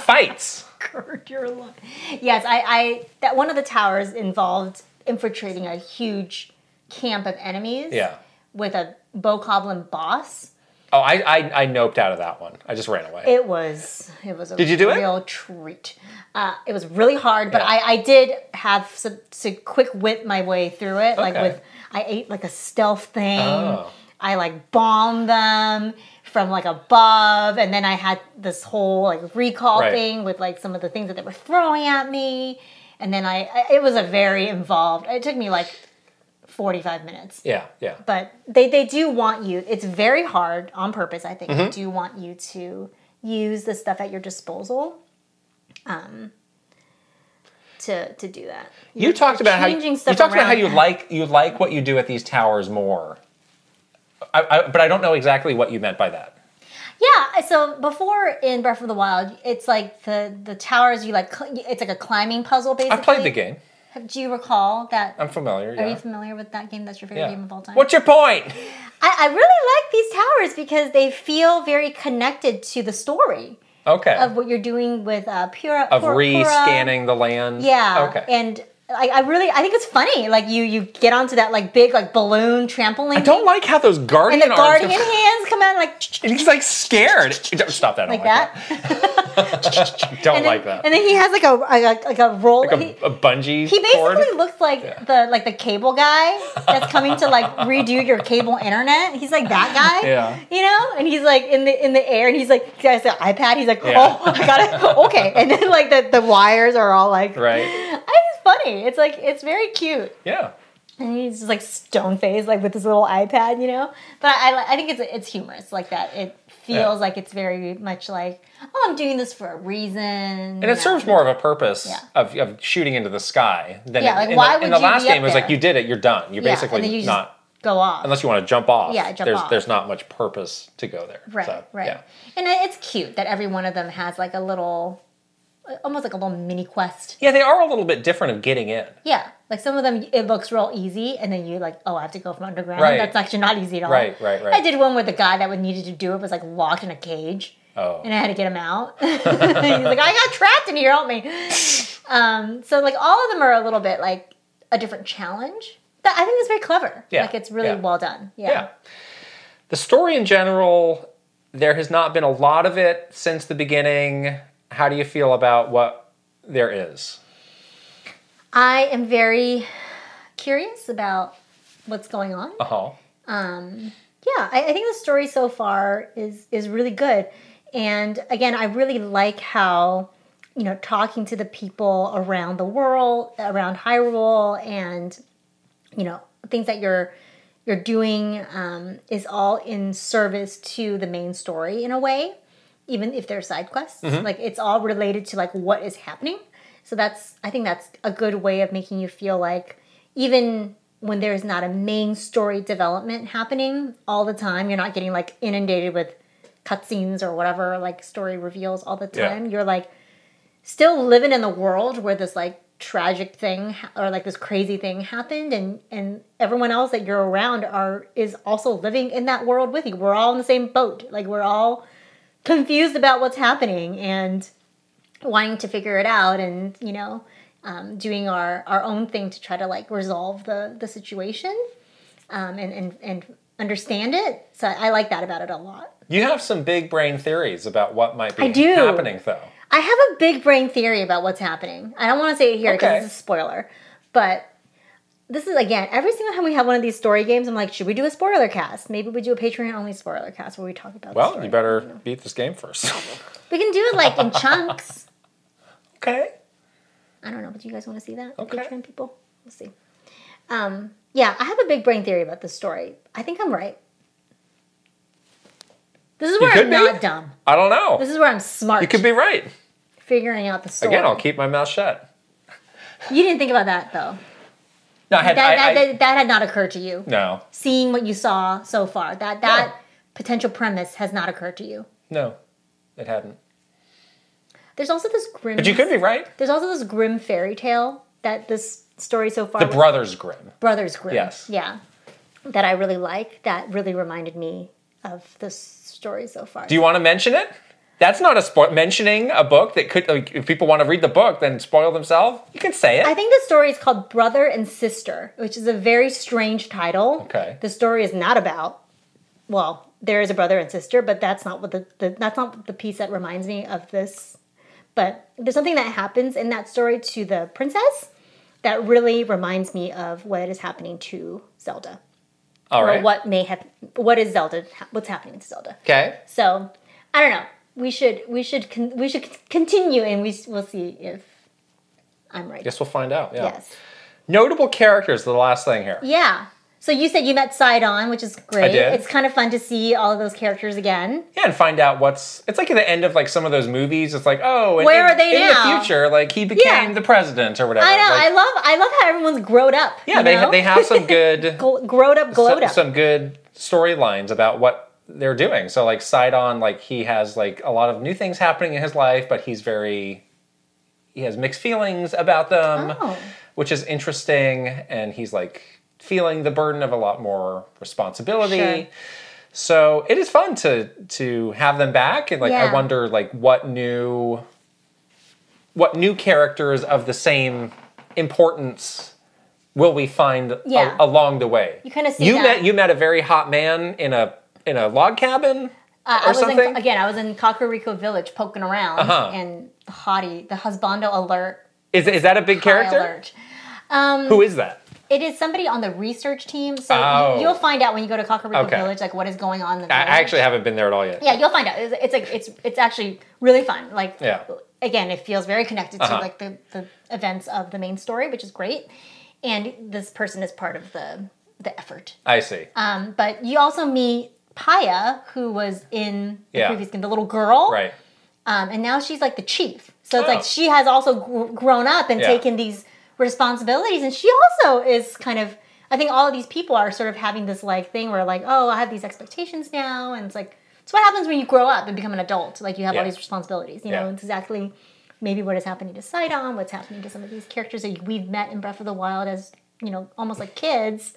[SPEAKER 2] fights.
[SPEAKER 1] Gird your loins. Yes, I, I that one of the towers involved infiltrating a huge camp of enemies.
[SPEAKER 2] Yeah.
[SPEAKER 1] With a bokoblin boss.
[SPEAKER 2] Oh, I, I I noped out of that one. I just ran away.
[SPEAKER 1] It was it was a
[SPEAKER 2] Did you do it?
[SPEAKER 1] real treat. Uh, it was really hard, but
[SPEAKER 2] Yeah.
[SPEAKER 1] I, I did have some, some quick wit my way through it. Like
[SPEAKER 2] Okay.
[SPEAKER 1] with I ate like a stealth thing.
[SPEAKER 2] Oh.
[SPEAKER 1] I like bombed them from like above, and then I had this whole like recall
[SPEAKER 2] Right.
[SPEAKER 1] thing with like some of the things that they were throwing at me. And then I, I it was a very involved. It took me like forty five minutes
[SPEAKER 2] yeah, yeah.
[SPEAKER 1] but they, they do want you it's very hard on purpose i think
[SPEAKER 2] Mm-hmm.
[SPEAKER 1] they do want you to use the stuff at your disposal um, to to do that
[SPEAKER 2] You talked about how you
[SPEAKER 1] changing
[SPEAKER 2] talked
[SPEAKER 1] stuff
[SPEAKER 2] about how
[SPEAKER 1] around.
[SPEAKER 2] you like you like what you do at these towers more. I, I, but I don't know exactly what you meant by that.
[SPEAKER 1] yeah so before in breath of the wild it's like the the towers you like cl- it's like a climbing puzzle basically
[SPEAKER 2] I played the game.
[SPEAKER 1] do you recall that
[SPEAKER 2] I'm familiar.
[SPEAKER 1] are you
[SPEAKER 2] Yeah.
[SPEAKER 1] familiar with that game that's your favorite
[SPEAKER 2] yeah.
[SPEAKER 1] game of all time
[SPEAKER 2] What's your point?
[SPEAKER 1] I, I really like these towers because they feel very connected to the story
[SPEAKER 2] Okay.
[SPEAKER 1] of what you're doing with uh, Pura
[SPEAKER 2] Of
[SPEAKER 1] Pura- Pura.
[SPEAKER 2] re-scanning the land.
[SPEAKER 1] Yeah.
[SPEAKER 2] Okay.
[SPEAKER 1] And I, I really, I think it's funny. Like you, you get onto that like big like balloon trampoline.
[SPEAKER 2] I don't like how those
[SPEAKER 1] and
[SPEAKER 2] guardian
[SPEAKER 1] the
[SPEAKER 2] arms-
[SPEAKER 1] guardian hands come out like
[SPEAKER 2] He's like scared. Don't stop that. I don't
[SPEAKER 1] like
[SPEAKER 2] like,
[SPEAKER 1] that.
[SPEAKER 2] that. Don't
[SPEAKER 1] And then-
[SPEAKER 2] like that.
[SPEAKER 1] And then he has like a like a, like a roll.
[SPEAKER 2] like
[SPEAKER 1] he,
[SPEAKER 2] a, a bungee
[SPEAKER 1] he
[SPEAKER 2] cord.
[SPEAKER 1] basically looks like the like the cable guy that's coming to like redo your cable internet. He's like that guy,
[SPEAKER 2] Yeah.
[SPEAKER 1] You know, and he's like in the in the air, and he's like he has the iPad. He's like,
[SPEAKER 2] Yeah.
[SPEAKER 1] oh, I got it, okay. And then like the, the wires are all like,
[SPEAKER 2] Right.
[SPEAKER 1] I think it's funny. It's like it's very cute.
[SPEAKER 2] Yeah.
[SPEAKER 1] And he's just like stone faced, like with his little iPad, you know. But I, I, I think it's it's humorous like that. It feels
[SPEAKER 2] Yeah.
[SPEAKER 1] like it's very much like, oh, I'm doing this for a reason.
[SPEAKER 2] And it serves more of a purpose
[SPEAKER 1] Yeah.
[SPEAKER 2] of, of shooting into the sky than
[SPEAKER 1] Yeah,
[SPEAKER 2] it-
[SPEAKER 1] like,
[SPEAKER 2] in,
[SPEAKER 1] why
[SPEAKER 2] the, in
[SPEAKER 1] would
[SPEAKER 2] the
[SPEAKER 1] you
[SPEAKER 2] last
[SPEAKER 1] be up
[SPEAKER 2] game it was like
[SPEAKER 1] there?
[SPEAKER 2] you did it, you're done. You're
[SPEAKER 1] Yeah, and
[SPEAKER 2] basically
[SPEAKER 1] then you just
[SPEAKER 2] not
[SPEAKER 1] go off.
[SPEAKER 2] unless you want to jump off.
[SPEAKER 1] Yeah, jump
[SPEAKER 2] there's
[SPEAKER 1] off.
[SPEAKER 2] there's not much purpose to go there.
[SPEAKER 1] right,
[SPEAKER 2] So,
[SPEAKER 1] right.
[SPEAKER 2] Yeah.
[SPEAKER 1] And it- it's cute that every one of them has like a little, almost like a little mini quest.
[SPEAKER 2] Yeah, they are a little bit different of getting in.
[SPEAKER 1] Yeah, like some of them it looks real easy, and then you like, oh, I have to go from underground.
[SPEAKER 2] Right.
[SPEAKER 1] That's actually not easy at all.
[SPEAKER 2] Right, right, right.
[SPEAKER 1] I did one where the guy that would needed to do it was like locked in a cage.
[SPEAKER 2] Oh.
[SPEAKER 1] and I had to get him out. He's like, I got trapped in here, help me. Um, so like all of them are a little bit like a different challenge. That I think is very clever.
[SPEAKER 2] Yeah,
[SPEAKER 1] Like it's really
[SPEAKER 2] yeah.
[SPEAKER 1] well done. Yeah.
[SPEAKER 2] yeah. The story in general, there has not been a lot of it since the beginning. How do you feel about what there is?
[SPEAKER 1] I am very curious about what's going on.
[SPEAKER 2] Uh-huh.
[SPEAKER 1] yeah I, I think the story so far is is really good and again i really like how you know talking to the people around the world around hyrule and you know things that you're you're doing um, is all in service to the main story in a way, even if they're side quests. Like it's all related to like what is happening. So that's I think that's a good way of making you feel like even when there is not a main story development happening all the time, you're not getting like inundated with cutscenes or whatever like story reveals all the
[SPEAKER 2] Yeah.
[SPEAKER 1] time. You're like still living in the world where this like tragic thing ha- or like this crazy thing happened and and everyone else that you're around are is also living in that world with you we're all in the same boat like we're all confused about what's happening and wanting to figure it out and you know um, doing our our own thing to try to like resolve the the situation um, and and and understand it so i like that about it a lot
[SPEAKER 2] You have some big brain theories about what might be
[SPEAKER 1] I do.
[SPEAKER 2] happening, though.
[SPEAKER 1] I have a big brain theory about what's happening. I don't want to say it here because
[SPEAKER 2] Okay.
[SPEAKER 1] it's a spoiler. But this is again, every single time we have one of these story games, I'm like, should we do a spoiler cast? Maybe we do a Patreon only spoiler cast where we talk about. the
[SPEAKER 2] Well,
[SPEAKER 1] story.
[SPEAKER 2] you better beat this game first.
[SPEAKER 1] We can do it like in chunks.
[SPEAKER 2] okay.
[SPEAKER 1] I don't know, but do you guys want to see that?
[SPEAKER 2] Okay.
[SPEAKER 1] Patreon people, we'll see. Um, yeah, I have a big brain theory about this story. I think I'm right. This is where
[SPEAKER 2] could
[SPEAKER 1] I'm
[SPEAKER 2] be.
[SPEAKER 1] not dumb.
[SPEAKER 2] I don't know.
[SPEAKER 1] This is where I'm smart.
[SPEAKER 2] you could be right.
[SPEAKER 1] figuring out the story.
[SPEAKER 2] Again, I'll keep my mouth shut.
[SPEAKER 1] you didn't think about that though.
[SPEAKER 2] No, I had,
[SPEAKER 1] That, that,
[SPEAKER 2] I, I,
[SPEAKER 1] that, that had not occurred to you.
[SPEAKER 2] no,
[SPEAKER 1] seeing what you saw so far. That that
[SPEAKER 2] Yeah.
[SPEAKER 1] potential premise has not occurred to you.
[SPEAKER 2] no, it hadn't.
[SPEAKER 1] There's also this grim.
[SPEAKER 2] But you could be right.
[SPEAKER 1] There's also this grim fairy tale that this story so far.
[SPEAKER 2] The Brothers Grimm.
[SPEAKER 1] Brothers Grimm.
[SPEAKER 2] Yes.
[SPEAKER 1] Yeah. That I really like. That really reminded me of this story so far.
[SPEAKER 2] Do you want to mention it? That's not a spoil. Mentioning a book that could, like, if people want to read the book, then spoil themselves. You can say it.
[SPEAKER 1] I think the story is called Brother and Sister, which is a very strange title.
[SPEAKER 2] Okay.
[SPEAKER 1] The story is not about. Well, there is a brother and sister, but that's not what the, the that's not the piece that reminds me of this. But there's something that happens in that story to the princess that really reminds me of what is happening to Zelda,
[SPEAKER 2] All
[SPEAKER 1] or
[SPEAKER 2] right.
[SPEAKER 1] what may have what is Zelda, what's happening to Zelda.
[SPEAKER 2] Okay.
[SPEAKER 1] So I don't know. We should we should con- we should continue, and we s- we'll see if I'm right.
[SPEAKER 2] Guess we'll find out. Yeah.
[SPEAKER 1] Yes.
[SPEAKER 2] Notable characters. The last thing here.
[SPEAKER 1] Yeah. So you said you met Sidon, which is great.
[SPEAKER 2] did.
[SPEAKER 1] It's kind of fun to see all of those characters again.
[SPEAKER 2] Yeah, and find out what's. It's like at the end of like some of those movies. It's like, oh, and
[SPEAKER 1] Where
[SPEAKER 2] in,
[SPEAKER 1] are they
[SPEAKER 2] in
[SPEAKER 1] now?
[SPEAKER 2] the future? Like he became the president or whatever.
[SPEAKER 1] I know.
[SPEAKER 2] Like,
[SPEAKER 1] I love. I love how everyone's growed up.
[SPEAKER 2] yeah,
[SPEAKER 1] you
[SPEAKER 2] they
[SPEAKER 1] know?
[SPEAKER 2] they have some good
[SPEAKER 1] Gl- growed up, glowed
[SPEAKER 2] some,
[SPEAKER 1] up.
[SPEAKER 2] some good storylines about what they're doing. So like Sidon, like he has like a lot of new things happening in his life, but he's very he has mixed feelings about them,
[SPEAKER 1] Oh.
[SPEAKER 2] which is interesting. And he's like feeling the burden of a lot more responsibility.
[SPEAKER 1] Sure.
[SPEAKER 2] So it is fun to to have them back, and like
[SPEAKER 1] Yeah.
[SPEAKER 2] I wonder like what new what new characters of the same importance will we find a-
[SPEAKER 1] Yeah.
[SPEAKER 2] along the way?
[SPEAKER 1] You kinda see
[SPEAKER 2] you
[SPEAKER 1] that.
[SPEAKER 2] met you met a very hot man in a in a log cabin
[SPEAKER 1] Uh, I
[SPEAKER 2] or
[SPEAKER 1] was
[SPEAKER 2] something. Uh-huh.
[SPEAKER 1] in, again. I was in Kakariko Village poking around, and the hottie, the husbando alert,
[SPEAKER 2] is is that a big
[SPEAKER 1] high
[SPEAKER 2] character?
[SPEAKER 1] alert. Um,
[SPEAKER 2] Who is that?
[SPEAKER 1] it is somebody on the research team. So
[SPEAKER 2] Oh.
[SPEAKER 1] you, you'll find out when you go to Kakariko
[SPEAKER 2] Okay.
[SPEAKER 1] Village, like what is going on. In the
[SPEAKER 2] I, I
[SPEAKER 1] village.
[SPEAKER 2] actually haven't been there at all yet.
[SPEAKER 1] yeah, you'll find out. It's, it's like it's it's actually really fun. Like
[SPEAKER 2] Yeah. Uh-huh.
[SPEAKER 1] again, it feels very connected to like the, the events of the main story, which is great. And this person is part of the the effort.
[SPEAKER 2] I see.
[SPEAKER 1] Um, but you also meet Paya, who was in the
[SPEAKER 2] Yeah.
[SPEAKER 1] previous game, the little girl,
[SPEAKER 2] right.
[SPEAKER 1] Um, and now she's like the chief. So it's
[SPEAKER 2] Oh.
[SPEAKER 1] like she has also gr- grown up and
[SPEAKER 2] Yeah.
[SPEAKER 1] taken these responsibilities, and she also is kind of. I think all of these people are sort of having this like thing where like, oh, I have these expectations now, and it's like it's what happens when you grow up and become an adult. Like you have all
[SPEAKER 2] Yeah.
[SPEAKER 1] these responsibilities. You
[SPEAKER 2] Yeah.
[SPEAKER 1] know, it's exactly maybe what is happening to Sidon, what's happening to some of these characters that we've met in Breath of the Wild as you know almost like kids,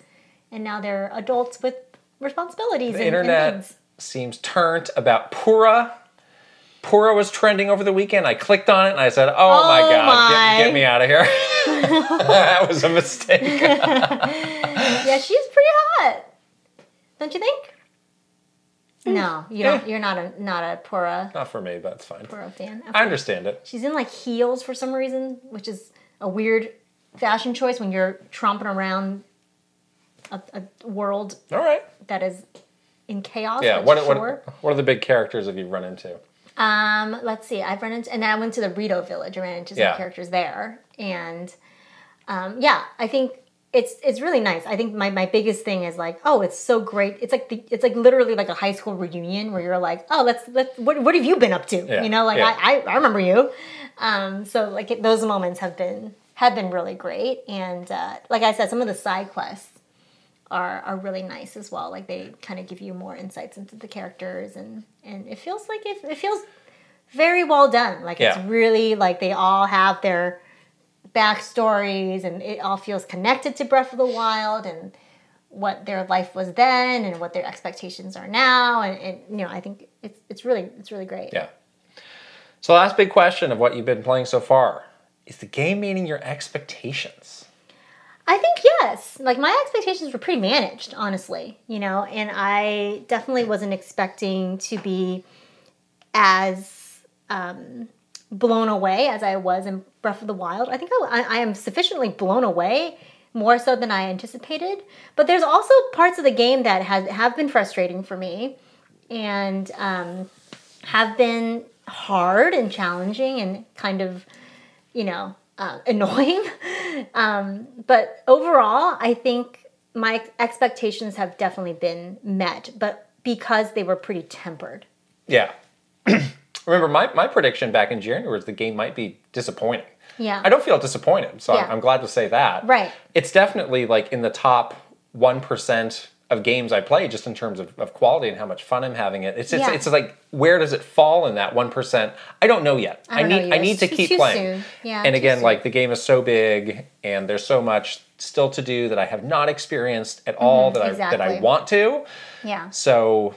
[SPEAKER 1] and now they're adults with responsibilities.
[SPEAKER 2] The
[SPEAKER 1] and, and
[SPEAKER 2] internet
[SPEAKER 1] needs.
[SPEAKER 2] seems turnt about Pura. Pura was trending over the weekend. I clicked on it and I said, "Oh, my
[SPEAKER 1] Oh
[SPEAKER 2] god,
[SPEAKER 1] my.
[SPEAKER 2] Get, get me out of here!" that was a mistake.
[SPEAKER 1] Yeah, she's pretty hot. Don't you think?
[SPEAKER 2] Hmm.
[SPEAKER 1] No, you don't. You're not a not a Pora
[SPEAKER 2] Not for me, but it's fine.
[SPEAKER 1] Pora fan.
[SPEAKER 2] I understand it.
[SPEAKER 1] She's in like heels for some reason, which is a weird fashion choice when you're tromping around a, a world
[SPEAKER 2] All right.
[SPEAKER 1] that is in chaos.
[SPEAKER 2] Yeah.
[SPEAKER 1] but
[SPEAKER 2] What,
[SPEAKER 1] sure.
[SPEAKER 2] what what are the big characters have you run into?
[SPEAKER 1] Um, let's see. I've run into, and I went to the Rito Village. I ran into some
[SPEAKER 2] Yeah.
[SPEAKER 1] characters there, and um, yeah, I think it's it's really nice. I think my, my biggest thing is like, oh, it's so great. It's like the, it's like literally like a high school reunion where you're like, oh, let's let's what, what have you been up to?
[SPEAKER 2] Yeah,
[SPEAKER 1] You know, like
[SPEAKER 2] yeah.
[SPEAKER 1] I, I I remember you. Um, so like it, those moments have been have been really great, and uh, like I said, some of the side quests are are really nice as well. Like they kind of give you more insights into the characters, and and it feels like it, it feels very well done. Like
[SPEAKER 2] Yeah.
[SPEAKER 1] it's really like they all have their backstories, and it all feels connected to Breath of the Wild and what their life was then and what their expectations are now. And, and you know, I think it's it's really it's really great.
[SPEAKER 2] Yeah. So, last big question of what you've been playing so far is the game meeting your expectations?
[SPEAKER 1] I think yes. Like my expectations were pretty managed, honestly, you know, and I definitely wasn't expecting to be as um, blown away as I was in Breath of the Wild. I think I, I am sufficiently blown away more so than I anticipated. But there's also parts of the game that has, have been frustrating for me and um, have been hard and challenging and kind of, you know, uh, annoying. but overall, I think my expectations have definitely been met, but because they were pretty tempered.
[SPEAKER 2] Yeah. Remember, my, my prediction back in January was the game might be disappointing.
[SPEAKER 1] Yeah.
[SPEAKER 2] I don't feel disappointed, so I'm-
[SPEAKER 1] Yeah.
[SPEAKER 2] I'm, glad to say that.
[SPEAKER 1] Right.
[SPEAKER 2] It's definitely like in the top 1% of games I play, just in terms of, of quality and how much fun I'm having it. It's, it's,
[SPEAKER 1] Yeah.
[SPEAKER 2] it's like, where does it fall in that 1%? I don't know yet. I,
[SPEAKER 1] don't know
[SPEAKER 2] need, I
[SPEAKER 1] yet.
[SPEAKER 2] need to
[SPEAKER 1] It's
[SPEAKER 2] keep
[SPEAKER 1] too
[SPEAKER 2] playing.
[SPEAKER 1] soon. Yeah,
[SPEAKER 2] and
[SPEAKER 1] too
[SPEAKER 2] again,
[SPEAKER 1] soon.
[SPEAKER 2] like the game is so big and there's so much still to do that I have not experienced at all that, I, that I
[SPEAKER 1] Mm-hmm. exactly.
[SPEAKER 2] want to.
[SPEAKER 1] Yeah.
[SPEAKER 2] So,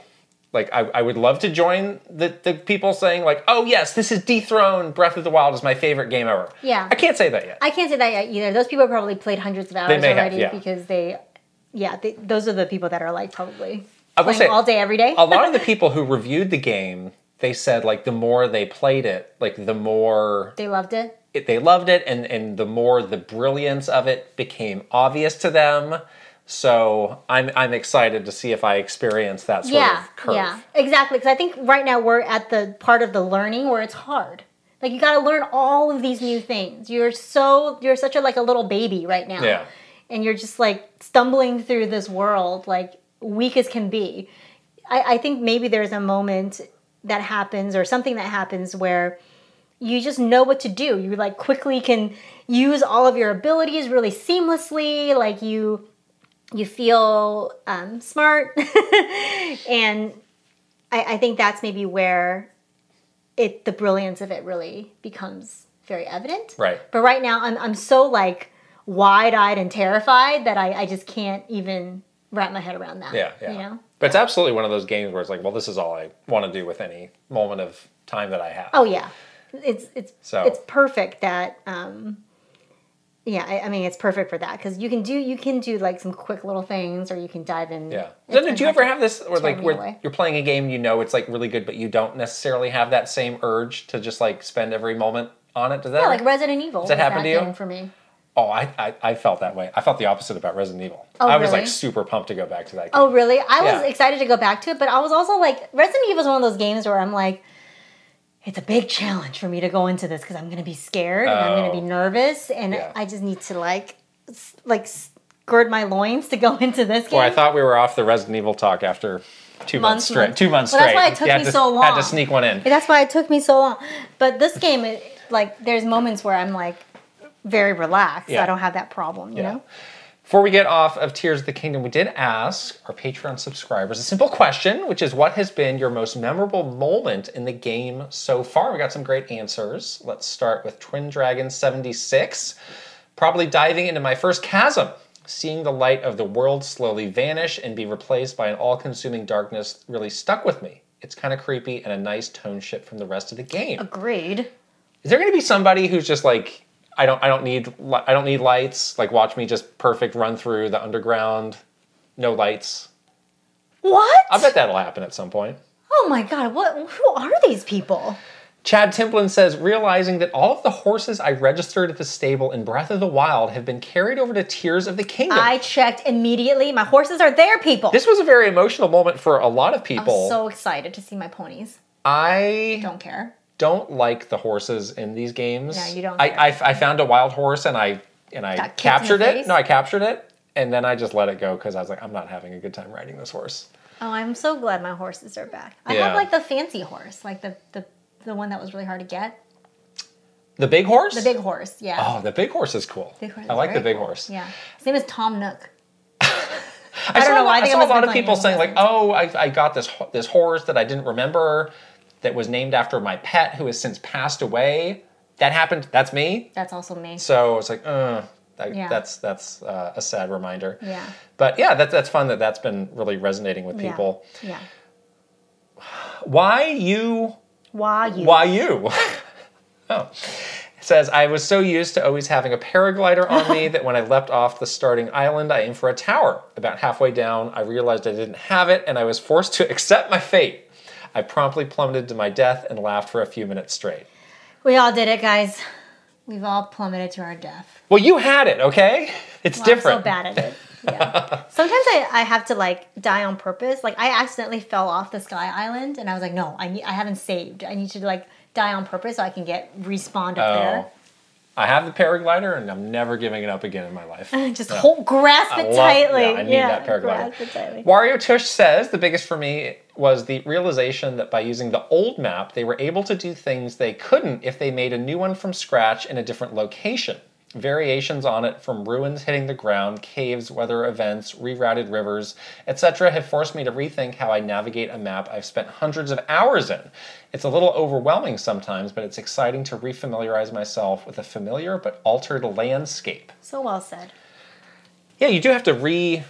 [SPEAKER 2] like, I, I would love to join the, the people saying, like, oh, yes, this is dethroned. Breath of the Wild is my favorite game ever.
[SPEAKER 1] Yeah.
[SPEAKER 2] I can't say that yet.
[SPEAKER 1] I can't say that yet either. Those people probably played hundreds of hours
[SPEAKER 2] may have,
[SPEAKER 1] already
[SPEAKER 2] yeah.
[SPEAKER 1] because they, yeah, they, those are the people that are like probably
[SPEAKER 2] I will
[SPEAKER 1] playing
[SPEAKER 2] say-
[SPEAKER 1] all day, every day.
[SPEAKER 2] A lot of the people who reviewed the game, they said, like, the more they played it, like, the more
[SPEAKER 1] they loved it.
[SPEAKER 2] it, they loved it and, and the more the brilliance of it became obvious to them. So I'm, I'm excited to see if I experience that sort
[SPEAKER 1] yeah,
[SPEAKER 2] of curve.
[SPEAKER 1] yeah, exactly. Because I think right now we're at the part of the learning where it's hard. Like you got to learn all of these new things. You're so you're such a like a little baby right now.
[SPEAKER 2] Yeah.
[SPEAKER 1] and you're just like stumbling through this world like weak as can be I, I think maybe there's a moment that happens or something that happens where you just know what to do you like quickly can use all of your abilities really seamlessly like you you feel um, smart and I, I think that's maybe where it the brilliance of it really becomes very evident
[SPEAKER 2] Right.
[SPEAKER 1] but right now i'm, I'm so like wide-eyed and terrified that I, I just can't even wrap my head around that
[SPEAKER 2] Yeah, yeah.
[SPEAKER 1] you know
[SPEAKER 2] But it's absolutely one of those games where it's like, well, this is all I want to do with any moment of time that I have.
[SPEAKER 1] Oh yeah, it's it's
[SPEAKER 2] So-
[SPEAKER 1] it's perfect that um, yeah. I, I mean, it's perfect for that because you can do you can do like some quick little things, or you can dive in.
[SPEAKER 2] Yeah.
[SPEAKER 1] It's
[SPEAKER 2] Linda, do you ever
[SPEAKER 1] fantastic.
[SPEAKER 2] have this where like
[SPEAKER 1] me
[SPEAKER 2] where
[SPEAKER 1] away.
[SPEAKER 2] you're playing a game you know it's like really good but you don't necessarily have that same urge to just like spend every moment on it? Does that
[SPEAKER 1] Yeah, like Resident Evil.
[SPEAKER 2] that
[SPEAKER 1] was
[SPEAKER 2] happen to you?
[SPEAKER 1] game For me,
[SPEAKER 2] Oh, I, I I felt that way. I felt the opposite about Resident Evil.
[SPEAKER 1] Oh,
[SPEAKER 2] I was
[SPEAKER 1] really?
[SPEAKER 2] like super pumped to go back to that game.
[SPEAKER 1] Oh, really? I
[SPEAKER 2] Yeah.
[SPEAKER 1] was excited to go back to it, but I was also like, Resident Evil is one of those games where I'm like, it's a big challenge for me to go into this because I'm going to be scared and I'm going
[SPEAKER 2] Oh.
[SPEAKER 1] to be nervous, and
[SPEAKER 2] Yeah.
[SPEAKER 1] I just need to like, s- like s- gird my loins to go into this game.
[SPEAKER 2] Boy, I thought we were off the Resident Evil talk after two months,
[SPEAKER 1] Months,
[SPEAKER 2] straight.
[SPEAKER 1] months.
[SPEAKER 2] Two months
[SPEAKER 1] Well,
[SPEAKER 2] straight.
[SPEAKER 1] that's why it took
[SPEAKER 2] You had
[SPEAKER 1] me
[SPEAKER 2] to-
[SPEAKER 1] so
[SPEAKER 2] Had to
[SPEAKER 1] long.
[SPEAKER 2] sneak one in.
[SPEAKER 1] That's why it took me so long. But this game, it, like, there's moments where I'm like very relaxed.
[SPEAKER 2] Yeah.
[SPEAKER 1] I don't have that problem, you
[SPEAKER 2] Yeah.
[SPEAKER 1] know?
[SPEAKER 2] Before we get off of Tears of the Kingdom, we did ask our Patreon subscribers a simple question, which is what has been your most memorable moment in the game so far? We got some great answers. Let's start with Twin Dragon 76. Probably diving into my first chasm, seeing the light of the world slowly vanish and be replaced by an all consuming darkness really stuck with me. It's kind of creepy and a nice tone shift from the rest of the game.
[SPEAKER 1] Agreed.
[SPEAKER 2] Is there going to be somebody who's just like, I don't, I don't need, li- I don't need lights. Like, watch me just perfect run through the underground, no lights.
[SPEAKER 1] What?
[SPEAKER 2] I bet that'll happen at some point.
[SPEAKER 1] oh my God, what? who are these people?
[SPEAKER 2] Chad Timplin says, realizing that all of the horses I registered at the stable in Breath of the Wild have been carried over to Tears of the Kingdom.
[SPEAKER 1] I checked immediately. My horses are there, people.
[SPEAKER 2] this was a very emotional moment for a lot of
[SPEAKER 1] I'm
[SPEAKER 2] people.
[SPEAKER 1] so excited to see my ponies.
[SPEAKER 2] I
[SPEAKER 1] Don't care.
[SPEAKER 2] don't like the horses in these games.
[SPEAKER 1] No, you don't
[SPEAKER 2] I,
[SPEAKER 1] care.
[SPEAKER 2] I, I found a wild horse and I and I
[SPEAKER 1] Got kicked in the
[SPEAKER 2] captured it.
[SPEAKER 1] face?
[SPEAKER 2] No, I captured it, and then I just let it go because I was like, I'm not having a good time riding this horse.
[SPEAKER 1] Oh, I'm so glad my horses are back. I
[SPEAKER 2] Yeah.
[SPEAKER 1] have like the fancy horse, like the, the the one that was really hard to get.
[SPEAKER 2] The big horse.
[SPEAKER 1] The big horse, yeah.
[SPEAKER 2] Oh, the big horse is cool.
[SPEAKER 1] Big horse
[SPEAKER 2] I
[SPEAKER 1] is
[SPEAKER 2] like the
[SPEAKER 1] very
[SPEAKER 2] big horse.
[SPEAKER 1] Yeah. His name is Tom Nook.
[SPEAKER 2] I,
[SPEAKER 1] don't
[SPEAKER 2] saw,
[SPEAKER 1] know why
[SPEAKER 2] a lot-
[SPEAKER 1] I
[SPEAKER 2] I
[SPEAKER 1] think I
[SPEAKER 2] saw a
[SPEAKER 1] must've
[SPEAKER 2] lot
[SPEAKER 1] been
[SPEAKER 2] of people
[SPEAKER 1] playing
[SPEAKER 2] saying
[SPEAKER 1] with
[SPEAKER 2] like, "Oh, I, I got this ho- this horse that I didn't remember, that was named after my pet who has since passed away." That happened. That's me.
[SPEAKER 1] That's also me.
[SPEAKER 2] So it's like, uh, that,
[SPEAKER 1] Yeah.
[SPEAKER 2] that's that's uh, a sad reminder.
[SPEAKER 1] Yeah.
[SPEAKER 2] But yeah, that, that's fun that that's been really resonating with
[SPEAKER 1] Yeah.
[SPEAKER 2] people.
[SPEAKER 1] Yeah.
[SPEAKER 2] Why you?
[SPEAKER 1] Why you?
[SPEAKER 2] Why you? oh. It says, I was so used to always having a paraglider on me that when I leapt off the starting island, I aimed for a tower. About halfway down, I realized I didn't have it and I was forced to accept my fate. I promptly plummeted to my death and laughed for a few minutes straight.
[SPEAKER 1] We all did it, guys. We've all plummeted to our death.
[SPEAKER 2] Well, you had it, okay? It's
[SPEAKER 1] Well,
[SPEAKER 2] different.
[SPEAKER 1] I'm so bad at it. Yeah. Sometimes I, I have to like die on purpose. Like I accidentally fell off the sky island and I was like, no, I need I haven't saved. I need to like die on purpose so I can get respawned up there.
[SPEAKER 2] Oh. I have the paraglider and I'm never giving it up again in my life.
[SPEAKER 1] Just hold, grasp
[SPEAKER 2] I
[SPEAKER 1] it
[SPEAKER 2] love-
[SPEAKER 1] tightly.
[SPEAKER 2] yeah, I need that paraglider.
[SPEAKER 1] grasp it tightly.
[SPEAKER 2] Wario Tush says the biggest for me was the realization that by using the old map, they were able to do things they couldn't if they made a new one from scratch in a different location. Variations on it from ruins hitting the ground, caves, weather events, rerouted rivers, etc., have forced me to rethink how I navigate a map I've spent hundreds of hours in. It's a little overwhelming sometimes, but it's exciting to refamiliarize myself with a familiar but altered landscape.
[SPEAKER 1] So well said.
[SPEAKER 2] Yeah, you do have to re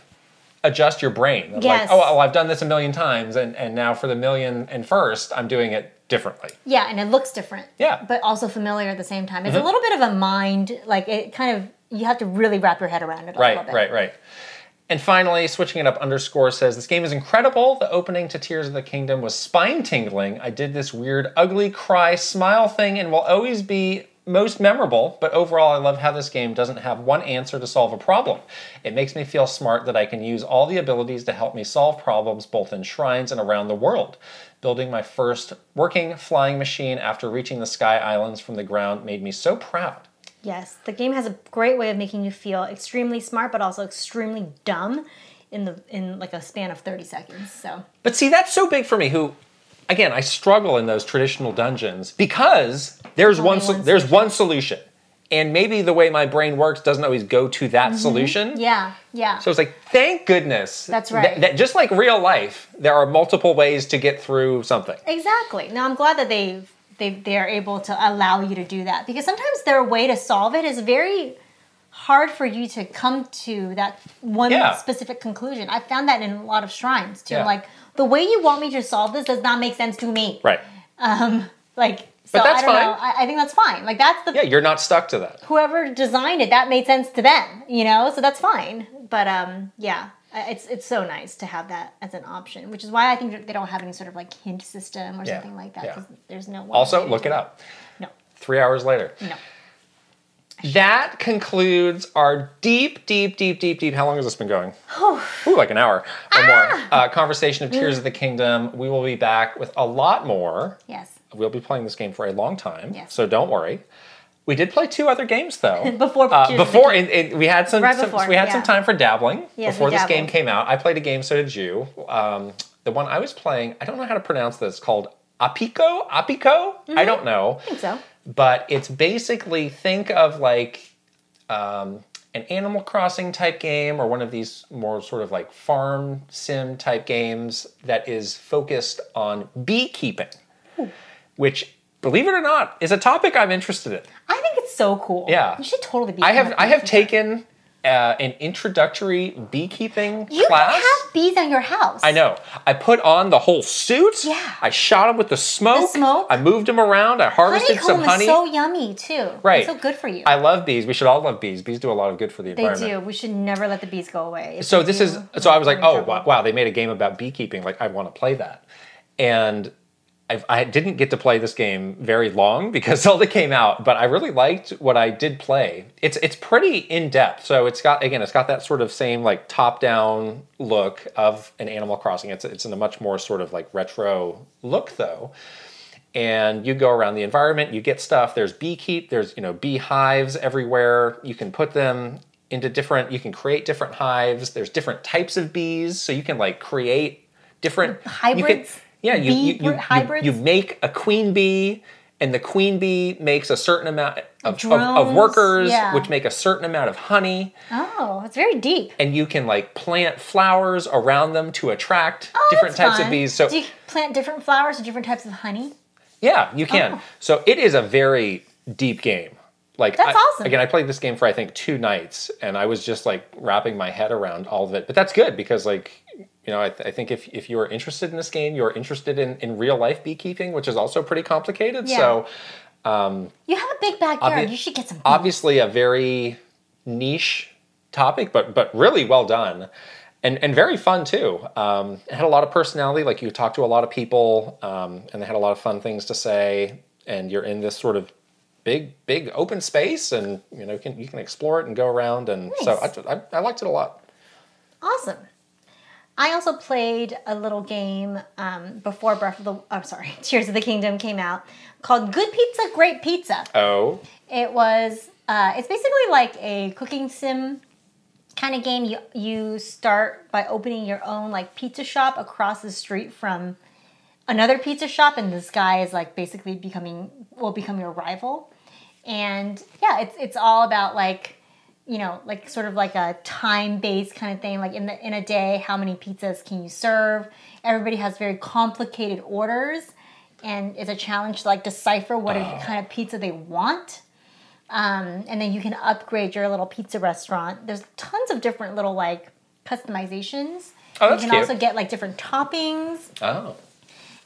[SPEAKER 2] adjust your brain. Of
[SPEAKER 1] Yes.
[SPEAKER 2] Like, oh, well, I've done this a million times, and, and now for the million and first, I'm doing it differently.
[SPEAKER 1] Yeah, and it looks different.
[SPEAKER 2] Yeah. Mm-hmm.
[SPEAKER 1] But also familiar at the same time. It's a little bit of a mind, like it kind of, you have to really wrap your head around it a little
[SPEAKER 2] Right,
[SPEAKER 1] bit.
[SPEAKER 2] right, right. And finally, switching it up, underscore says this game is incredible. The opening to Tears of the Kingdom was spine tingling. I did this weird, ugly cry smile thing and will always be most memorable, but overall, I love how this game doesn't have one answer to solve a problem. It makes me feel smart that I can use all the abilities to help me solve problems both in shrines and around the world. Building my first working flying machine after reaching the Sky Islands from the ground made me so proud.
[SPEAKER 1] Yes, the game has a great way of making you feel extremely smart, but also extremely dumb in the in like a span of 30 seconds. So
[SPEAKER 2] But see, that's so big for me. Who, again, I struggle in those traditional dungeons because there's one, so-
[SPEAKER 1] one
[SPEAKER 2] there's one solution, and maybe the way my brain works doesn't always go to that solution.
[SPEAKER 1] Mm-hmm. yeah, yeah.
[SPEAKER 2] So it's like, thank goodness.
[SPEAKER 1] That's
[SPEAKER 2] that-
[SPEAKER 1] right.
[SPEAKER 2] that just like real life, there are multiple ways to get through something.
[SPEAKER 1] Exactly. Now I'm glad that they they they are able to allow you to do that because sometimes their way to solve it is very hard for you to come to that one
[SPEAKER 2] Yeah.
[SPEAKER 1] specific conclusion. I found that in a lot of shrines too.
[SPEAKER 2] Yeah.
[SPEAKER 1] Like the way you want me to solve this does not make sense to me.
[SPEAKER 2] Right.
[SPEAKER 1] Like so
[SPEAKER 2] But that's
[SPEAKER 1] I don't know.
[SPEAKER 2] fine.
[SPEAKER 1] I, I think that's fine. Like that's the
[SPEAKER 2] Yeah, you're not stuck to that.
[SPEAKER 1] whoever designed it that made sense to them, you know? So that's fine. But um yeah. I- It's it's so nice to have that as an option, which is why I think that they don't have any sort of like hint system or
[SPEAKER 2] Yeah.
[SPEAKER 1] something like that.
[SPEAKER 2] Yeah.
[SPEAKER 1] 'cause There's no one way
[SPEAKER 2] Also,
[SPEAKER 1] to
[SPEAKER 2] look
[SPEAKER 1] do
[SPEAKER 2] it up.
[SPEAKER 1] No,
[SPEAKER 2] Three hours later.
[SPEAKER 1] no.
[SPEAKER 2] That concludes our deep, deep, deep, deep, deep. How long has this been going? Ooh, like an hour or more.
[SPEAKER 1] Ah!
[SPEAKER 2] Uh, conversation of Tears of
[SPEAKER 1] Mm.
[SPEAKER 2] the Kingdom. We will be back with a lot more.
[SPEAKER 1] Yes.
[SPEAKER 2] We'll be playing this game for a long time,
[SPEAKER 1] Yes.
[SPEAKER 2] so don't worry. We did play two other games though.
[SPEAKER 1] Before
[SPEAKER 2] uh,
[SPEAKER 1] Tears of the
[SPEAKER 2] before it, it- we had some,
[SPEAKER 1] Right
[SPEAKER 2] some-
[SPEAKER 1] before,
[SPEAKER 2] we had
[SPEAKER 1] yeah.
[SPEAKER 2] some time for dabbling
[SPEAKER 1] Yes,
[SPEAKER 2] before
[SPEAKER 1] we
[SPEAKER 2] this game
[SPEAKER 1] dabbled.
[SPEAKER 2] came out. I played a game, so did you. Um, the one I was playing, I don't know how to pronounce this. Called Apico, Apico.
[SPEAKER 1] Mm-hmm.
[SPEAKER 2] I don't know
[SPEAKER 1] I think so.
[SPEAKER 2] but it's basically think of like um, an Animal Crossing type game or one of these more sort of like farm sim type games that is focused on beekeeping, which, believe it or not, is a topic I'm interested in.
[SPEAKER 1] I think it's so cool.
[SPEAKER 2] Yeah.
[SPEAKER 1] You should totally be
[SPEAKER 2] I
[SPEAKER 1] on
[SPEAKER 2] have
[SPEAKER 1] that
[SPEAKER 2] I have
[SPEAKER 1] beekeeper.
[SPEAKER 2] taken uh, an introductory beekeeping
[SPEAKER 1] You
[SPEAKER 2] class.
[SPEAKER 1] can have bees on your house.
[SPEAKER 2] I know. I put on the whole suit.
[SPEAKER 1] Yeah.
[SPEAKER 2] I shot him with the smoke.
[SPEAKER 1] smoke.
[SPEAKER 2] I moved him around. I harvested
[SPEAKER 1] Honeycomb
[SPEAKER 2] some honey.
[SPEAKER 1] is so yummy too.
[SPEAKER 2] Right.
[SPEAKER 1] It's so good for you.
[SPEAKER 2] I love bees. We should all love bees. Bees do a lot of good for the
[SPEAKER 1] they
[SPEAKER 2] environment.
[SPEAKER 1] do. We should never let the bees go away. If
[SPEAKER 2] So
[SPEAKER 1] they
[SPEAKER 2] this
[SPEAKER 1] do,
[SPEAKER 2] is so I was like,
[SPEAKER 1] we're in
[SPEAKER 2] oh wow,
[SPEAKER 1] trouble.
[SPEAKER 2] wow, they made a game about beekeeping. Like I want to play that, and I, I didn't get to play this game very long because Zelda came out. But I really liked what I did play. It's it's pretty in depth. So it's got again, it's got that sort of same like top down look of an Animal Crossing. It's it's in a much more sort of like retro look though and you go around the environment you get stuff there's beekeep there's you know beehives everywhere you can put them into different you can create different hives there's different types of bees so you can like create different you can-
[SPEAKER 1] Hybrids?
[SPEAKER 2] yeah you,
[SPEAKER 1] Bee
[SPEAKER 2] you, you, you-
[SPEAKER 1] hybrids?
[SPEAKER 2] you make a queen bee and the queen bee makes a certain amount of, of- of,
[SPEAKER 1] Drones,
[SPEAKER 2] workers
[SPEAKER 1] yeah.
[SPEAKER 2] which make a certain amount of honey
[SPEAKER 1] Oh, it's very deep.
[SPEAKER 2] and you can like plant flowers around them to attract
[SPEAKER 1] Oh,
[SPEAKER 2] different
[SPEAKER 1] that's
[SPEAKER 2] types of
[SPEAKER 1] fun.
[SPEAKER 2] bees so
[SPEAKER 1] do you plant different flowers or different types of honey?
[SPEAKER 2] Yeah, you can.
[SPEAKER 1] Oh.
[SPEAKER 2] So it is a very deep game. Like
[SPEAKER 1] That's
[SPEAKER 2] I-
[SPEAKER 1] awesome.
[SPEAKER 2] Again, I played this game for I think two nights, and I was just like wrapping my head around all of it. But that's good because like you know I, th- I think if if you are interested in this game, you are interested in in real life beekeeping, which is also pretty complicated.
[SPEAKER 1] Yeah.
[SPEAKER 2] So
[SPEAKER 1] You have a big backyard.
[SPEAKER 2] Obvi-
[SPEAKER 1] you should get some.
[SPEAKER 2] obviously a very niche topic, but but really well done. And, and very fun too. Um, it had a lot of personality. Like you talk to a lot of people, um, and they had a lot of fun things to say. And you're in this sort of big, big open space, and you know can, you can explore it and go around. And so I, I, I liked it a lot.
[SPEAKER 1] Awesome. I also played a little game um, before Breath of the. I'm sorry, Tears of the Kingdom came out called Good Pizza, Great Pizza.
[SPEAKER 2] Oh,
[SPEAKER 1] It was. Uh, it's basically like a cooking sim kind of game. You you start by opening your own like pizza shop across the street from another pizza shop, and this guy is like basically becoming will become your rival. And yeah, it's it's all about like you know like sort of like a time based kind of thing. Like in the in a day, how many pizzas can you serve? Everybody has very complicated orders. And it's a challenge to like decipher what
[SPEAKER 2] Ah.
[SPEAKER 1] kind of pizza they want Um, and then you can upgrade your little pizza restaurant. There's tons of different little like customizations.
[SPEAKER 2] Oh, that's
[SPEAKER 1] you can
[SPEAKER 2] cute.
[SPEAKER 1] also get like different toppings.
[SPEAKER 2] oh,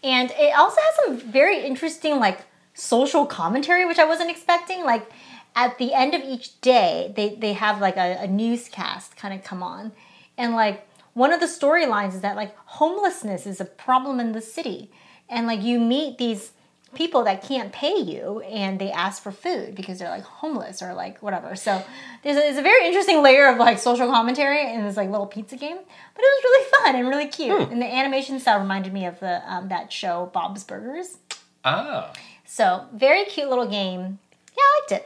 [SPEAKER 1] And it also has some very interesting like social commentary, which I wasn't expecting. Like at the end of each day, they they have like a, a newscast kind of come on, and like one of the storylines is that like homelessness is a problem in the city, and like you meet these people that can't pay you and they ask for food because they're like homeless or like whatever so there's a, there's a very interesting layer of like social commentary in this like little pizza game but it was really fun and really cute
[SPEAKER 2] Hmm.
[SPEAKER 1] and the animation style reminded me of the um, that show bob's burgers
[SPEAKER 2] ah.
[SPEAKER 1] so very cute little game yeah i liked it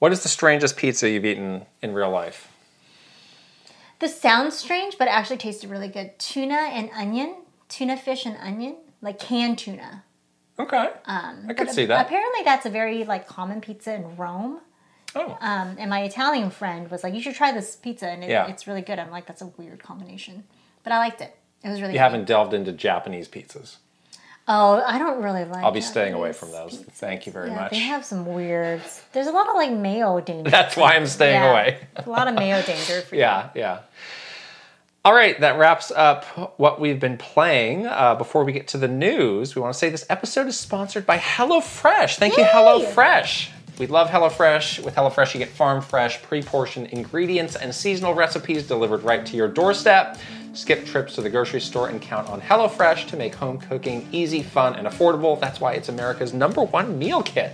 [SPEAKER 2] What is the strangest pizza you've eaten in real life?
[SPEAKER 1] this sounds strange but it actually tasted really good tuna and onion tuna fish and onion like canned tuna
[SPEAKER 2] Okay, I could
[SPEAKER 1] But
[SPEAKER 2] see that.
[SPEAKER 1] apparently that's a very like common pizza in rome
[SPEAKER 2] Oh,
[SPEAKER 1] Um, and my Italian friend was like, "You should try this pizza, and it,
[SPEAKER 2] Yeah.
[SPEAKER 1] it's really good." I'm like, "That's a weird combination," but I liked it. It was really.
[SPEAKER 2] you
[SPEAKER 1] good.
[SPEAKER 2] haven't delved into Japanese pizzas.
[SPEAKER 1] Oh, I don't really like.
[SPEAKER 2] I'll be staying away from
[SPEAKER 1] Japanese
[SPEAKER 2] those. Thank you very
[SPEAKER 1] Yeah,
[SPEAKER 2] much.
[SPEAKER 1] They have some weirds. There's a lot of like mayo danger.
[SPEAKER 2] That's why I'm staying
[SPEAKER 1] Yeah.
[SPEAKER 2] away.
[SPEAKER 1] a lot of mayo danger. For
[SPEAKER 2] Yeah, yeah. All right, that wraps up what we've been playing. Uh, before we get to the news, we want to say this episode is sponsored by HelloFresh. Thank you,
[SPEAKER 1] Yay!
[SPEAKER 2] HelloFresh. We love HelloFresh. With HelloFresh, you get farm fresh, pre portioned ingredients and seasonal recipes delivered right to your doorstep. Skip trips to the grocery store and count on HelloFresh to make home cooking easy, fun, and affordable. That's why it's America's number one meal kit.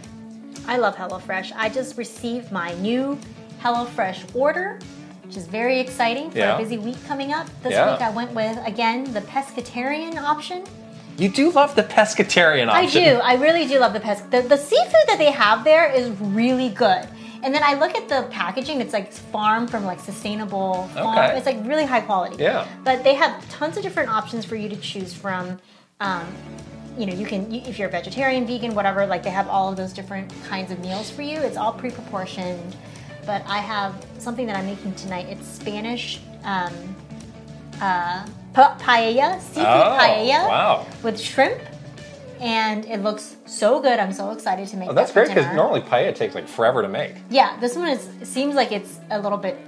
[SPEAKER 1] I love HelloFresh. I just received my new HelloFresh order, which is very exciting for
[SPEAKER 2] Yeah.
[SPEAKER 1] a busy week coming up. This
[SPEAKER 2] Yeah.
[SPEAKER 1] week I went with again the pescatarian option.
[SPEAKER 2] You do love the pescatarian option.
[SPEAKER 1] I do. I really do love the pesc. The, the seafood that they have there is really good. And then I look at the packaging. It's like farm from like sustainable farm.
[SPEAKER 2] Okay.
[SPEAKER 1] It's like really high quality.
[SPEAKER 2] Yeah.
[SPEAKER 1] But they have tons of different options for you to choose from. Um, you know, you can you, if you're a vegetarian, vegan, whatever. Like they have all of those different kinds of meals for you. It's all pre-proportioned. But I have something that I'm making tonight. It's Spanish um, uh, pa- paella, seafood
[SPEAKER 2] Oh,
[SPEAKER 1] paella
[SPEAKER 2] wow.
[SPEAKER 1] with shrimp, and it looks so good. I'm so excited to make.
[SPEAKER 2] Oh, that's
[SPEAKER 1] that for
[SPEAKER 2] great because
[SPEAKER 1] dinner.
[SPEAKER 2] normally paella takes like forever to make.
[SPEAKER 1] Yeah, this one is seems like it's a little bit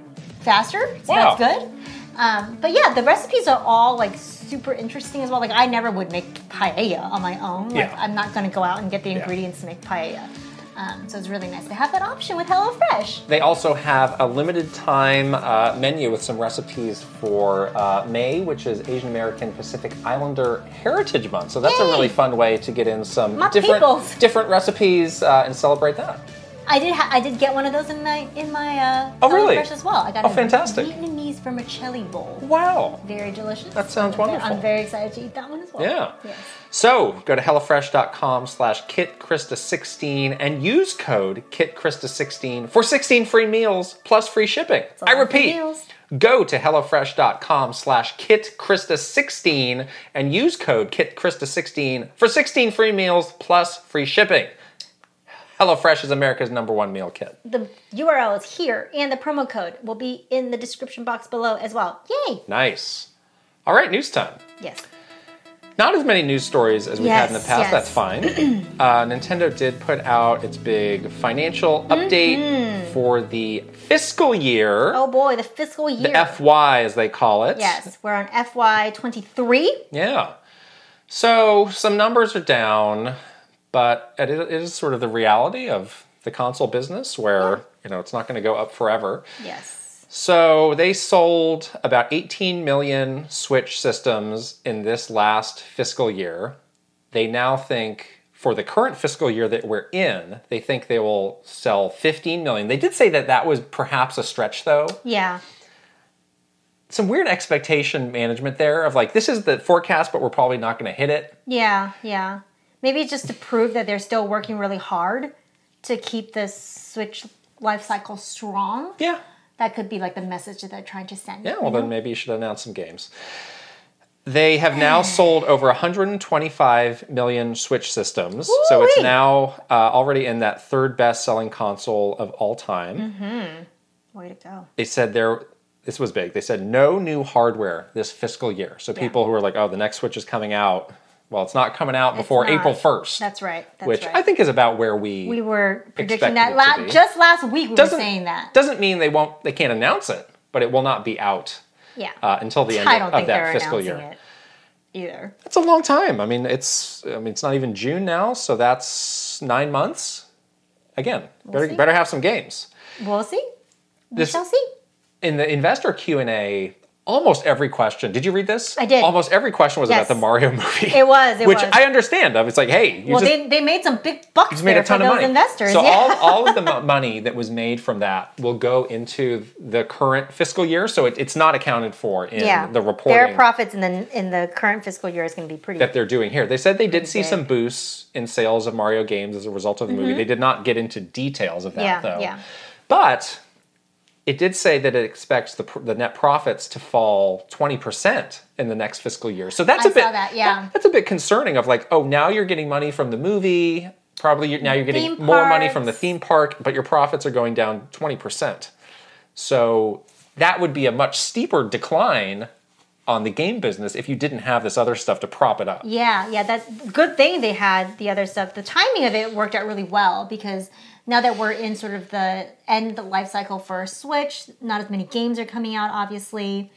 [SPEAKER 1] faster, so
[SPEAKER 2] Wow.
[SPEAKER 1] that's good. Um, but yeah, the recipes are all like super interesting as well. Like I never would make paella on my own. Like
[SPEAKER 2] Yeah.
[SPEAKER 1] I'm not gonna go out and get the ingredients to make paella. Um, so it's really nice to have that option with HelloFresh.
[SPEAKER 2] They also have a limited time uh, menu with some recipes for uh, May, which is Asian American Pacific Islander Heritage Month. So that's a
[SPEAKER 1] Yay!
[SPEAKER 2] really fun way to get in some
[SPEAKER 1] My
[SPEAKER 2] different
[SPEAKER 1] peoples.
[SPEAKER 2] different recipes uh, and celebrate that.
[SPEAKER 1] I did ha- I did get one of those in my in my uh,
[SPEAKER 2] Oh, really?
[SPEAKER 1] HelloFresh as well. I got
[SPEAKER 2] Oh,
[SPEAKER 1] a
[SPEAKER 2] fantastic.
[SPEAKER 1] Vietnamese from a chili bowl.
[SPEAKER 2] Wow.
[SPEAKER 1] Very delicious.
[SPEAKER 2] That sounds
[SPEAKER 1] I'm ve-
[SPEAKER 2] wonderful.
[SPEAKER 1] I'm very excited to eat that one as well.
[SPEAKER 2] Yeah.
[SPEAKER 1] Yes.
[SPEAKER 2] So go to HelloFresh.com slash KitKrista16 and use code KitKrista16 for 16 free meals plus free shipping.
[SPEAKER 1] a lot
[SPEAKER 2] I
[SPEAKER 1] of
[SPEAKER 2] repeat,
[SPEAKER 1] meals.
[SPEAKER 2] go to HelloFresh.com slash KitKrista16 and use code KitKrista16 for 16 free meals plus free shipping. HelloFresh is America's number one meal kit.
[SPEAKER 1] The URL is here, and the promo code will be in the description box below as well. Yay!
[SPEAKER 2] Nice. All right, news time.
[SPEAKER 1] Yes.
[SPEAKER 2] not as many news stories as we've had in the
[SPEAKER 1] Yes,
[SPEAKER 2] past.
[SPEAKER 1] yes.
[SPEAKER 2] That's fine. uh, Nintendo did put out its big financial update for the fiscal year,
[SPEAKER 1] Mm-hmm. Oh boy, the fiscal year.
[SPEAKER 2] FY as they call it.
[SPEAKER 1] yes, we're on FY23.
[SPEAKER 2] Yeah. So some numbers are down, but it it is sort of the reality of the console business where you know it's not going to go up forever.
[SPEAKER 1] Yes.
[SPEAKER 2] So they sold about 18 million Switch systems in this last fiscal year. They now think for the current fiscal year that we're in, they think they will sell 15 million. They did say that that was perhaps a stretch though.
[SPEAKER 1] Yeah.
[SPEAKER 2] Some weird expectation management there of like this is the forecast but we're probably not going to hit it.
[SPEAKER 1] Yeah, yeah. Maybe it's just to prove that they're still working really hard to keep this Switch life cycle strong.
[SPEAKER 2] Yeah.
[SPEAKER 1] That could be like the message that they're trying to send.
[SPEAKER 2] Yeah, well then maybe you should announce some games. They have now sold over 125 million Switch systems, so it's
[SPEAKER 1] Woo-wee.
[SPEAKER 2] now uh, already in that third best-selling console of all time.
[SPEAKER 1] Mm-hmm. Way to go.
[SPEAKER 2] They said there, this was big. They said no new hardware this fiscal year. So people who are like, "Oh, the next Switch is coming out," well, it's not coming out before
[SPEAKER 1] not.
[SPEAKER 2] April 1st,
[SPEAKER 1] That's right. That's
[SPEAKER 2] which
[SPEAKER 1] right.
[SPEAKER 2] I think is about where we
[SPEAKER 1] we were predicting
[SPEAKER 2] expected
[SPEAKER 1] that
[SPEAKER 2] e- it to
[SPEAKER 1] la-
[SPEAKER 2] be.
[SPEAKER 1] just last week. We
[SPEAKER 2] doesn't
[SPEAKER 1] were saying that.
[SPEAKER 2] doesn't mean they won't they can't announce it, but it will not be out
[SPEAKER 1] yeah.
[SPEAKER 2] uh, until the end
[SPEAKER 1] I don't
[SPEAKER 2] of
[SPEAKER 1] think
[SPEAKER 2] that
[SPEAKER 1] they're
[SPEAKER 2] fiscal
[SPEAKER 1] announcing
[SPEAKER 2] year.
[SPEAKER 1] it either.
[SPEAKER 2] It's a long time. I mean, it's I mean, it's not even June now, so that's nine months. Again, better
[SPEAKER 1] see.
[SPEAKER 2] better have some games.
[SPEAKER 1] We'll see. We
[SPEAKER 2] This-
[SPEAKER 1] shall see.
[SPEAKER 2] In the investor Q and A, almost every question. Did you read this?
[SPEAKER 1] I did.
[SPEAKER 2] Almost every question was
[SPEAKER 1] Yes.
[SPEAKER 2] about the Mario movie.
[SPEAKER 1] It was, it
[SPEAKER 2] which
[SPEAKER 1] was.
[SPEAKER 2] I understand. Of it's like, hey, you
[SPEAKER 1] Well,
[SPEAKER 2] just
[SPEAKER 1] they, they made some big bucks
[SPEAKER 2] you made
[SPEAKER 1] there
[SPEAKER 2] a ton
[SPEAKER 1] for
[SPEAKER 2] of
[SPEAKER 1] those
[SPEAKER 2] money.
[SPEAKER 1] investors.
[SPEAKER 2] So
[SPEAKER 1] yeah.
[SPEAKER 2] all all of the mo- money that was made from that will go into the current fiscal year. So it, it's not accounted for in
[SPEAKER 1] yeah.
[SPEAKER 2] the reporting.
[SPEAKER 1] Their profits in the in the current fiscal year is going to be pretty.
[SPEAKER 2] that they're doing here. They said they did see
[SPEAKER 1] big.
[SPEAKER 2] some boosts in sales of Mario games as a result of the movie. They did not get into details of that
[SPEAKER 1] Mm-hmm. Yeah,
[SPEAKER 2] though.
[SPEAKER 1] yeah.
[SPEAKER 2] But it did say that it expects the, pr- the net profits to fall 20% in the next fiscal year. So that's a
[SPEAKER 1] I
[SPEAKER 2] bit
[SPEAKER 1] saw that, yeah.
[SPEAKER 2] that's a bit concerning of like, oh, now you're getting money from the movie, probably you're, now you're getting
[SPEAKER 1] Theme
[SPEAKER 2] more money from the
[SPEAKER 1] parks.
[SPEAKER 2] theme park, but your profits are going down 20%. So that would be a much steeper decline on the game business if you didn't have this other stuff to prop it up.
[SPEAKER 1] Yeah, yeah, that's good thing they had the other stuff. The timing of it worked out really well because now that we're in sort of the end of the life cycle for Switch, not as many games are coming out, obviously.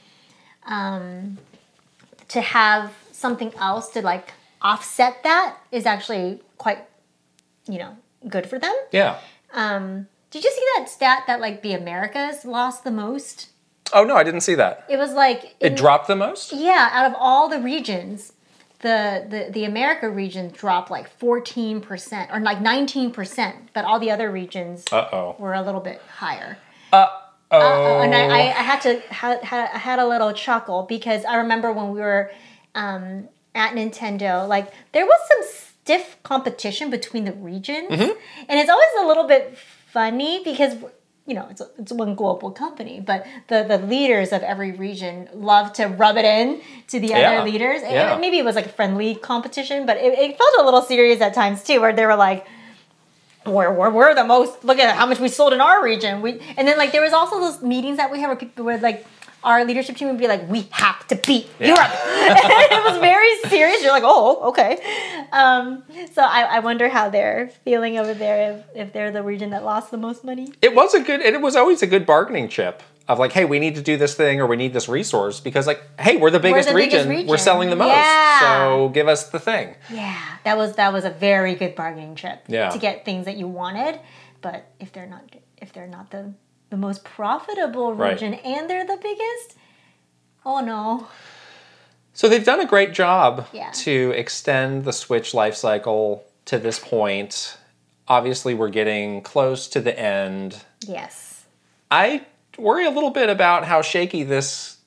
[SPEAKER 1] Um, to have something else to like offset that is actually quite, you know, good for them.
[SPEAKER 2] Yeah.
[SPEAKER 1] Um, did you see that stat that like the Americas lost the most?
[SPEAKER 2] Oh no, I didn't see that.
[SPEAKER 1] It was like
[SPEAKER 2] It
[SPEAKER 1] in-
[SPEAKER 2] dropped the most.
[SPEAKER 1] yeah, out of all the regions, the the, the America region dropped like fourteen percent or like nineteen percent, but all the other regions
[SPEAKER 2] Uh oh.
[SPEAKER 1] were a little bit higher. Uh,
[SPEAKER 2] Oh.
[SPEAKER 1] And I, I, I had to had, had, I had a little chuckle because I remember when we were um, at Nintendo, like there was some stiff competition between the regions,
[SPEAKER 2] Mm-hmm.
[SPEAKER 1] and it's always a little bit funny because you know it's it's one global company, but the the leaders of every region love to rub it in to the
[SPEAKER 2] Yeah.
[SPEAKER 1] other leaders, and
[SPEAKER 2] Yeah.
[SPEAKER 1] maybe it was like a friendly competition, but it, it felt a little serious at times too, where they were like we're, we're, we're the most look at how much we sold in our region we and then like there was also those meetings that we had where people were like our leadership team would be like we have to beat europe it was very serious you're like oh okay um, so I, I wonder how they're feeling over there if, if they're the region that lost the most money
[SPEAKER 2] It was a good. It was always a good bargaining chip of like, hey, we need to do this thing or we need this resource because like, hey, we're the biggest,
[SPEAKER 1] the
[SPEAKER 2] region.
[SPEAKER 1] biggest
[SPEAKER 2] We're
[SPEAKER 1] region.
[SPEAKER 2] selling the most.
[SPEAKER 1] Yeah.
[SPEAKER 2] So give us the thing.
[SPEAKER 1] yeah that was that was a very good bargaining trip
[SPEAKER 2] Yeah.
[SPEAKER 1] to get things that you wanted but if they're not if they're not the the most profitable
[SPEAKER 2] Right.
[SPEAKER 1] region and they're the biggest oh no
[SPEAKER 2] So they've done a great job
[SPEAKER 1] Yeah.
[SPEAKER 2] to extend the Switch life cycle to this point. Obviously, we're getting close to the end.
[SPEAKER 1] yes
[SPEAKER 2] I worry a little bit about how shaky this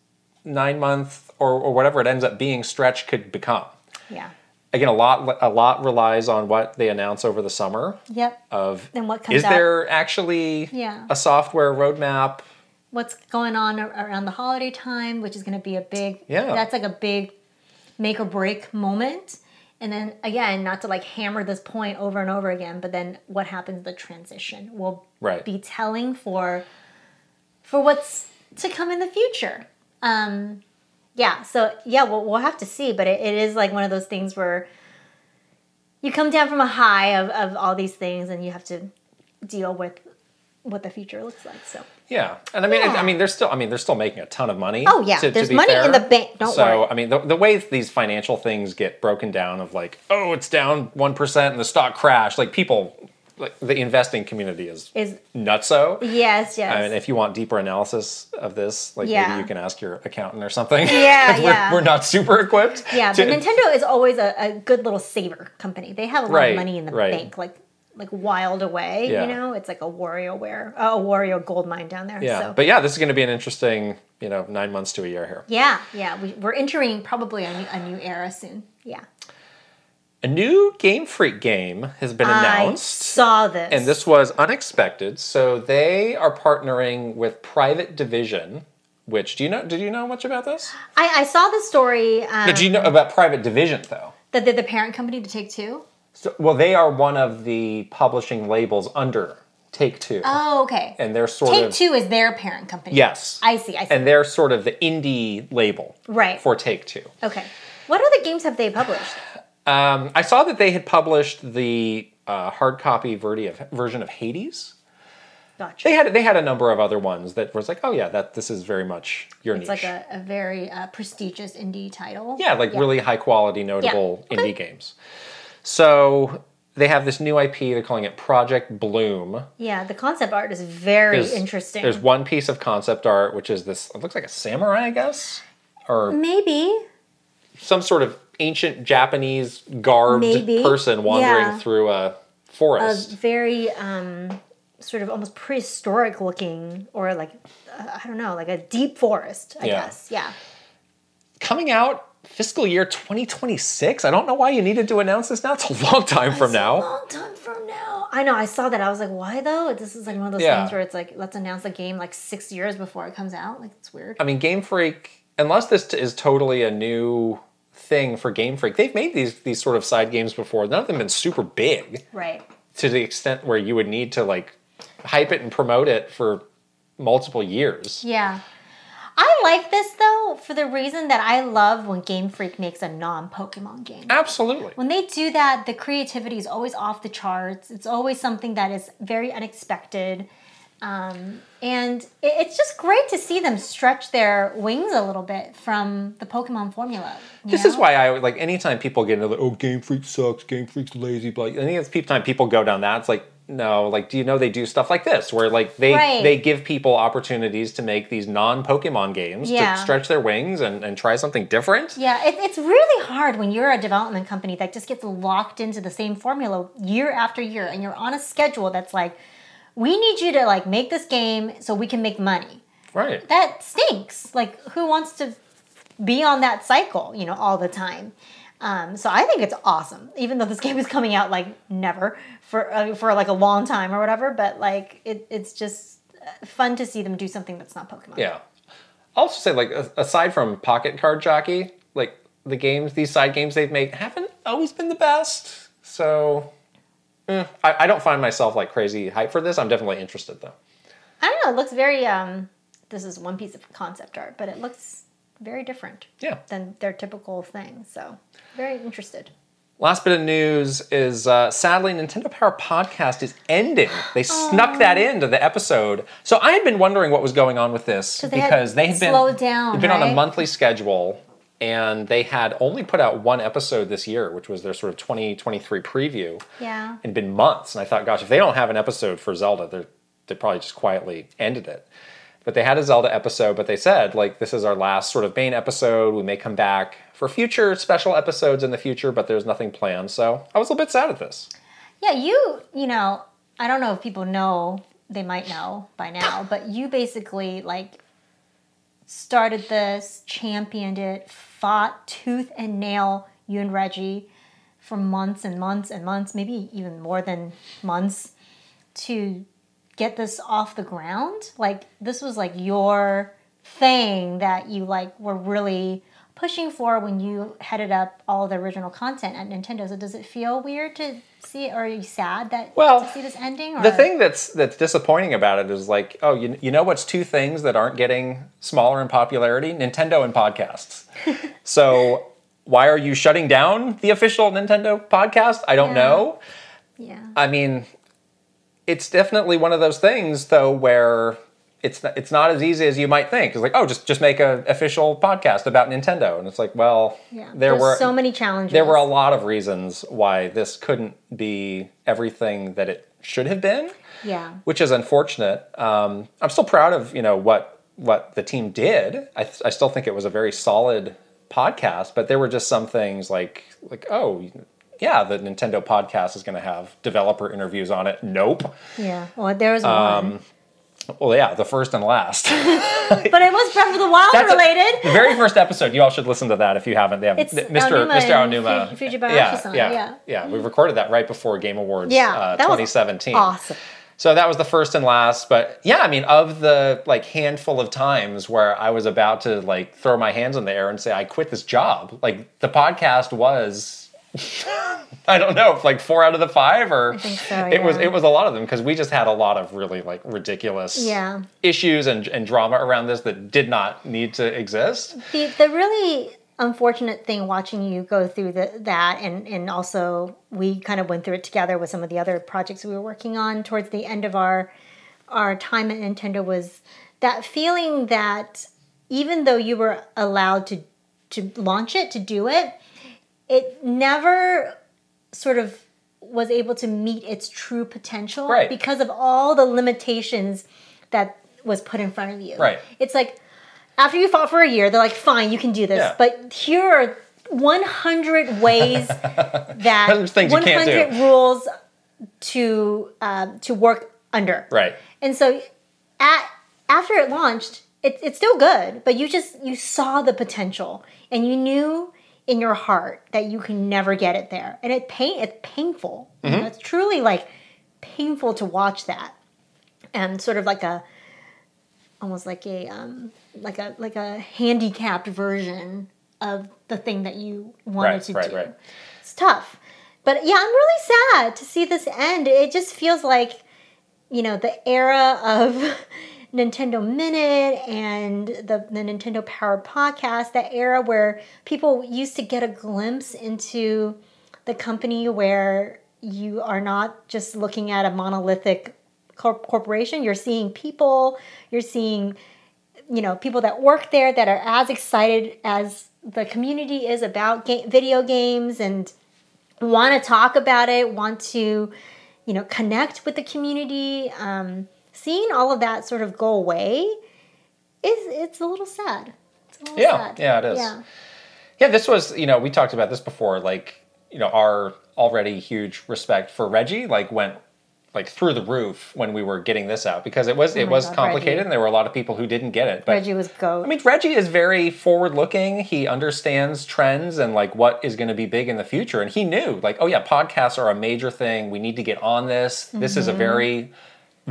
[SPEAKER 2] nine month or, or whatever it ends up being stretch could become.
[SPEAKER 1] Yeah.
[SPEAKER 2] Again, a lot a lot relies on what they announce over the summer.
[SPEAKER 1] Yep.
[SPEAKER 2] Of
[SPEAKER 1] And what comes
[SPEAKER 2] is
[SPEAKER 1] out.
[SPEAKER 2] there actually
[SPEAKER 1] Yeah.
[SPEAKER 2] a software roadmap?
[SPEAKER 1] What's going on ar- around the holiday time, which is going to be a big,
[SPEAKER 2] Yeah.
[SPEAKER 1] that's like a big make or break moment. And then again, not to like hammer this point over and over again, but then what happens the transition will
[SPEAKER 2] Right.
[SPEAKER 1] be telling for for what's to come in the future. Um, yeah, so yeah, we'll, we'll have to see, but it, it is like one of those things where you come down from a high of, of all these things and you have to deal with what the future looks like. So
[SPEAKER 2] Yeah, and I mean,
[SPEAKER 1] Yeah.
[SPEAKER 2] I mean, they're still, I mean, they're still making a ton of money.
[SPEAKER 1] Oh, yeah. There's money in the bank. Don't
[SPEAKER 2] so,
[SPEAKER 1] worry.
[SPEAKER 2] I mean, the, the way these financial things get broken down of like, oh, it's down one percent and the stock crashed. Like people, like the investing community is
[SPEAKER 1] is
[SPEAKER 2] nutso.
[SPEAKER 1] yes, yes.
[SPEAKER 2] I mean, if you want deeper analysis of this, like
[SPEAKER 1] Yeah.
[SPEAKER 2] maybe you can ask your accountant or something.
[SPEAKER 1] Yeah,
[SPEAKER 2] 'Cause we're,
[SPEAKER 1] yeah.
[SPEAKER 2] we're not super equipped.
[SPEAKER 1] yeah,
[SPEAKER 2] to-
[SPEAKER 1] but Nintendo is always a, a good little saver company. They have a lot
[SPEAKER 2] Right,
[SPEAKER 1] of money in the
[SPEAKER 2] right.
[SPEAKER 1] bank, like like wild away.
[SPEAKER 2] Yeah.
[SPEAKER 1] You know, it's like a WarioWare, uh, a Wario gold mine down there.
[SPEAKER 2] Yeah,
[SPEAKER 1] so.
[SPEAKER 2] but yeah, this is going to be an interesting, you know, nine months to a year here.
[SPEAKER 1] yeah, yeah, we, we're entering probably a new, a new era soon. Yeah,
[SPEAKER 2] A new Game Freak game has been announced.
[SPEAKER 1] I saw this.
[SPEAKER 2] And this was unexpected. So they are partnering with Private Division, which do you know? Did you know much about this?
[SPEAKER 1] I, I saw the story um,
[SPEAKER 2] Did you know about Private Division though?
[SPEAKER 1] that they're the parent company to Take Two.
[SPEAKER 2] So, well, they are one of the publishing labels under Take Two,
[SPEAKER 1] Oh, okay.
[SPEAKER 2] and they're sort
[SPEAKER 1] Take
[SPEAKER 2] of
[SPEAKER 1] Two is their parent company.
[SPEAKER 2] yes,
[SPEAKER 1] I see. I see.
[SPEAKER 2] and they're sort of the indie label
[SPEAKER 1] Right.
[SPEAKER 2] for Take Two.
[SPEAKER 1] okay. What other games have they published?
[SPEAKER 2] Um, I saw that they had published the uh, hard copy verdi- of, version of Hades.
[SPEAKER 1] Gotcha.
[SPEAKER 2] They had they had a number of other ones that was like, oh yeah, that this is very much your
[SPEAKER 1] It's like
[SPEAKER 2] niche.
[SPEAKER 1] a, a very uh, prestigious indie title.
[SPEAKER 2] Yeah, like really high quality, notable
[SPEAKER 1] Yeah. Okay.
[SPEAKER 2] indie games. So they have this new IP. They're calling it Project Bloom.
[SPEAKER 1] Yeah, the concept art is very
[SPEAKER 2] There's-
[SPEAKER 1] interesting.
[SPEAKER 2] There's one piece of concept art, which is this. It looks like a samurai, I guess,
[SPEAKER 1] Mm.
[SPEAKER 2] or
[SPEAKER 1] Maybe.
[SPEAKER 2] some sort of ancient Japanese garbed
[SPEAKER 1] Maybe.
[SPEAKER 2] person wandering
[SPEAKER 1] Yeah.
[SPEAKER 2] through a
[SPEAKER 1] A
[SPEAKER 2] forest.
[SPEAKER 1] very um, sort of almost prehistoric looking, or like, uh, I don't know, like a deep forest, I
[SPEAKER 2] Yeah.
[SPEAKER 1] guess. Yeah.
[SPEAKER 2] Coming out fiscal year 2026. I don't know why you needed to announce this now. It's a long time from now.
[SPEAKER 1] Long time from now. I know, I saw that. I was like, why though? This is like one of those
[SPEAKER 2] Yeah.
[SPEAKER 1] things where it's like, let's announce a game like six years before it comes out. Like, it's weird.
[SPEAKER 2] I mean, Game Freak, unless this t- is totally a new thing for Game Freak, they've made these these sort of side games before. None of them have been super big
[SPEAKER 1] right.
[SPEAKER 2] to the extent where you would need to like hype it and promote it for multiple years.
[SPEAKER 1] Yeah. I like this though for the reason that I love when Game Freak makes a non Pokemon game.
[SPEAKER 2] Absolutely.
[SPEAKER 1] when they do that, the creativity is always off the charts. It's always something that is very unexpected. Um, and it- it's just great to see them stretch their wings a little bit from the Pokemon formula. you
[SPEAKER 2] This
[SPEAKER 1] know?
[SPEAKER 2] is why I would- like anytime people get into the oh Game Freak sucks, Game Freak's lazy, blah. Any of the time people go down that, it's like no, like do you know they do stuff like this where like they
[SPEAKER 1] Right.
[SPEAKER 2] they give people opportunities to make these non Pokemon games
[SPEAKER 1] Yeah.
[SPEAKER 2] to stretch their wings and, and try something different.
[SPEAKER 1] Yeah, it, it's really hard when you're a development company that just gets locked into the same formula year after year, and you're on a schedule that's like, we need you to like make this game so we can make money.
[SPEAKER 2] Right.
[SPEAKER 1] that stinks. Like, who wants to be on that cycle, you know, all the time? Um, so I think it's awesome, even though this game is coming out like never for uh, for like a long time or whatever. But like, it, it's just uh, fun to see them do something that's not Pokemon.
[SPEAKER 2] Yeah. I'll also say, like, a- aside from Pocket Card Jockey, like, the games, these side games they've made haven't always been the best. So, eh, I, I don't find myself, like, crazy hype for this. I'm definitely interested, though.
[SPEAKER 1] I don't know. It looks very. Um, this is one piece of concept art, but it looks very different
[SPEAKER 2] Yeah.
[SPEAKER 1] than their typical thing. So very interested.
[SPEAKER 2] Last bit of news is uh, sadly, Nintendo Power Podcast is ending. They snuck that into the episode. So I had been wondering what was going on with this
[SPEAKER 1] they had
[SPEAKER 2] because they had been
[SPEAKER 1] slowed down,
[SPEAKER 2] they'd been on a
[SPEAKER 1] right?
[SPEAKER 2] monthly schedule, and they had only put out one episode this year, which was their sort of 2023 preview.
[SPEAKER 1] Yeah.
[SPEAKER 2] It'd been months, and I thought, gosh, if they don't have an episode for Zelda, they're they probably just quietly ended it. But they had a Zelda episode, but they said like this is our last sort of main episode. We may come back for future special episodes in the future, but there's nothing planned. So I was a little bit sad at this.
[SPEAKER 1] Yeah, you, you know, I don't know if people know they might know by now, but you basically like started this, championed it, fought tooth and nail, you and Reggie, for months and months and months, maybe even more than months, to get this off the ground. Like this was like your thing that you like were really pushing for when you headed up all the original content at Nintendo. So does it feel weird to see or are you sad that
[SPEAKER 2] Well,
[SPEAKER 1] to see this ending? Or?
[SPEAKER 2] The thing that's that's disappointing about it is like, oh, you, you know what's two things that aren't getting smaller in popularity? Nintendo and podcasts. so why are you shutting down the official Nintendo podcast? I don't
[SPEAKER 1] Yeah.
[SPEAKER 2] know.
[SPEAKER 1] Yeah.
[SPEAKER 2] I mean, it's definitely one of those things though where it's not, it's not as easy as you might think. It's like, oh, just just make an official podcast about Nintendo, and it's like, well,
[SPEAKER 1] Yeah.
[SPEAKER 2] there
[SPEAKER 1] There's
[SPEAKER 2] were
[SPEAKER 1] so many challenges.
[SPEAKER 2] there were a lot of reasons why this couldn't be everything that it should have been
[SPEAKER 1] Yeah.
[SPEAKER 2] which is unfortunate. Um, I'm still proud of you know what what the team did. I, th- I still think it was a very solid podcast, but there were just some things like like oh yeah, the Nintendo podcast is going to have developer interviews on it. Nope.
[SPEAKER 1] Yeah. Well, there was
[SPEAKER 2] Uh,
[SPEAKER 1] one.
[SPEAKER 2] Well, yeah, the first and last.
[SPEAKER 1] But it was Breath of the Wild
[SPEAKER 2] That's a-
[SPEAKER 1] related.
[SPEAKER 2] the very first episode. You all should listen to that if you haven't. They have
[SPEAKER 1] It's
[SPEAKER 2] th- Mr.
[SPEAKER 1] Aonuma
[SPEAKER 2] Mr.
[SPEAKER 1] and
[SPEAKER 2] Onuma.
[SPEAKER 1] Fuji-
[SPEAKER 2] yeah,
[SPEAKER 1] Fujibayashi-san,
[SPEAKER 2] yeah,
[SPEAKER 1] yeah.
[SPEAKER 2] yeah. We recorded that right before Game Awards.
[SPEAKER 1] Yeah,
[SPEAKER 2] uh,
[SPEAKER 1] that was
[SPEAKER 2] 2017.
[SPEAKER 1] awesome.
[SPEAKER 2] So that was the first and last, but yeah, I mean, of the like handful of times where I was about to like throw my hands in the air and say I quit this job, like the podcast was, I don't know, if like four out of the five, or
[SPEAKER 1] think so,
[SPEAKER 2] it was
[SPEAKER 1] yeah.
[SPEAKER 2] it was a lot of them because we just had a lot of really like ridiculous
[SPEAKER 1] Yeah.
[SPEAKER 2] issues and and drama around this that did not need to exist.
[SPEAKER 1] The, the really unfortunate thing watching you go through the, that, and, and also we kind of went through it together with some of the other projects we were working on towards the end of our our time at Nintendo was that feeling that even though you were allowed to to launch it to do it, it never sort of was able to meet its true potential
[SPEAKER 2] Right.
[SPEAKER 1] because of all the limitations that was put in front of you.
[SPEAKER 2] Right.
[SPEAKER 1] It's like after you fought for a year, they're like, "Fine, you can do this,"
[SPEAKER 2] Yeah.
[SPEAKER 1] but here are 100 ways that
[SPEAKER 2] There's things you can't do.
[SPEAKER 1] 100 rules to um, to work under.
[SPEAKER 2] Right.
[SPEAKER 1] And so, at after it launched, it, it's still good, but you just you saw the potential, and you knew in your heart that you can never get it there, and it pain it's painful. You
[SPEAKER 2] Mm-hmm.
[SPEAKER 1] know, it's truly like painful to watch that, and sort of like a almost like a um, like a like a handicapped version of the thing that you wanted
[SPEAKER 2] Right,
[SPEAKER 1] to
[SPEAKER 2] right,
[SPEAKER 1] do.
[SPEAKER 2] right.
[SPEAKER 1] It's tough, but yeah, I'm really sad to see this end. It just feels like you know the era of Nintendo Minute and the, the Nintendo Power Podcast, that era where people used to get a glimpse into the company where you are not just looking at a monolithic cor- corporation, you're seeing people, you're seeing you know people that work there that are as excited as the community is about game, video games and want to talk about it, want to, you know, connect with the community. Um, seeing all of that sort of go away is it's a little sad. It's a little
[SPEAKER 2] Yeah,
[SPEAKER 1] sad.
[SPEAKER 2] yeah, it is.
[SPEAKER 1] Yeah,
[SPEAKER 2] Yeah, this was, you know, we talked about this before, like, you know, our already huge respect for Reggie, like, went like through the roof when we were getting this out because it was it
[SPEAKER 1] Oh my
[SPEAKER 2] was
[SPEAKER 1] God,
[SPEAKER 2] complicated
[SPEAKER 1] Reggie.
[SPEAKER 2] and there were a lot of people who didn't get it. But
[SPEAKER 1] Reggie was goat.
[SPEAKER 2] I mean, Reggie is very forward looking. He understands trends and like what is going to be big in the future. And he knew, like, oh yeah, podcasts are a major thing. We need to get on this. This
[SPEAKER 1] Mm-hmm.
[SPEAKER 2] is a very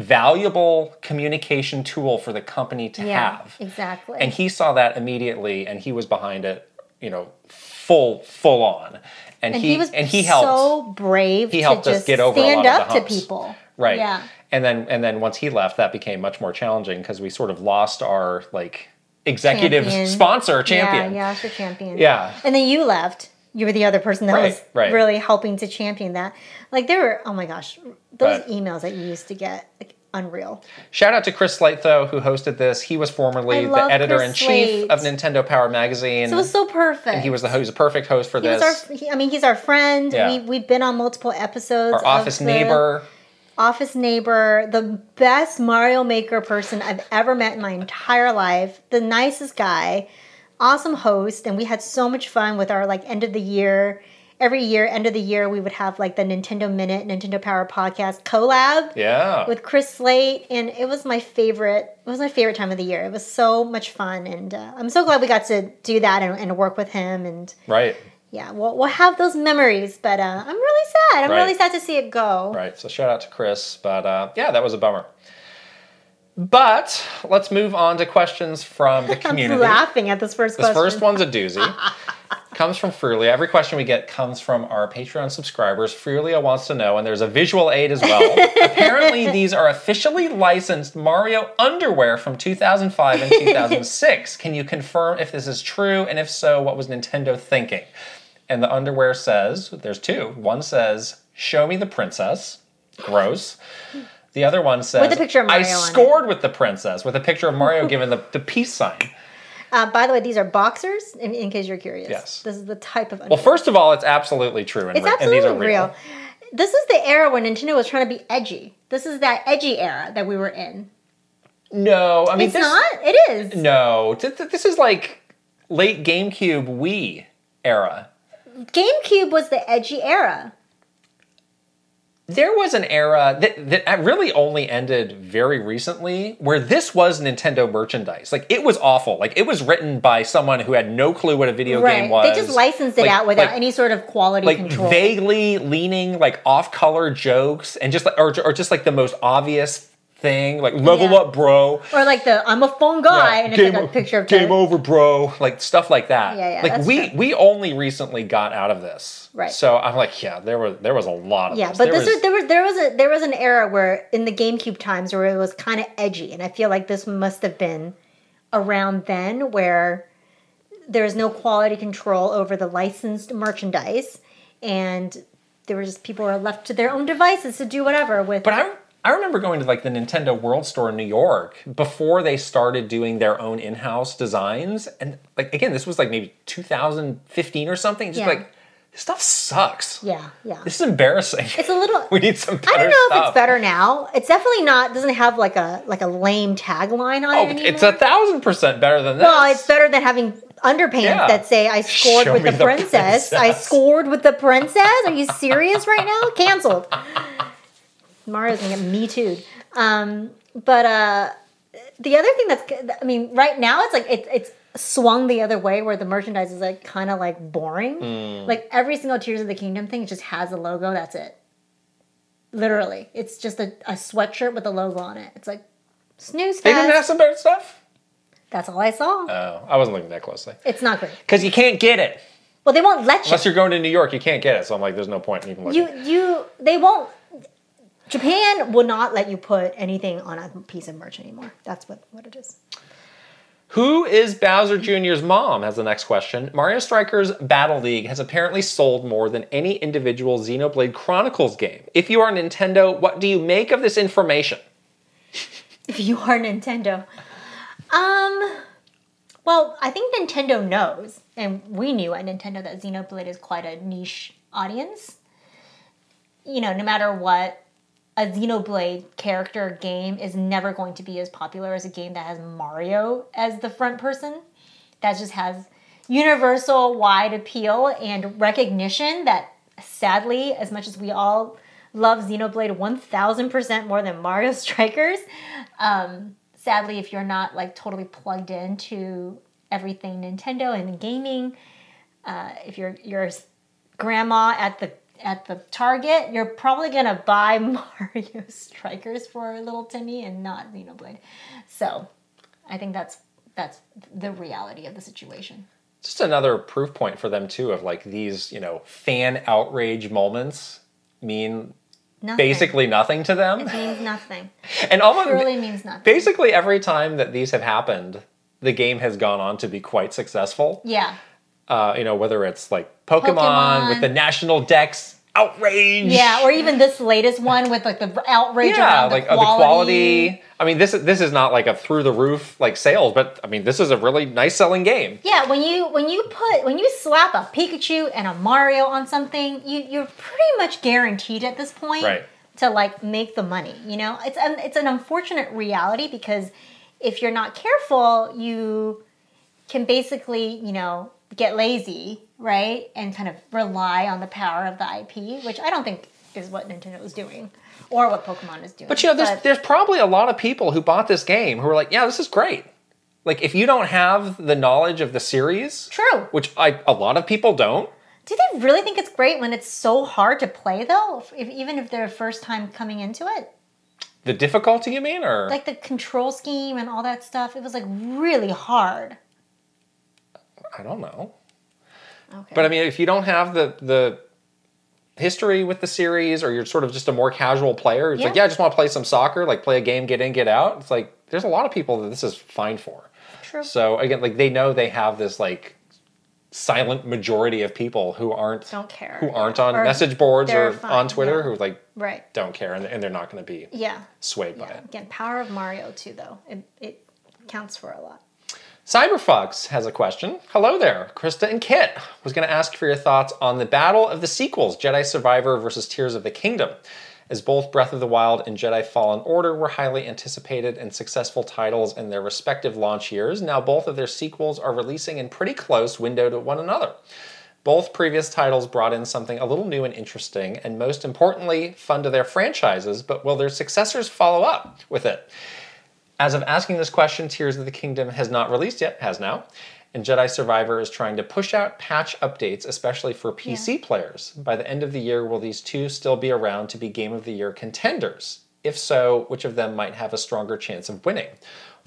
[SPEAKER 2] valuable communication tool for the company to
[SPEAKER 1] yeah,
[SPEAKER 2] have.
[SPEAKER 1] exactly.
[SPEAKER 2] And he saw that immediately and he was behind it, you know, full full on. And,
[SPEAKER 1] And
[SPEAKER 2] he,
[SPEAKER 1] was
[SPEAKER 2] and he helped.
[SPEAKER 1] so brave.
[SPEAKER 2] He helped
[SPEAKER 1] to
[SPEAKER 2] us
[SPEAKER 1] just
[SPEAKER 2] get over a
[SPEAKER 1] stand
[SPEAKER 2] lot of
[SPEAKER 1] up
[SPEAKER 2] the
[SPEAKER 1] to
[SPEAKER 2] humps.
[SPEAKER 1] people.
[SPEAKER 2] Right.
[SPEAKER 1] Yeah.
[SPEAKER 2] And then and then once he left, that became much more challenging because we sort of lost our like executive
[SPEAKER 1] Champion.
[SPEAKER 2] sponsor champion.
[SPEAKER 1] Yeah, yeah, it's your champion.
[SPEAKER 2] Yeah.
[SPEAKER 1] And then you left. You were the other person that
[SPEAKER 2] Right,
[SPEAKER 1] was
[SPEAKER 2] right.
[SPEAKER 1] really helping to champion that. Like there were oh my gosh, those
[SPEAKER 2] But-
[SPEAKER 1] emails that you used to get, like unreal.
[SPEAKER 2] Shout out to Chris Slate though, who hosted this. He was
[SPEAKER 1] I
[SPEAKER 2] formerly the
[SPEAKER 1] love
[SPEAKER 2] editor
[SPEAKER 1] Chris
[SPEAKER 2] in chief
[SPEAKER 1] Slate.
[SPEAKER 2] of Nintendo Power Magazine.
[SPEAKER 1] So it was so perfect.
[SPEAKER 2] he was the he's a perfect host for
[SPEAKER 1] He was
[SPEAKER 2] this.
[SPEAKER 1] our, he, I mean, he's our friend.
[SPEAKER 2] Yeah.
[SPEAKER 1] We, we've been on multiple episodes.
[SPEAKER 2] our,
[SPEAKER 1] of
[SPEAKER 2] office
[SPEAKER 1] the
[SPEAKER 2] neighbor.
[SPEAKER 1] Office neighbor, the best Mario Maker person I've ever met in my entire life. The nicest guy, awesome host, and we had so much fun with our like end of the year every year, end of the year, we would have like the Nintendo Minute, Nintendo Power Podcast collab
[SPEAKER 2] Yeah.
[SPEAKER 1] with Chris Slate, and it was my favorite. It was my favorite time of the year. It was so much fun, and uh, I'm so glad we got to do that and, and work with him. And
[SPEAKER 2] right.
[SPEAKER 1] yeah, we'll, we'll have those memories. But uh, I'm really sad. I'm
[SPEAKER 2] Right.
[SPEAKER 1] really sad to see it go.
[SPEAKER 2] Right. So shout out to Chris, but uh, yeah, that was a bummer. But let's move on to questions from the
[SPEAKER 1] I'm
[SPEAKER 2] community.
[SPEAKER 1] laughing at this first
[SPEAKER 2] This
[SPEAKER 1] question.
[SPEAKER 2] first one's a doozy. comes from Frulia. Every question we get comes from our Patreon subscribers. Frulia wants to know, and there's a visual aid as well. Apparently, these are officially licensed Mario underwear from 2005 and 2006. Can you confirm if this is true? And if so, what was Nintendo thinking? And the underwear says, there's two. One says, Show me the princess. Gross. The other one says,
[SPEAKER 1] a picture of
[SPEAKER 2] I
[SPEAKER 1] Mario on it.
[SPEAKER 2] scored with the princess, with a picture of Mario given the, the peace sign.
[SPEAKER 1] Uh, by the way, these are boxers, in, in case you're curious.
[SPEAKER 2] Yes.
[SPEAKER 1] This is the type of
[SPEAKER 2] Well, first of all, it's absolutely true, and,
[SPEAKER 1] It's
[SPEAKER 2] re-
[SPEAKER 1] absolutely
[SPEAKER 2] and these are real.
[SPEAKER 1] real. This is the era when Nintendo was trying to be edgy. This is that edgy era that we were in.
[SPEAKER 2] No, I mean
[SPEAKER 1] It's
[SPEAKER 2] this,
[SPEAKER 1] not? It is.
[SPEAKER 2] No, th- th- this is like late GameCube Wii era.
[SPEAKER 1] GameCube was the edgy era.
[SPEAKER 2] There was an era that that really only ended very recently, where this was Nintendo merchandise. Like it was awful. Like it was written by someone who had no clue what a video game was.
[SPEAKER 1] They just licensed it
[SPEAKER 2] Like-
[SPEAKER 1] out without
[SPEAKER 2] like-
[SPEAKER 1] any sort of quality
[SPEAKER 2] like
[SPEAKER 1] control.
[SPEAKER 2] vaguely leaning like off color jokes and just like or, or just like the most obvious thing like level
[SPEAKER 1] Yeah.
[SPEAKER 2] up bro
[SPEAKER 1] or like the I'm a phone guy
[SPEAKER 2] Yeah.
[SPEAKER 1] and it's
[SPEAKER 2] game
[SPEAKER 1] like a
[SPEAKER 2] o-
[SPEAKER 1] picture of
[SPEAKER 2] game
[SPEAKER 1] the-
[SPEAKER 2] over, bro. Like stuff like that.
[SPEAKER 1] Yeah, yeah,
[SPEAKER 2] Like
[SPEAKER 1] that's
[SPEAKER 2] we
[SPEAKER 1] true.
[SPEAKER 2] we only recently got out of this.
[SPEAKER 1] Right.
[SPEAKER 2] So I'm like, yeah, there was there was a lot of
[SPEAKER 1] Yeah,
[SPEAKER 2] this.
[SPEAKER 1] but
[SPEAKER 2] There
[SPEAKER 1] this
[SPEAKER 2] was-
[SPEAKER 1] was, there was there was a there was an era where in the GameCube times where it was kind of edgy, and I feel like this must have been around then where there was no quality control over the licensed merchandise, and there were just people were left to their own devices to do whatever with.
[SPEAKER 2] But I I remember going to like the Nintendo World Store in New York before they started doing their own in-house designs, and like again, this was like maybe 2015 or something. Just
[SPEAKER 1] Yeah.
[SPEAKER 2] like this stuff sucks.
[SPEAKER 1] yeah, yeah,
[SPEAKER 2] This is embarrassing.
[SPEAKER 1] it's a little.
[SPEAKER 2] we need some. Better
[SPEAKER 1] I don't know if
[SPEAKER 2] stuff.
[SPEAKER 1] it's better now. It's definitely not. Doesn't have like a like a lame tagline on
[SPEAKER 2] Oh,
[SPEAKER 1] it anymore.
[SPEAKER 2] it's a thousand percent better than this.
[SPEAKER 1] Well, it's better than having underpants
[SPEAKER 2] Yeah.
[SPEAKER 1] that say "I scored
[SPEAKER 2] Show
[SPEAKER 1] with
[SPEAKER 2] me
[SPEAKER 1] the,
[SPEAKER 2] the
[SPEAKER 1] princess. I
[SPEAKER 2] princess.
[SPEAKER 1] scored with the princess." Are you serious right now? Cancelled. Mario's gonna get me too. Um, but uh, the other thing that's, I mean, right now it's like it, it's swung the other way where the merchandise is like kind of like boring.
[SPEAKER 2] Mm.
[SPEAKER 1] Like every single Tears of the Kingdom thing just has a logo. That's it. Literally, it's just a, a sweatshirt with a logo on it. It's like snooze
[SPEAKER 2] they didn't have
[SPEAKER 1] fest.
[SPEAKER 2] some better stuff.
[SPEAKER 1] That's all I saw.
[SPEAKER 2] Oh, I wasn't looking that closely.
[SPEAKER 1] it's not great.
[SPEAKER 2] Because you can't get it.
[SPEAKER 1] Well, they won't let you.
[SPEAKER 2] Unless you're going to New York, you can't get it. So I'm like, there's no point in even looking.
[SPEAKER 1] You you they won't. Japan will not let you put anything on a piece of merch anymore. That's what what it is.
[SPEAKER 2] Who is Bowser Jr.'s mom? Has the next question. Mario Strikers Battle League has apparently sold more than any individual Xenoblade Chronicles game. If you are Nintendo, what do you make of this information?
[SPEAKER 1] If you are Nintendo, um, well, I think Nintendo knows, and we knew at Nintendo that Xenoblade is quite a niche audience. You know, no matter what, a Xenoblade character game is never going to be as popular as a game that has Mario as the front person. that just has universal wide appeal and recognition that sadly as much as we all love xenoblade 1000% more than mario strikers um, sadly if you're not like totally plugged into everything nintendo and gaming uh, if you're your grandma at the at the target you're probably gonna buy mario strikers for little timmy and not xenoblade so I think that's that's the reality of the situation.
[SPEAKER 2] Just another proof point for them too of like these, you know, fan outrage moments mean
[SPEAKER 1] Nothing.
[SPEAKER 2] basically nothing to them.
[SPEAKER 1] means nothing.
[SPEAKER 2] And almost
[SPEAKER 1] Purely means nothing.
[SPEAKER 2] basically every time that these have happened, the game has gone on to be quite successful.
[SPEAKER 1] yeah.
[SPEAKER 2] uh, you know, whether it's like Pokemon,
[SPEAKER 1] Pokemon.
[SPEAKER 2] with the national decks outrage.
[SPEAKER 1] Yeah, or even this latest one with like the outrage
[SPEAKER 2] yeah,
[SPEAKER 1] around the
[SPEAKER 2] like uh,
[SPEAKER 1] quality.
[SPEAKER 2] the quality. I mean, this is this is not like a through the roof like sales, but I mean, this is a really nice selling game.
[SPEAKER 1] Yeah, when you when you put when you slap a Pikachu and a Mario on something, you you're pretty much guaranteed at this point
[SPEAKER 2] Right.
[SPEAKER 1] to like make the money. You know, it's an it's an unfortunate reality because if you're not careful, you can basically you know get lazy, right? And kind of rely on the power of the IP, which I don't think is what Nintendo is doing or what Pokemon is doing.
[SPEAKER 2] But you know, there's there's probably a lot of people who bought this game who are like, yeah, this is great. Like if you don't have the knowledge of the series,
[SPEAKER 1] True.
[SPEAKER 2] which I a lot of people don't.
[SPEAKER 1] Do they really think it's great when it's so hard to play though? If, if, even if they're first time coming into it,
[SPEAKER 2] The difficulty, you mean, or
[SPEAKER 1] like the control scheme and all that stuff, it was like really hard.
[SPEAKER 2] I don't know.
[SPEAKER 1] Okay.
[SPEAKER 2] But I mean, if you don't have the the history with the series, or you're sort of just a more casual player, it's like,
[SPEAKER 1] Yeah.
[SPEAKER 2] yeah, I just want to play some soccer, like play a game, get in, get out. It's like there's a lot of people that this is fine for.
[SPEAKER 1] True.
[SPEAKER 2] So again, like they know they have this like silent majority of people who aren't
[SPEAKER 1] Don't care.
[SPEAKER 2] who aren't on
[SPEAKER 1] Or
[SPEAKER 2] message boards
[SPEAKER 1] they're
[SPEAKER 2] or
[SPEAKER 1] fine,
[SPEAKER 2] on Twitter
[SPEAKER 1] yeah.
[SPEAKER 2] who like
[SPEAKER 1] right.
[SPEAKER 2] don't care and, and they're not going to be
[SPEAKER 1] Yeah.
[SPEAKER 2] swayed by
[SPEAKER 1] Yeah.
[SPEAKER 2] it.
[SPEAKER 1] Again, power of Mario too though. It it counts for a lot.
[SPEAKER 2] Cyberfox has a question. Hello there, Krista and Kit. Was going to ask for your thoughts on the battle of the sequels, Jedi Survivor versus Tears of the Kingdom, as both Breath of the Wild and Jedi Fallen Order were highly anticipated and successful titles in their respective launch years. Now both of their sequels are releasing in pretty close window to one another. Both previous titles brought in something a little new and interesting, and most importantly, fun to their franchises, but will their successors follow up with it? As of asking this question, Tears of the Kingdom has not released yet, has now. And Jedi Survivor is trying to push out patch updates, especially for PC players. By the end of the year, will these two still be around to be Game of the Year contenders? If so, which of them might have a stronger chance of winning?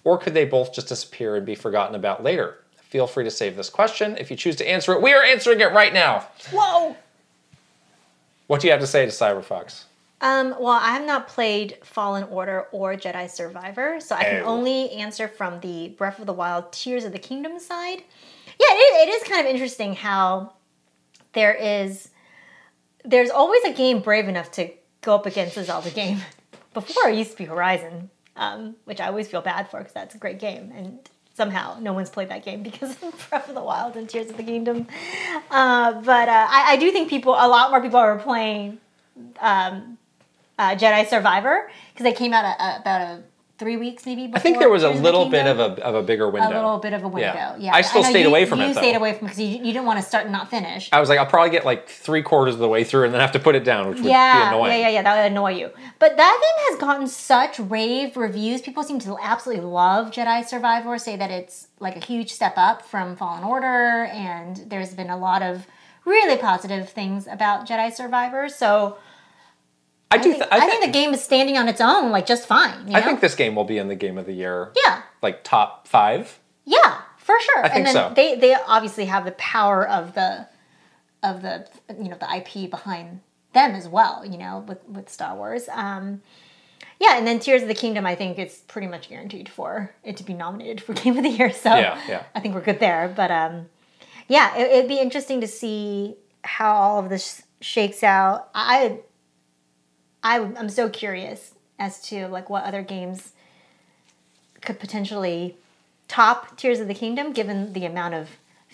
[SPEAKER 2] Or could they both just disappear and be forgotten about later? Feel free to save this question. If you choose to answer it, we are answering it right now.
[SPEAKER 1] Whoa.
[SPEAKER 2] What do you have to say to Cyberfox?
[SPEAKER 1] Um, well, I have not played Fallen Order or Jedi Survivor, so I can
[SPEAKER 2] Oh.
[SPEAKER 1] only answer from the Breath of the Wild, Tears of the Kingdom side. Yeah, it, it is kind of interesting how there is there's always a game brave enough to go up against a Zelda game. Before it used to be Horizon, um, which I always feel bad for because that's a great game, and somehow no one's played that game because of Breath of the Wild and Tears of the Kingdom. Uh, but uh, I, I do think people, a lot more people, are playing uh, Jedi Survivor because they came out a, a- about a three weeks maybe. Before
[SPEAKER 2] I think there was a
[SPEAKER 1] Tears
[SPEAKER 2] little bit
[SPEAKER 1] Kingdom
[SPEAKER 2] of a, of a bigger window.
[SPEAKER 1] a little bit of a window.
[SPEAKER 2] Yeah.
[SPEAKER 1] Yeah,
[SPEAKER 2] I still
[SPEAKER 1] know
[SPEAKER 2] stayed
[SPEAKER 1] you-
[SPEAKER 2] away from
[SPEAKER 1] you
[SPEAKER 2] it, though.
[SPEAKER 1] stayed away from because you, you didn't want to start and not finish.
[SPEAKER 2] I was like, I'll probably get like three quarters of the way through and then have to put it down, which would be
[SPEAKER 1] yeah,
[SPEAKER 2] annoying.
[SPEAKER 1] yeah, yeah, yeah. That would annoy you. But that game has gotten such rave reviews. People seem to absolutely love Jedi Survivor. Say that it's like a huge step up from Fallen Order, and there's been a lot of really positive things about Jedi Survivor. So
[SPEAKER 2] I do.
[SPEAKER 1] I think,
[SPEAKER 2] th- I, think,
[SPEAKER 1] the game is standing on its own, like just fine. You know?
[SPEAKER 2] I think this game will be in the game of the year,
[SPEAKER 1] yeah.
[SPEAKER 2] like top five.
[SPEAKER 1] Yeah, for sure.
[SPEAKER 2] think
[SPEAKER 1] and then
[SPEAKER 2] so.
[SPEAKER 1] they they obviously have the power of the of the you know the IP behind them as well. You know, with with Star Wars. Um, yeah, and then Tears of the Kingdom, I think it's pretty much guaranteed for it to be nominated for Game of the Year. So
[SPEAKER 2] Yeah, yeah.
[SPEAKER 1] I think we're good there. But um, yeah, it, it'd be interesting to see how all of this shakes out. I, I I'm so curious as to like what other games could potentially top Tears of the Kingdom, given the amount of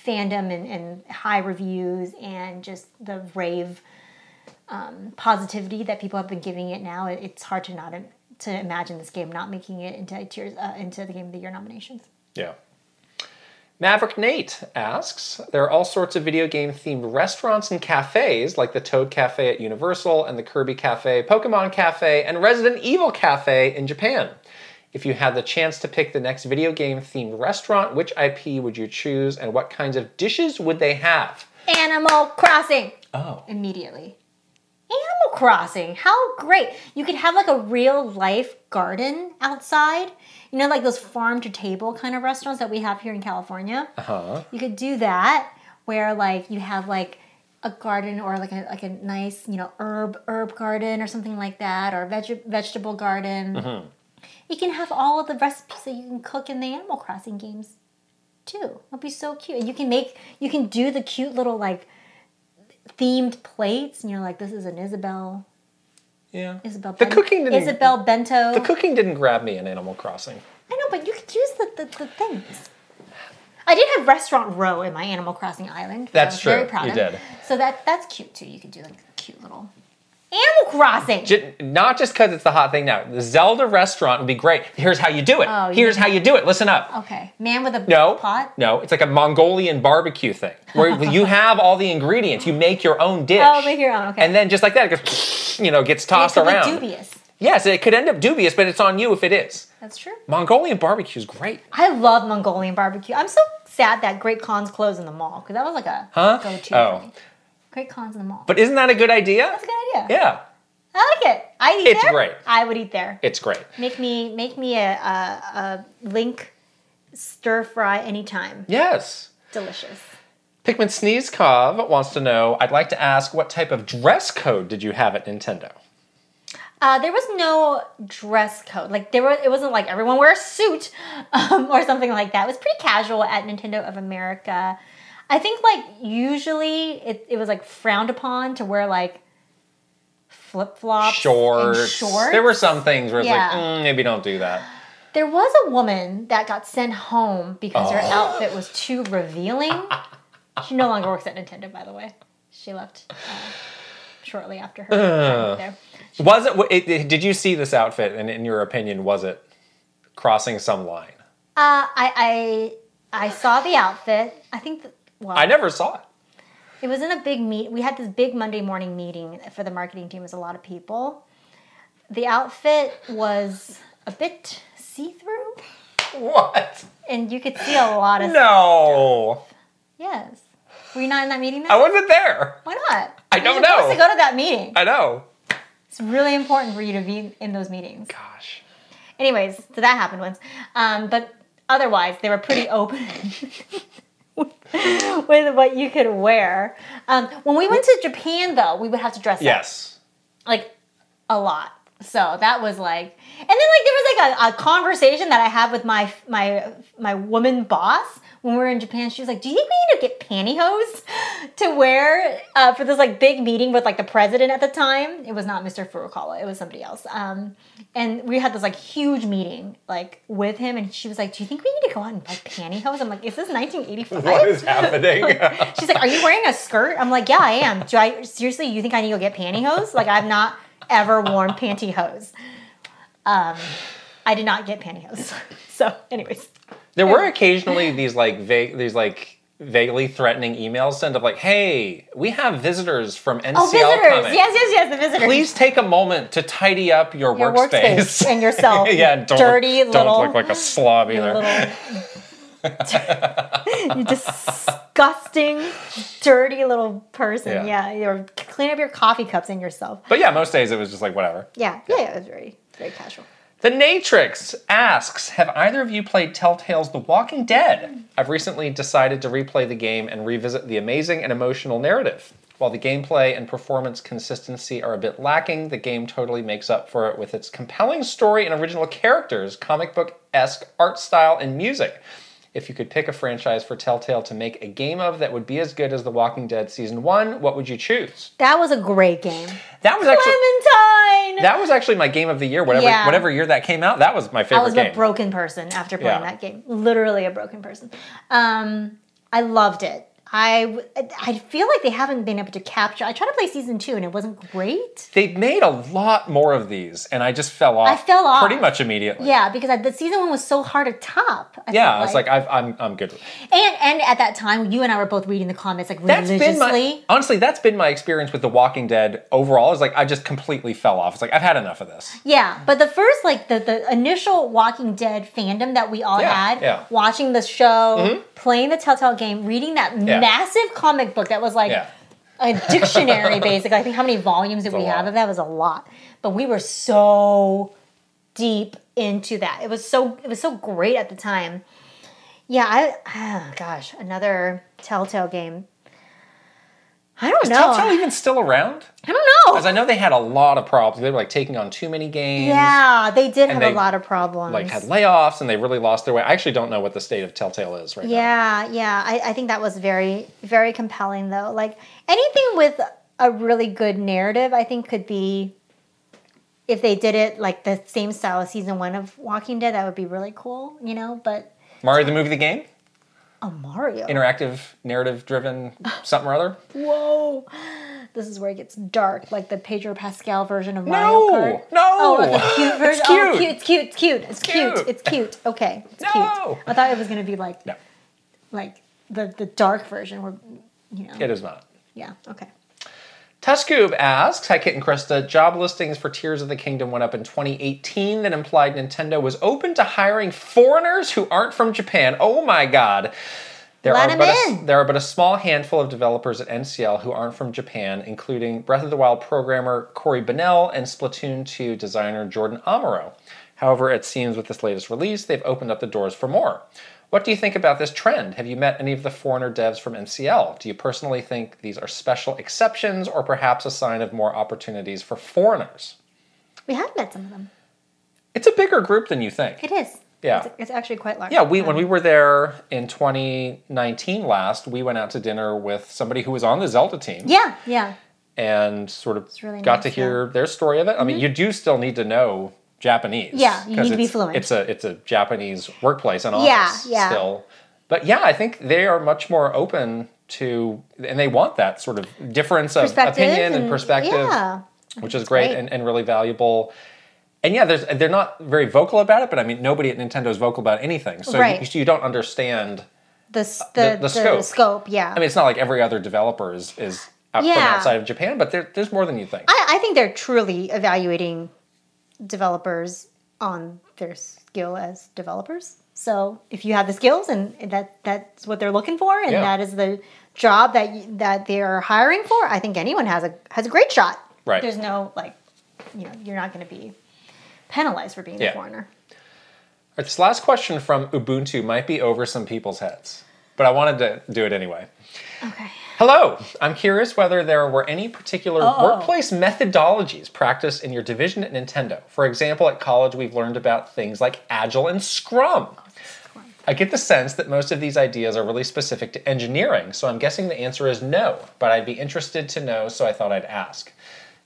[SPEAKER 1] fandom and, and high reviews and just the rave um, positivity that people have been giving it now. It, it's hard to not im- to imagine this game not making it into Tears uh, into the Game of the Year nominations.
[SPEAKER 2] Yeah. Maverick Nate asks There are all sorts of video game themed restaurants and cafes, like the Toad Cafe at Universal and the Kirby Cafe, Pokemon Cafe, and Resident Evil Cafe in Japan. If you had the chance to pick the next video game themed restaurant, which IP would you choose and what kinds of dishes would they have?
[SPEAKER 1] Animal Crossing
[SPEAKER 2] Oh.
[SPEAKER 1] immediately. Animal Crossing, how great! You could have like a real life garden outside. You know, like those farm to table kind of restaurants that we have here in California.
[SPEAKER 2] Huh?
[SPEAKER 1] You could do that where like you have like a garden or like a like a nice you know herb herb garden or something like that or veg- vegetable garden. You can have all of the recipes that you can cook in the Animal Crossing games too. It'd be so cute. And you can make you can do the cute little like themed plates and you're like this is an Isabel
[SPEAKER 2] Yeah.
[SPEAKER 1] Isabel
[SPEAKER 2] The cooking didn't-
[SPEAKER 1] Isabel bento.
[SPEAKER 2] The cooking didn't grab me in Animal Crossing.
[SPEAKER 1] I know, but you could use the, the, the things. I did have Restaurant Row in my Animal Crossing island. which I
[SPEAKER 2] That's
[SPEAKER 1] was
[SPEAKER 2] true.
[SPEAKER 1] Very proud
[SPEAKER 2] You
[SPEAKER 1] of.
[SPEAKER 2] did.
[SPEAKER 1] So that that's cute too. You could do like a cute little Animal Crossing.
[SPEAKER 2] Ju- Not just because it's the hot thing now. The Zelda restaurant would be great. Here's how you do it.
[SPEAKER 1] Oh, you
[SPEAKER 2] Here's
[SPEAKER 1] mean-
[SPEAKER 2] how you do it. Listen up.
[SPEAKER 1] okay, man with a
[SPEAKER 2] No.
[SPEAKER 1] pot.
[SPEAKER 2] No, it's like a Mongolian barbecue thing where you have all the ingredients. You make your own dish.
[SPEAKER 1] Oh, make your own, okay.
[SPEAKER 2] And then just like that, it goes, you know, gets tossed
[SPEAKER 1] It's a bit
[SPEAKER 2] around.
[SPEAKER 1] dubious.
[SPEAKER 2] Yes, it could end up dubious, but it's on you if it is.
[SPEAKER 1] That's true.
[SPEAKER 2] Mongolian barbecue is great.
[SPEAKER 1] I love Mongolian barbecue. I'm so sad that Great Khans closed in the mall because that was like a
[SPEAKER 2] Huh?
[SPEAKER 1] go-to.
[SPEAKER 2] Oh.
[SPEAKER 1] For me. Great Khans in the mall.
[SPEAKER 2] But isn't that a good idea?
[SPEAKER 1] That's a good idea.
[SPEAKER 2] Yeah,
[SPEAKER 1] I like it. I eat
[SPEAKER 2] It's
[SPEAKER 1] there.
[SPEAKER 2] great.
[SPEAKER 1] I would eat there.
[SPEAKER 2] it's great.
[SPEAKER 1] Make me make me a, a, a link stir fry anytime.
[SPEAKER 2] Yes.
[SPEAKER 1] Delicious.
[SPEAKER 2] Pikmin Sneezekov wants to know I'd like to ask what type of dress code did you have at Nintendo?
[SPEAKER 1] Uh, there was no dress code. Like there was, it wasn't like everyone wear a suit um, or something like that. It was pretty casual at Nintendo of America. I think like usually it, it was like frowned upon to wear like flip flops,
[SPEAKER 2] Shorts.
[SPEAKER 1] shorts.
[SPEAKER 2] There were some things where it's like,
[SPEAKER 1] Yeah.
[SPEAKER 2] mm, maybe don't do that.
[SPEAKER 1] There was a woman that got sent home because
[SPEAKER 2] Oh.
[SPEAKER 1] her outfit was too revealing. she no longer works at Nintendo, by the way. She left uh, shortly after her time there.
[SPEAKER 2] Was it, wa- it, it- Did you see this outfit? And in your opinion, was it crossing some line?
[SPEAKER 1] Uh, I, I I saw the outfit. I think that, well,
[SPEAKER 2] I never saw it.
[SPEAKER 1] it was in a big meet. We had this big Monday morning meeting for the marketing team. It was a lot of people. The outfit was a bit see through,
[SPEAKER 2] What?
[SPEAKER 1] and you could see a lot of
[SPEAKER 2] No,
[SPEAKER 1] yes. Were you not in that meeting? Then?
[SPEAKER 2] I wasn't there.
[SPEAKER 1] Why not?
[SPEAKER 2] I don't
[SPEAKER 1] You're supposed
[SPEAKER 2] know.
[SPEAKER 1] to go to that meeting.
[SPEAKER 2] I know.
[SPEAKER 1] It's really important for you to be in those meetings.
[SPEAKER 2] Gosh.
[SPEAKER 1] Anyways, so that happened once. Um, but otherwise, they were pretty open with what you could wear. Um, when we went to Japan, though, we would have to dress up
[SPEAKER 2] Yes.
[SPEAKER 1] like a lot. So that was like, and then like there was like a, a conversation that I had with my my my woman boss when we were in Japan. She was like, "Do you think we need to get pantyhose to wear uh, for this like big meeting with like the president at the time?" It was not Mr. Furukawa; it was somebody else. Um, and we had this like huge meeting like with him, and she was like, "Do you think we need to go out and buy pantyhose?" I'm like, "Is this 1985?"
[SPEAKER 2] What is happening?
[SPEAKER 1] She's like, "Are you wearing a skirt?" I'm like, "Yeah, I am." Do I seriously? You think I need to go get pantyhose? Like, I've not ever worn pantyhose. Um, I did not get pantyhose. So, anyways,
[SPEAKER 2] There were occasionally these like vague, these like vaguely threatening emails sent of like, "Hey, we have visitors from NCL
[SPEAKER 1] oh, visitors!
[SPEAKER 2] coming.
[SPEAKER 1] Yes, yes, yes, the visitors.
[SPEAKER 2] Please take a moment to tidy up your,
[SPEAKER 1] your
[SPEAKER 2] workspace.
[SPEAKER 1] workspace and yourself.
[SPEAKER 2] yeah, don't,
[SPEAKER 1] dirty
[SPEAKER 2] don't
[SPEAKER 1] little
[SPEAKER 2] look like a slob either.
[SPEAKER 1] little. you disgusting, dirty little person.
[SPEAKER 2] Yeah.
[SPEAKER 1] Yeah. or clean up your coffee cups and yourself.
[SPEAKER 2] But yeah, most days it was just like whatever.
[SPEAKER 1] Yeah, yeah, yeah. It was very, very casual.
[SPEAKER 2] The Natrix asks, "Have either of you played Telltale's The Walking Dead?" I've recently decided to replay the game and revisit the amazing and emotional narrative. While the gameplay and performance consistency are a bit lacking, the game totally makes up for it with its compelling story and original characters, comic book esque art style, and music. If you could pick a franchise for Telltale to make a game of that would be as good as The Walking Dead Season 1, what would you choose?
[SPEAKER 1] That was a great game.
[SPEAKER 2] That was actually.
[SPEAKER 1] Clementine.
[SPEAKER 2] That was actually my game of the year. Whatever,
[SPEAKER 1] Yeah.
[SPEAKER 2] whatever year that came out, that was my favorite
[SPEAKER 1] I was
[SPEAKER 2] game.
[SPEAKER 1] a broken person after playing
[SPEAKER 2] Yeah.
[SPEAKER 1] that game. Literally a broken person. Um, I loved it. I w- I feel like they haven't been able to capture. I tried to play season two and it wasn't great.
[SPEAKER 2] they made a lot more of these, and I just fell off.
[SPEAKER 1] I fell off.
[SPEAKER 2] pretty much immediately.
[SPEAKER 1] Yeah, because I, the season one was so hard to top. I
[SPEAKER 2] Yeah,
[SPEAKER 1] felt
[SPEAKER 2] I was like, I've, I'm, I'm good. with it.
[SPEAKER 1] and and at that time, you and I were both reading the comments like
[SPEAKER 2] That's
[SPEAKER 1] religiously.
[SPEAKER 2] been my honestly. That's been my experience with The Walking Dead overall. Is like I just completely fell off. It's like I've had enough of this.
[SPEAKER 1] Yeah, but the first like the the initial Walking Dead fandom that we all
[SPEAKER 2] Yeah,
[SPEAKER 1] had,
[SPEAKER 2] yeah. Mm-hmm.
[SPEAKER 1] watching the show, playing the Telltale game, reading that massive comic book that was like
[SPEAKER 2] Yeah.
[SPEAKER 1] a dictionary basically. I think how many volumes did we
[SPEAKER 2] a lot.
[SPEAKER 1] have of that was a lot. But we were so deep into that. It was so it was so great at the time. Yeah, I oh gosh, another Telltale game. I don't know.
[SPEAKER 2] Telltale even still around?
[SPEAKER 1] I don't know.
[SPEAKER 2] Because I know they had a lot of problems. They were like taking on too many games.
[SPEAKER 1] yeah, they did have
[SPEAKER 2] they,
[SPEAKER 1] a lot of problems.
[SPEAKER 2] Like had layoffs, and they really lost their way. I actually don't know what the state of Telltale is right now.
[SPEAKER 1] Yeah, yeah. I, I think that was very, very compelling though. Like anything with a really good narrative, I think could be if they did it like the same style as season one of Walking Dead, that would be really cool, you know? But
[SPEAKER 2] Mario the movie, the game,
[SPEAKER 1] oh Mario.
[SPEAKER 2] interactive, narrative-driven, something or other.
[SPEAKER 1] Whoa. This is where it gets dark, like the Pedro Pascal version of Mario
[SPEAKER 2] No,
[SPEAKER 1] Kart.
[SPEAKER 2] no.
[SPEAKER 1] Oh, like the cute version. Oh,
[SPEAKER 2] cute.
[SPEAKER 1] cute. It's cute. It's cute. It's, cute.
[SPEAKER 2] cute.
[SPEAKER 1] It's cute. Okay. It's
[SPEAKER 2] No.
[SPEAKER 1] cute. I thought it was gonna be like
[SPEAKER 2] No,
[SPEAKER 1] like the the dark version where you know.
[SPEAKER 2] it is not.
[SPEAKER 1] Yeah. Okay.
[SPEAKER 2] Tuscoob asks, Hi Kit and Krista, job listings for Tears of the Kingdom went up in 2018 that implied Nintendo was open to hiring foreigners who aren't from Japan. Oh my god. There
[SPEAKER 1] Let
[SPEAKER 2] are,
[SPEAKER 1] 'em
[SPEAKER 2] but a,
[SPEAKER 1] in.
[SPEAKER 2] there are but a small handful of developers at NCL who aren't from Japan, including Breath of the Wild programmer Corey Bennell and Splatoon 2 designer Jordan Amaro. However, it seems with this latest release, they've opened up the doors for more. What do you think about this trend? Have you met any of the foreigner devs from NCL? Do you personally think these are special exceptions or perhaps a sign of more opportunities for foreigners?
[SPEAKER 1] We have met some of them.
[SPEAKER 2] It's a bigger group than you think.
[SPEAKER 1] It is.
[SPEAKER 2] Yeah.
[SPEAKER 1] It's, it's actually quite large.
[SPEAKER 2] Yeah, we when
[SPEAKER 1] Um,
[SPEAKER 2] we were there in 2019 last, we went out to dinner with somebody who was on the Zelda team
[SPEAKER 1] Yeah. Yeah.
[SPEAKER 2] and sort of
[SPEAKER 1] really
[SPEAKER 2] got
[SPEAKER 1] nice, Mm-hmm.
[SPEAKER 2] to hear their story of it. I mean, you do still need to know Japanese.
[SPEAKER 1] Yeah, you
[SPEAKER 2] 'cause
[SPEAKER 1] need to be
[SPEAKER 2] it's-
[SPEAKER 1] fluent.
[SPEAKER 2] It's a it's a Japanese workplace and office
[SPEAKER 1] Yeah, yeah.
[SPEAKER 2] still. But yeah, I think they are much more open to and they want that sort of difference of
[SPEAKER 1] Perspective
[SPEAKER 2] opinion and,
[SPEAKER 1] and-
[SPEAKER 2] perspective.
[SPEAKER 1] yeah.
[SPEAKER 2] Which is great,
[SPEAKER 1] great.
[SPEAKER 2] And, and really valuable. And yeah, there's they're not very vocal about it, but I mean nobody at Nintendo is vocal about anything. So
[SPEAKER 1] Right.
[SPEAKER 2] you, you don't understand
[SPEAKER 1] The s-
[SPEAKER 2] Uh, the
[SPEAKER 1] the, the,
[SPEAKER 2] scope.
[SPEAKER 1] scope. Yeah.
[SPEAKER 2] I mean it's not like every other developer is, is out from
[SPEAKER 1] Yeah.
[SPEAKER 2] outside of Japan, but there, there's more than you think.
[SPEAKER 1] I, I think they're truly evaluating developers on their skill as developers. So if you have the skills and that that's what they're looking for, and
[SPEAKER 2] Yeah.
[SPEAKER 1] that is the job that you, that they are hiring for, I think anyone has a has a great shot.
[SPEAKER 2] Right.
[SPEAKER 1] There's no like, you know, you're not going to be penalized for being
[SPEAKER 2] Yeah.
[SPEAKER 1] a foreigner.
[SPEAKER 2] All right, this last question from Ubuntu might be over some people's heads, but I wanted to do it anyway.
[SPEAKER 1] Okay.
[SPEAKER 2] Hello, I'm curious whether there were any particular workplace methodologies practiced in your division at Nintendo. For example, at college, we've learned about things like Agile and Scrum. I get the sense that most of these ideas are really specific to engineering, so I'm guessing the answer is no, but I'd be interested to know, so I thought I'd ask.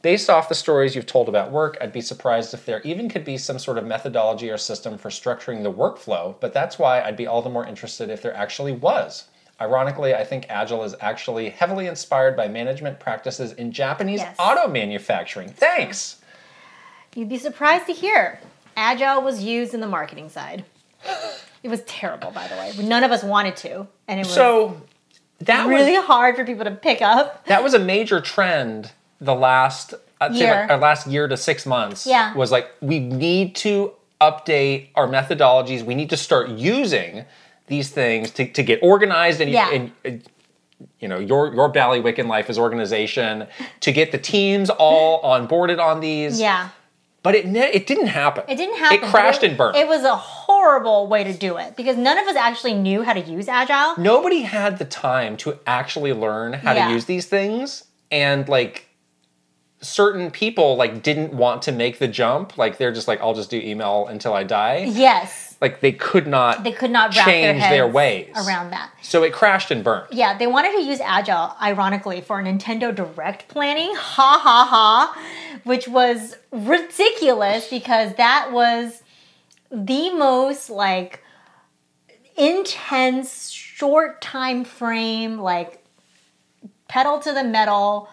[SPEAKER 2] Based off the stories you've told about work, I'd be surprised if there even could be some sort of methodology or system for structuring the workflow, but that's why I'd be all the more interested if there actually was. Ironically, I think Agile is actually heavily inspired by management practices in Japanese
[SPEAKER 1] Yes.
[SPEAKER 2] auto manufacturing. Thanks!
[SPEAKER 1] You'd be surprised to hear agile was used in the marketing side. It was terrible, by the way. None of us wanted to, and it was
[SPEAKER 2] So, that was
[SPEAKER 1] really hard for people to pick up.
[SPEAKER 2] that was a major trend the last I'd say
[SPEAKER 1] Year.
[SPEAKER 2] like our last year to six months
[SPEAKER 1] Yeah.
[SPEAKER 2] was like we need to update our methodologies we need to start using these things to, to get organized and,
[SPEAKER 1] Yeah.
[SPEAKER 2] and, and, you know your your ballywick in life is organization to get the teams all onboarded on these
[SPEAKER 1] Yeah.
[SPEAKER 2] but it ne- it didn't happen
[SPEAKER 1] It didn't happen.
[SPEAKER 2] it
[SPEAKER 1] but
[SPEAKER 2] crashed and burned
[SPEAKER 1] It was a horrible way to do it because none of us actually knew how to use Agile.
[SPEAKER 2] nobody had the time to actually learn how
[SPEAKER 1] Yeah.
[SPEAKER 2] to use these things and like certain people like didn't want to make the jump like they're just like i'll just do email until i die
[SPEAKER 1] Yes,
[SPEAKER 2] like they could not
[SPEAKER 1] they could not wrap their,
[SPEAKER 2] change
[SPEAKER 1] heads
[SPEAKER 2] their ways
[SPEAKER 1] around that.
[SPEAKER 2] so it crashed and burned
[SPEAKER 1] Yeah, they wanted to use Agile, ironically, for Nintendo Direct planning. Ha ha ha. Which was ridiculous because that was the most like intense, short time frame, like pedal to the metal.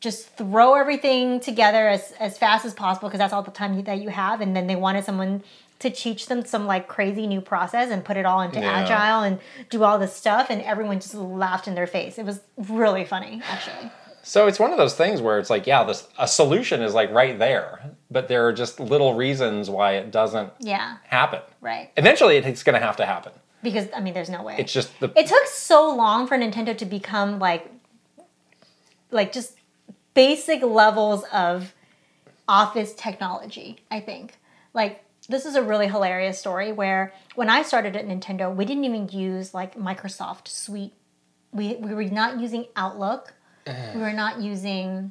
[SPEAKER 1] Just throw everything together as, as fast as possible because that's all the time you, that you have. And then they wanted someone to teach them some like crazy new process and put it all into
[SPEAKER 2] Yeah.
[SPEAKER 1] Agile style and do all this stuff and everyone just laughed in their face it was really funny actually
[SPEAKER 2] so it's one of those things where it's like yeah this a solution is like right there but there are just little reasons why it doesn't
[SPEAKER 1] yeah
[SPEAKER 2] happen
[SPEAKER 1] right
[SPEAKER 2] eventually it's going to have to happen
[SPEAKER 1] because i mean there's no way
[SPEAKER 2] it's just the
[SPEAKER 1] it took so long for nintendo to become like like just basic levels of office technology i think like this is a really hilarious story where when i started at nintendo we didn't even use like microsoft suite we, we were not using outlook
[SPEAKER 2] Eh.
[SPEAKER 1] we were not using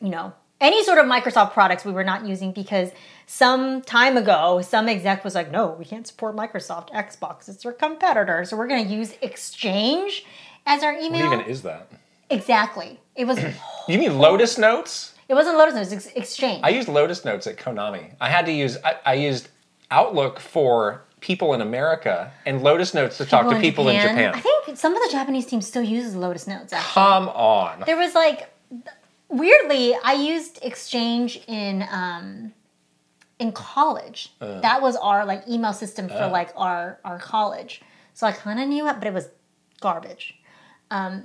[SPEAKER 1] you know any sort of microsoft products we were not using because some time ago some exec was like no we can't support microsoft xbox it's their competitor so we're going to use exchange as our
[SPEAKER 2] what
[SPEAKER 1] email
[SPEAKER 2] even is that
[SPEAKER 1] exactly it was
[SPEAKER 2] you mean lotus notes
[SPEAKER 1] It wasn't Lotus Notes, it was Ex- Exchange.
[SPEAKER 2] I used Lotus Notes at Konami. I had to use I, I used Outlook for people in America and Lotus Notes to talk to people in Japan.
[SPEAKER 1] I think some of the Japanese teams still uses Lotus Notes. Actually.
[SPEAKER 2] Come on.
[SPEAKER 1] There was like weirdly, I used Exchange in um, in college. that was our like email system for like our our college. So I kind of knew it, but it was garbage. Um,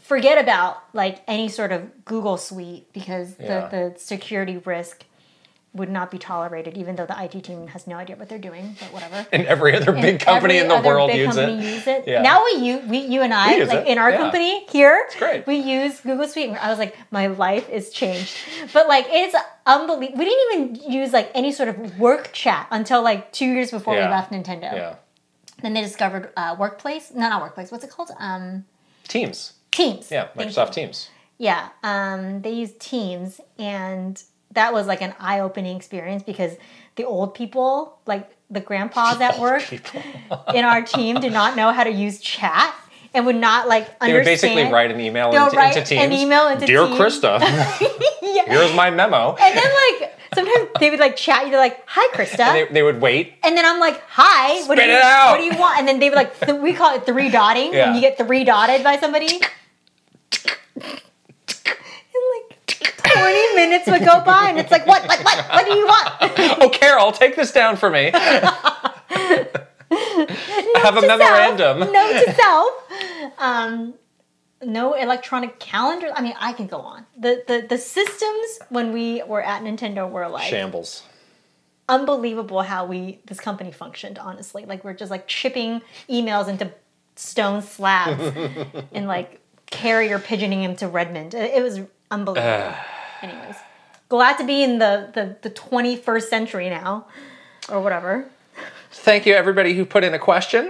[SPEAKER 1] forget about like any sort of Google suite because
[SPEAKER 2] Yeah.
[SPEAKER 1] the, the security risk would not be tolerated, even though the IT team has no idea what they're doing. But whatever.
[SPEAKER 2] And every other big company in
[SPEAKER 1] Every
[SPEAKER 2] the
[SPEAKER 1] other
[SPEAKER 2] world
[SPEAKER 1] big
[SPEAKER 2] uses it.
[SPEAKER 1] company use it.
[SPEAKER 2] Yeah.
[SPEAKER 1] Now we you we you and I
[SPEAKER 2] We use
[SPEAKER 1] like
[SPEAKER 2] it,
[SPEAKER 1] in our
[SPEAKER 2] yeah.
[SPEAKER 1] company here.
[SPEAKER 2] great.
[SPEAKER 1] We use Google Suite. And I was like, my life is changed. But like it's unbelievable. We didn't even use like any sort of work chat until like two years before
[SPEAKER 2] Yeah.
[SPEAKER 1] we left Nintendo.
[SPEAKER 2] Yeah.
[SPEAKER 1] Then they discovered uh, Workplace. No, not Workplace. What's it called? Um,
[SPEAKER 2] Teams.
[SPEAKER 1] Teams.
[SPEAKER 2] Yeah,
[SPEAKER 1] Thank
[SPEAKER 2] Microsoft
[SPEAKER 1] you.
[SPEAKER 2] Teams.
[SPEAKER 1] Yeah, um, they used Teams, and that was like an eye-opening experience because the old people, like the grandpas at work in our team, did not know how to use chat and would not like understand.
[SPEAKER 2] They would basically write an email
[SPEAKER 1] They'll
[SPEAKER 2] into,
[SPEAKER 1] write
[SPEAKER 2] into Teams.
[SPEAKER 1] an email into
[SPEAKER 2] Dear
[SPEAKER 1] Teams.
[SPEAKER 2] Krista,
[SPEAKER 1] yeah.
[SPEAKER 2] here's my memo.
[SPEAKER 1] and then like sometimes they would like chat you they're like hi krista
[SPEAKER 2] They, they would wait.
[SPEAKER 1] and then I'm like, "Hi, what do
[SPEAKER 2] Spit
[SPEAKER 1] you
[SPEAKER 2] it out.
[SPEAKER 1] what do you want?" And then they were like, th- "We call it three dotting,
[SPEAKER 2] Yeah.
[SPEAKER 1] and you get three dotted by somebody." and like twenty minutes would go by, and it's like, "What? What? What? What do you want?"
[SPEAKER 2] Oh, Carol, take this down for me. I have a memorandum.
[SPEAKER 1] no to self. Um, no electronic calendar. I mean, I can go on. The, the the systems when we were at Nintendo were like
[SPEAKER 2] Shambles.
[SPEAKER 1] unbelievable how we this company functioned honestly like we're just like chipping emails into stone slabs and like carrier pigeoning him to redmond it, it was unbelievable anyways glad to be in the, the the 21st century now or whatever
[SPEAKER 2] Thank you, everybody who put in a question.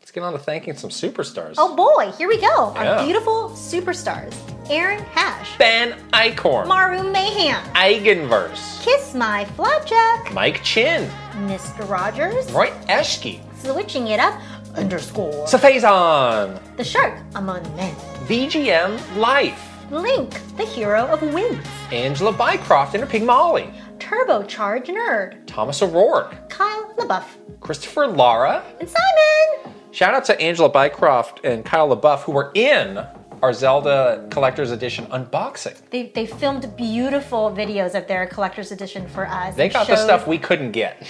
[SPEAKER 2] Let's get on to thanking some superstars.
[SPEAKER 1] oh boy here we go our
[SPEAKER 2] Yeah.
[SPEAKER 1] beautiful superstars aaron hash
[SPEAKER 2] Ben Icorn,
[SPEAKER 1] maru mayhem
[SPEAKER 2] Eigenverse,
[SPEAKER 1] kiss my flapjack
[SPEAKER 2] Mike Chin,
[SPEAKER 1] mr rogers
[SPEAKER 2] Roy Eschke,
[SPEAKER 1] switching it up underscore
[SPEAKER 2] Safazon,
[SPEAKER 1] the shark among men
[SPEAKER 2] VGM Life,
[SPEAKER 1] Link, the hero of winds.
[SPEAKER 2] Angela Bycroft and her Pig Molly,
[SPEAKER 1] Turbocharge nerd.
[SPEAKER 2] Thomas O'Rourke,
[SPEAKER 1] Kyle LaBeouf.
[SPEAKER 2] Christopher Lara.
[SPEAKER 1] And Simon!
[SPEAKER 2] Shout out to Angela Bycroft and Kyle LaBeouf who were in our Zelda Collector's Edition unboxing.
[SPEAKER 1] They, they filmed beautiful videos of their collector's edition for us.
[SPEAKER 2] They
[SPEAKER 1] and
[SPEAKER 2] got the
[SPEAKER 1] showed-
[SPEAKER 2] stuff we couldn't get.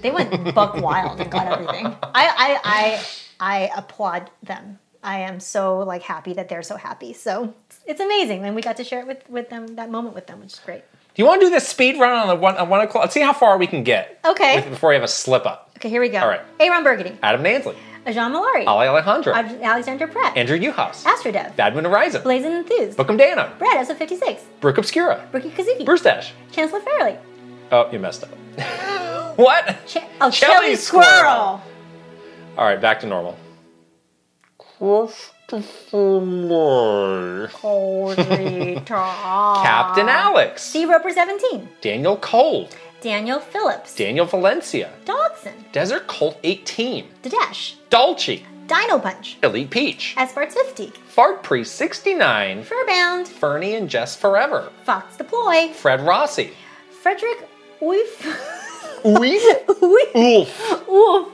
[SPEAKER 1] They went buck wild and got everything. I, I, I, I applaud them. I am so like happy that they're so happy. So it's, it's amazing, and we got to share it with, with them that moment with them, which is great.
[SPEAKER 2] Do you want to do this speed run on the one, on one o'clock? Let's see how far we can get.
[SPEAKER 1] Okay.
[SPEAKER 2] with- before we have a slip up.
[SPEAKER 1] Okay, here we go.
[SPEAKER 2] All right.
[SPEAKER 1] Aaron Burgundy,
[SPEAKER 2] Adam Nansley,
[SPEAKER 1] Jean Malari,
[SPEAKER 2] Ali Alejandro,
[SPEAKER 1] Alexander Pratt,
[SPEAKER 2] Andrew Uhouse,
[SPEAKER 1] Astrodev,
[SPEAKER 2] Badman Horizon,
[SPEAKER 1] Blazing Enthused,
[SPEAKER 2] Bookum Dano,
[SPEAKER 1] Brad episode 56,
[SPEAKER 2] Brook Obscura,
[SPEAKER 1] Rookie Kazuki,
[SPEAKER 2] Bruce Dash.
[SPEAKER 1] Chancellor Fairley.
[SPEAKER 2] Oh, you messed up. what?
[SPEAKER 1] Ch- oh, Shelly
[SPEAKER 2] Shelly
[SPEAKER 1] Squirrel.
[SPEAKER 2] Squirrel. All right, back to normal.
[SPEAKER 1] Holy cow.
[SPEAKER 2] Captain Alex,
[SPEAKER 1] D. Roper 17.
[SPEAKER 2] Daniel Cole,
[SPEAKER 1] Daniel Phillips.
[SPEAKER 2] Daniel Valencia,
[SPEAKER 1] Dodson.
[SPEAKER 2] Desert Colt 18,
[SPEAKER 1] Dadesh.
[SPEAKER 2] Dolce,
[SPEAKER 1] Dino Punch.
[SPEAKER 2] Elite Peach,
[SPEAKER 1] Asparts 50.
[SPEAKER 2] Fart Priest 69,
[SPEAKER 1] Furbound.
[SPEAKER 2] Fernie and Jess Forever,
[SPEAKER 1] Fox Deploy.
[SPEAKER 2] Fred Rossi,
[SPEAKER 1] Frederick Oof.
[SPEAKER 2] Oof,
[SPEAKER 1] Oof.
[SPEAKER 2] Oof,
[SPEAKER 1] Oof.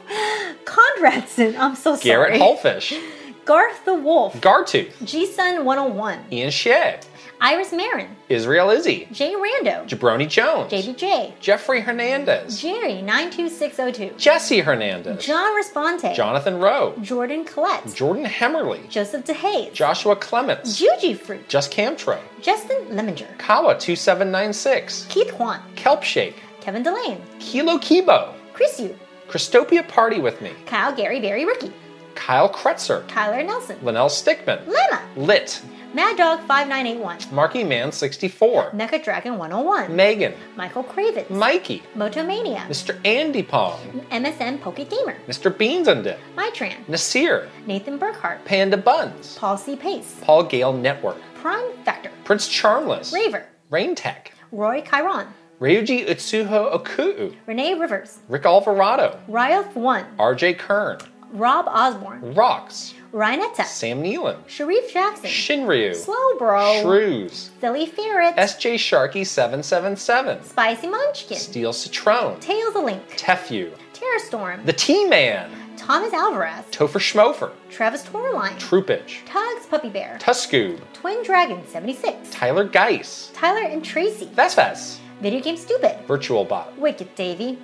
[SPEAKER 1] Conradson. I'm so sorry.
[SPEAKER 2] Garrett Hullfish,
[SPEAKER 1] Garth the Wolf.
[SPEAKER 2] Gartooth,
[SPEAKER 1] G Sun 101.
[SPEAKER 2] Ian Shea,
[SPEAKER 1] Iris Marin.
[SPEAKER 2] Israel Izzy,
[SPEAKER 1] J Rando.
[SPEAKER 2] Jabroni Jones,
[SPEAKER 1] JBJ.
[SPEAKER 2] Jeffrey Hernandez,
[SPEAKER 1] Jerry 92602.
[SPEAKER 2] Jesse Hernandez,
[SPEAKER 1] John Responte.
[SPEAKER 2] Jonathan Rowe,
[SPEAKER 1] Jordan Collette.
[SPEAKER 2] Jordan Hemmerly,
[SPEAKER 1] Joseph DeHaze.
[SPEAKER 2] Joshua Clements,
[SPEAKER 1] Juji Fruit,
[SPEAKER 2] Just Camtro,
[SPEAKER 1] Justin Leminger,
[SPEAKER 2] Kawa2796,
[SPEAKER 1] Keith Kwan,
[SPEAKER 2] Kelp Shake,
[SPEAKER 1] Kevin Delane,
[SPEAKER 2] Kilo Kibo,
[SPEAKER 1] Chris Yu,
[SPEAKER 2] Christopia Party with Me,
[SPEAKER 1] Kyle Gary Barry Ricky,
[SPEAKER 2] Kyle Kretzer,
[SPEAKER 1] Kyler Nelson,
[SPEAKER 2] Linnell Stickman,
[SPEAKER 1] Lema,
[SPEAKER 2] Lit,
[SPEAKER 1] Mad Dog 5981,
[SPEAKER 2] Marky Man 64,
[SPEAKER 1] Mecha E Dragon 101,
[SPEAKER 2] Megan,
[SPEAKER 1] Michael Cravens,
[SPEAKER 2] Mikey,
[SPEAKER 1] Motomania,
[SPEAKER 2] Mr. Andy Pong,
[SPEAKER 1] MSN Poke Gamer,
[SPEAKER 2] Mr. Beans and Dip,
[SPEAKER 1] Mytran,
[SPEAKER 2] Nasir,
[SPEAKER 1] Nathan Burkhart,
[SPEAKER 2] Panda Buns,
[SPEAKER 1] Paul C. Pace,
[SPEAKER 2] Paul Gale Network,
[SPEAKER 1] Prime Factor,
[SPEAKER 2] Prince Charmless,
[SPEAKER 1] Raver,
[SPEAKER 2] Rain Tech,
[SPEAKER 1] Roy Chiron,
[SPEAKER 2] Ryuji Utsuho Okuu,
[SPEAKER 1] Renee Rivers,
[SPEAKER 2] Rick Alvarado,
[SPEAKER 1] Ryof 1,
[SPEAKER 2] RJ Kern,
[SPEAKER 1] Rob Osborne,
[SPEAKER 2] Rocks,
[SPEAKER 1] Rhinetta,
[SPEAKER 2] Sam Nealon,
[SPEAKER 1] Sharif Jackson,
[SPEAKER 2] Shinryu,
[SPEAKER 1] Slow Bro,
[SPEAKER 2] Shrews,
[SPEAKER 1] Silly Ferret,
[SPEAKER 2] SJ Sharky777,
[SPEAKER 1] Spicy Munchkin,
[SPEAKER 2] Steel Citrone,
[SPEAKER 1] Tails the Link,
[SPEAKER 2] Tefew,
[SPEAKER 1] Terror Storm,
[SPEAKER 2] The T Man,
[SPEAKER 1] Todd Thomas Alvarez,
[SPEAKER 2] Topher Schmofer,
[SPEAKER 1] Travis Torline,
[SPEAKER 2] Troopage,
[SPEAKER 1] Tugs Puppy Bear,
[SPEAKER 2] Tuskoob,
[SPEAKER 1] Twin Dragon 76,
[SPEAKER 2] Tyler Geis,
[SPEAKER 1] Tyler and Tracy,
[SPEAKER 2] Vesves,
[SPEAKER 1] Video Game Stupid,
[SPEAKER 2] Virtual Bot,
[SPEAKER 1] Wicked Davy,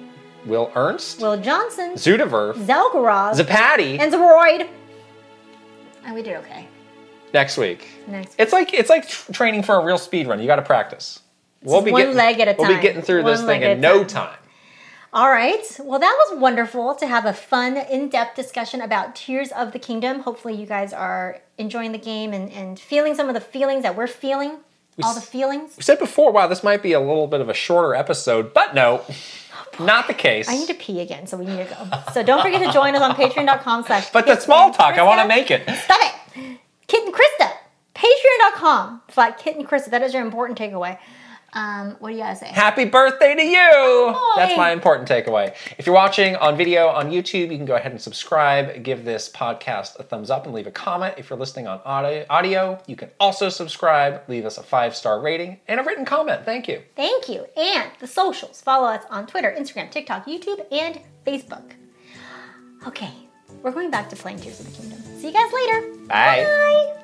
[SPEAKER 2] Will Ernst,
[SPEAKER 1] Will Johnson,
[SPEAKER 2] Zudiverf,
[SPEAKER 1] Zelgarov,
[SPEAKER 2] Zapati.
[SPEAKER 1] and Zoroid. And we did okay.
[SPEAKER 2] next week.
[SPEAKER 1] Next
[SPEAKER 2] It's like it's like tr- training for a real speed run. You got to practice. We'll
[SPEAKER 1] one leg at a
[SPEAKER 2] We'll be
[SPEAKER 1] time.
[SPEAKER 2] getting through this
[SPEAKER 1] One
[SPEAKER 2] thing
[SPEAKER 1] leg at
[SPEAKER 2] in
[SPEAKER 1] a
[SPEAKER 2] no
[SPEAKER 1] time.
[SPEAKER 2] time.
[SPEAKER 1] All right. Well, that was wonderful to have a fun, in depth discussion about Tears of the Kingdom. Hopefully, you guys are enjoying the game and, and feeling some of the feelings that we're feeling. all the feelings.
[SPEAKER 2] We said before, wow, this might be a little bit of a shorter episode, but no, not the case.
[SPEAKER 1] I need to pee again, so we need to go. So don't forget to join us on patreon.com slash
[SPEAKER 2] but the small
[SPEAKER 1] Kitten
[SPEAKER 2] talk, I want to
[SPEAKER 1] Krista.
[SPEAKER 2] make it.
[SPEAKER 1] Stop it! Kitten Krista! Patreon.com slash Kitten Krista. That is your important takeaway. Um, what do you gotta say?
[SPEAKER 2] Happy birthday to you! That's
[SPEAKER 1] boy.
[SPEAKER 2] my important takeaway. If you're watching on video on YouTube, you can go ahead and subscribe, give this podcast a thumbs up, and leave a comment. If you're listening on audio, audio you can also subscribe, leave us a five star rating, and a written comment. Thank you.
[SPEAKER 1] Thank you. And the socials. Follow us on Twitter, Instagram, TikTok, YouTube, and Facebook. Okay, we're going back to playing Tears of the Kingdom. See you guys later.
[SPEAKER 2] Bye.
[SPEAKER 1] Bye.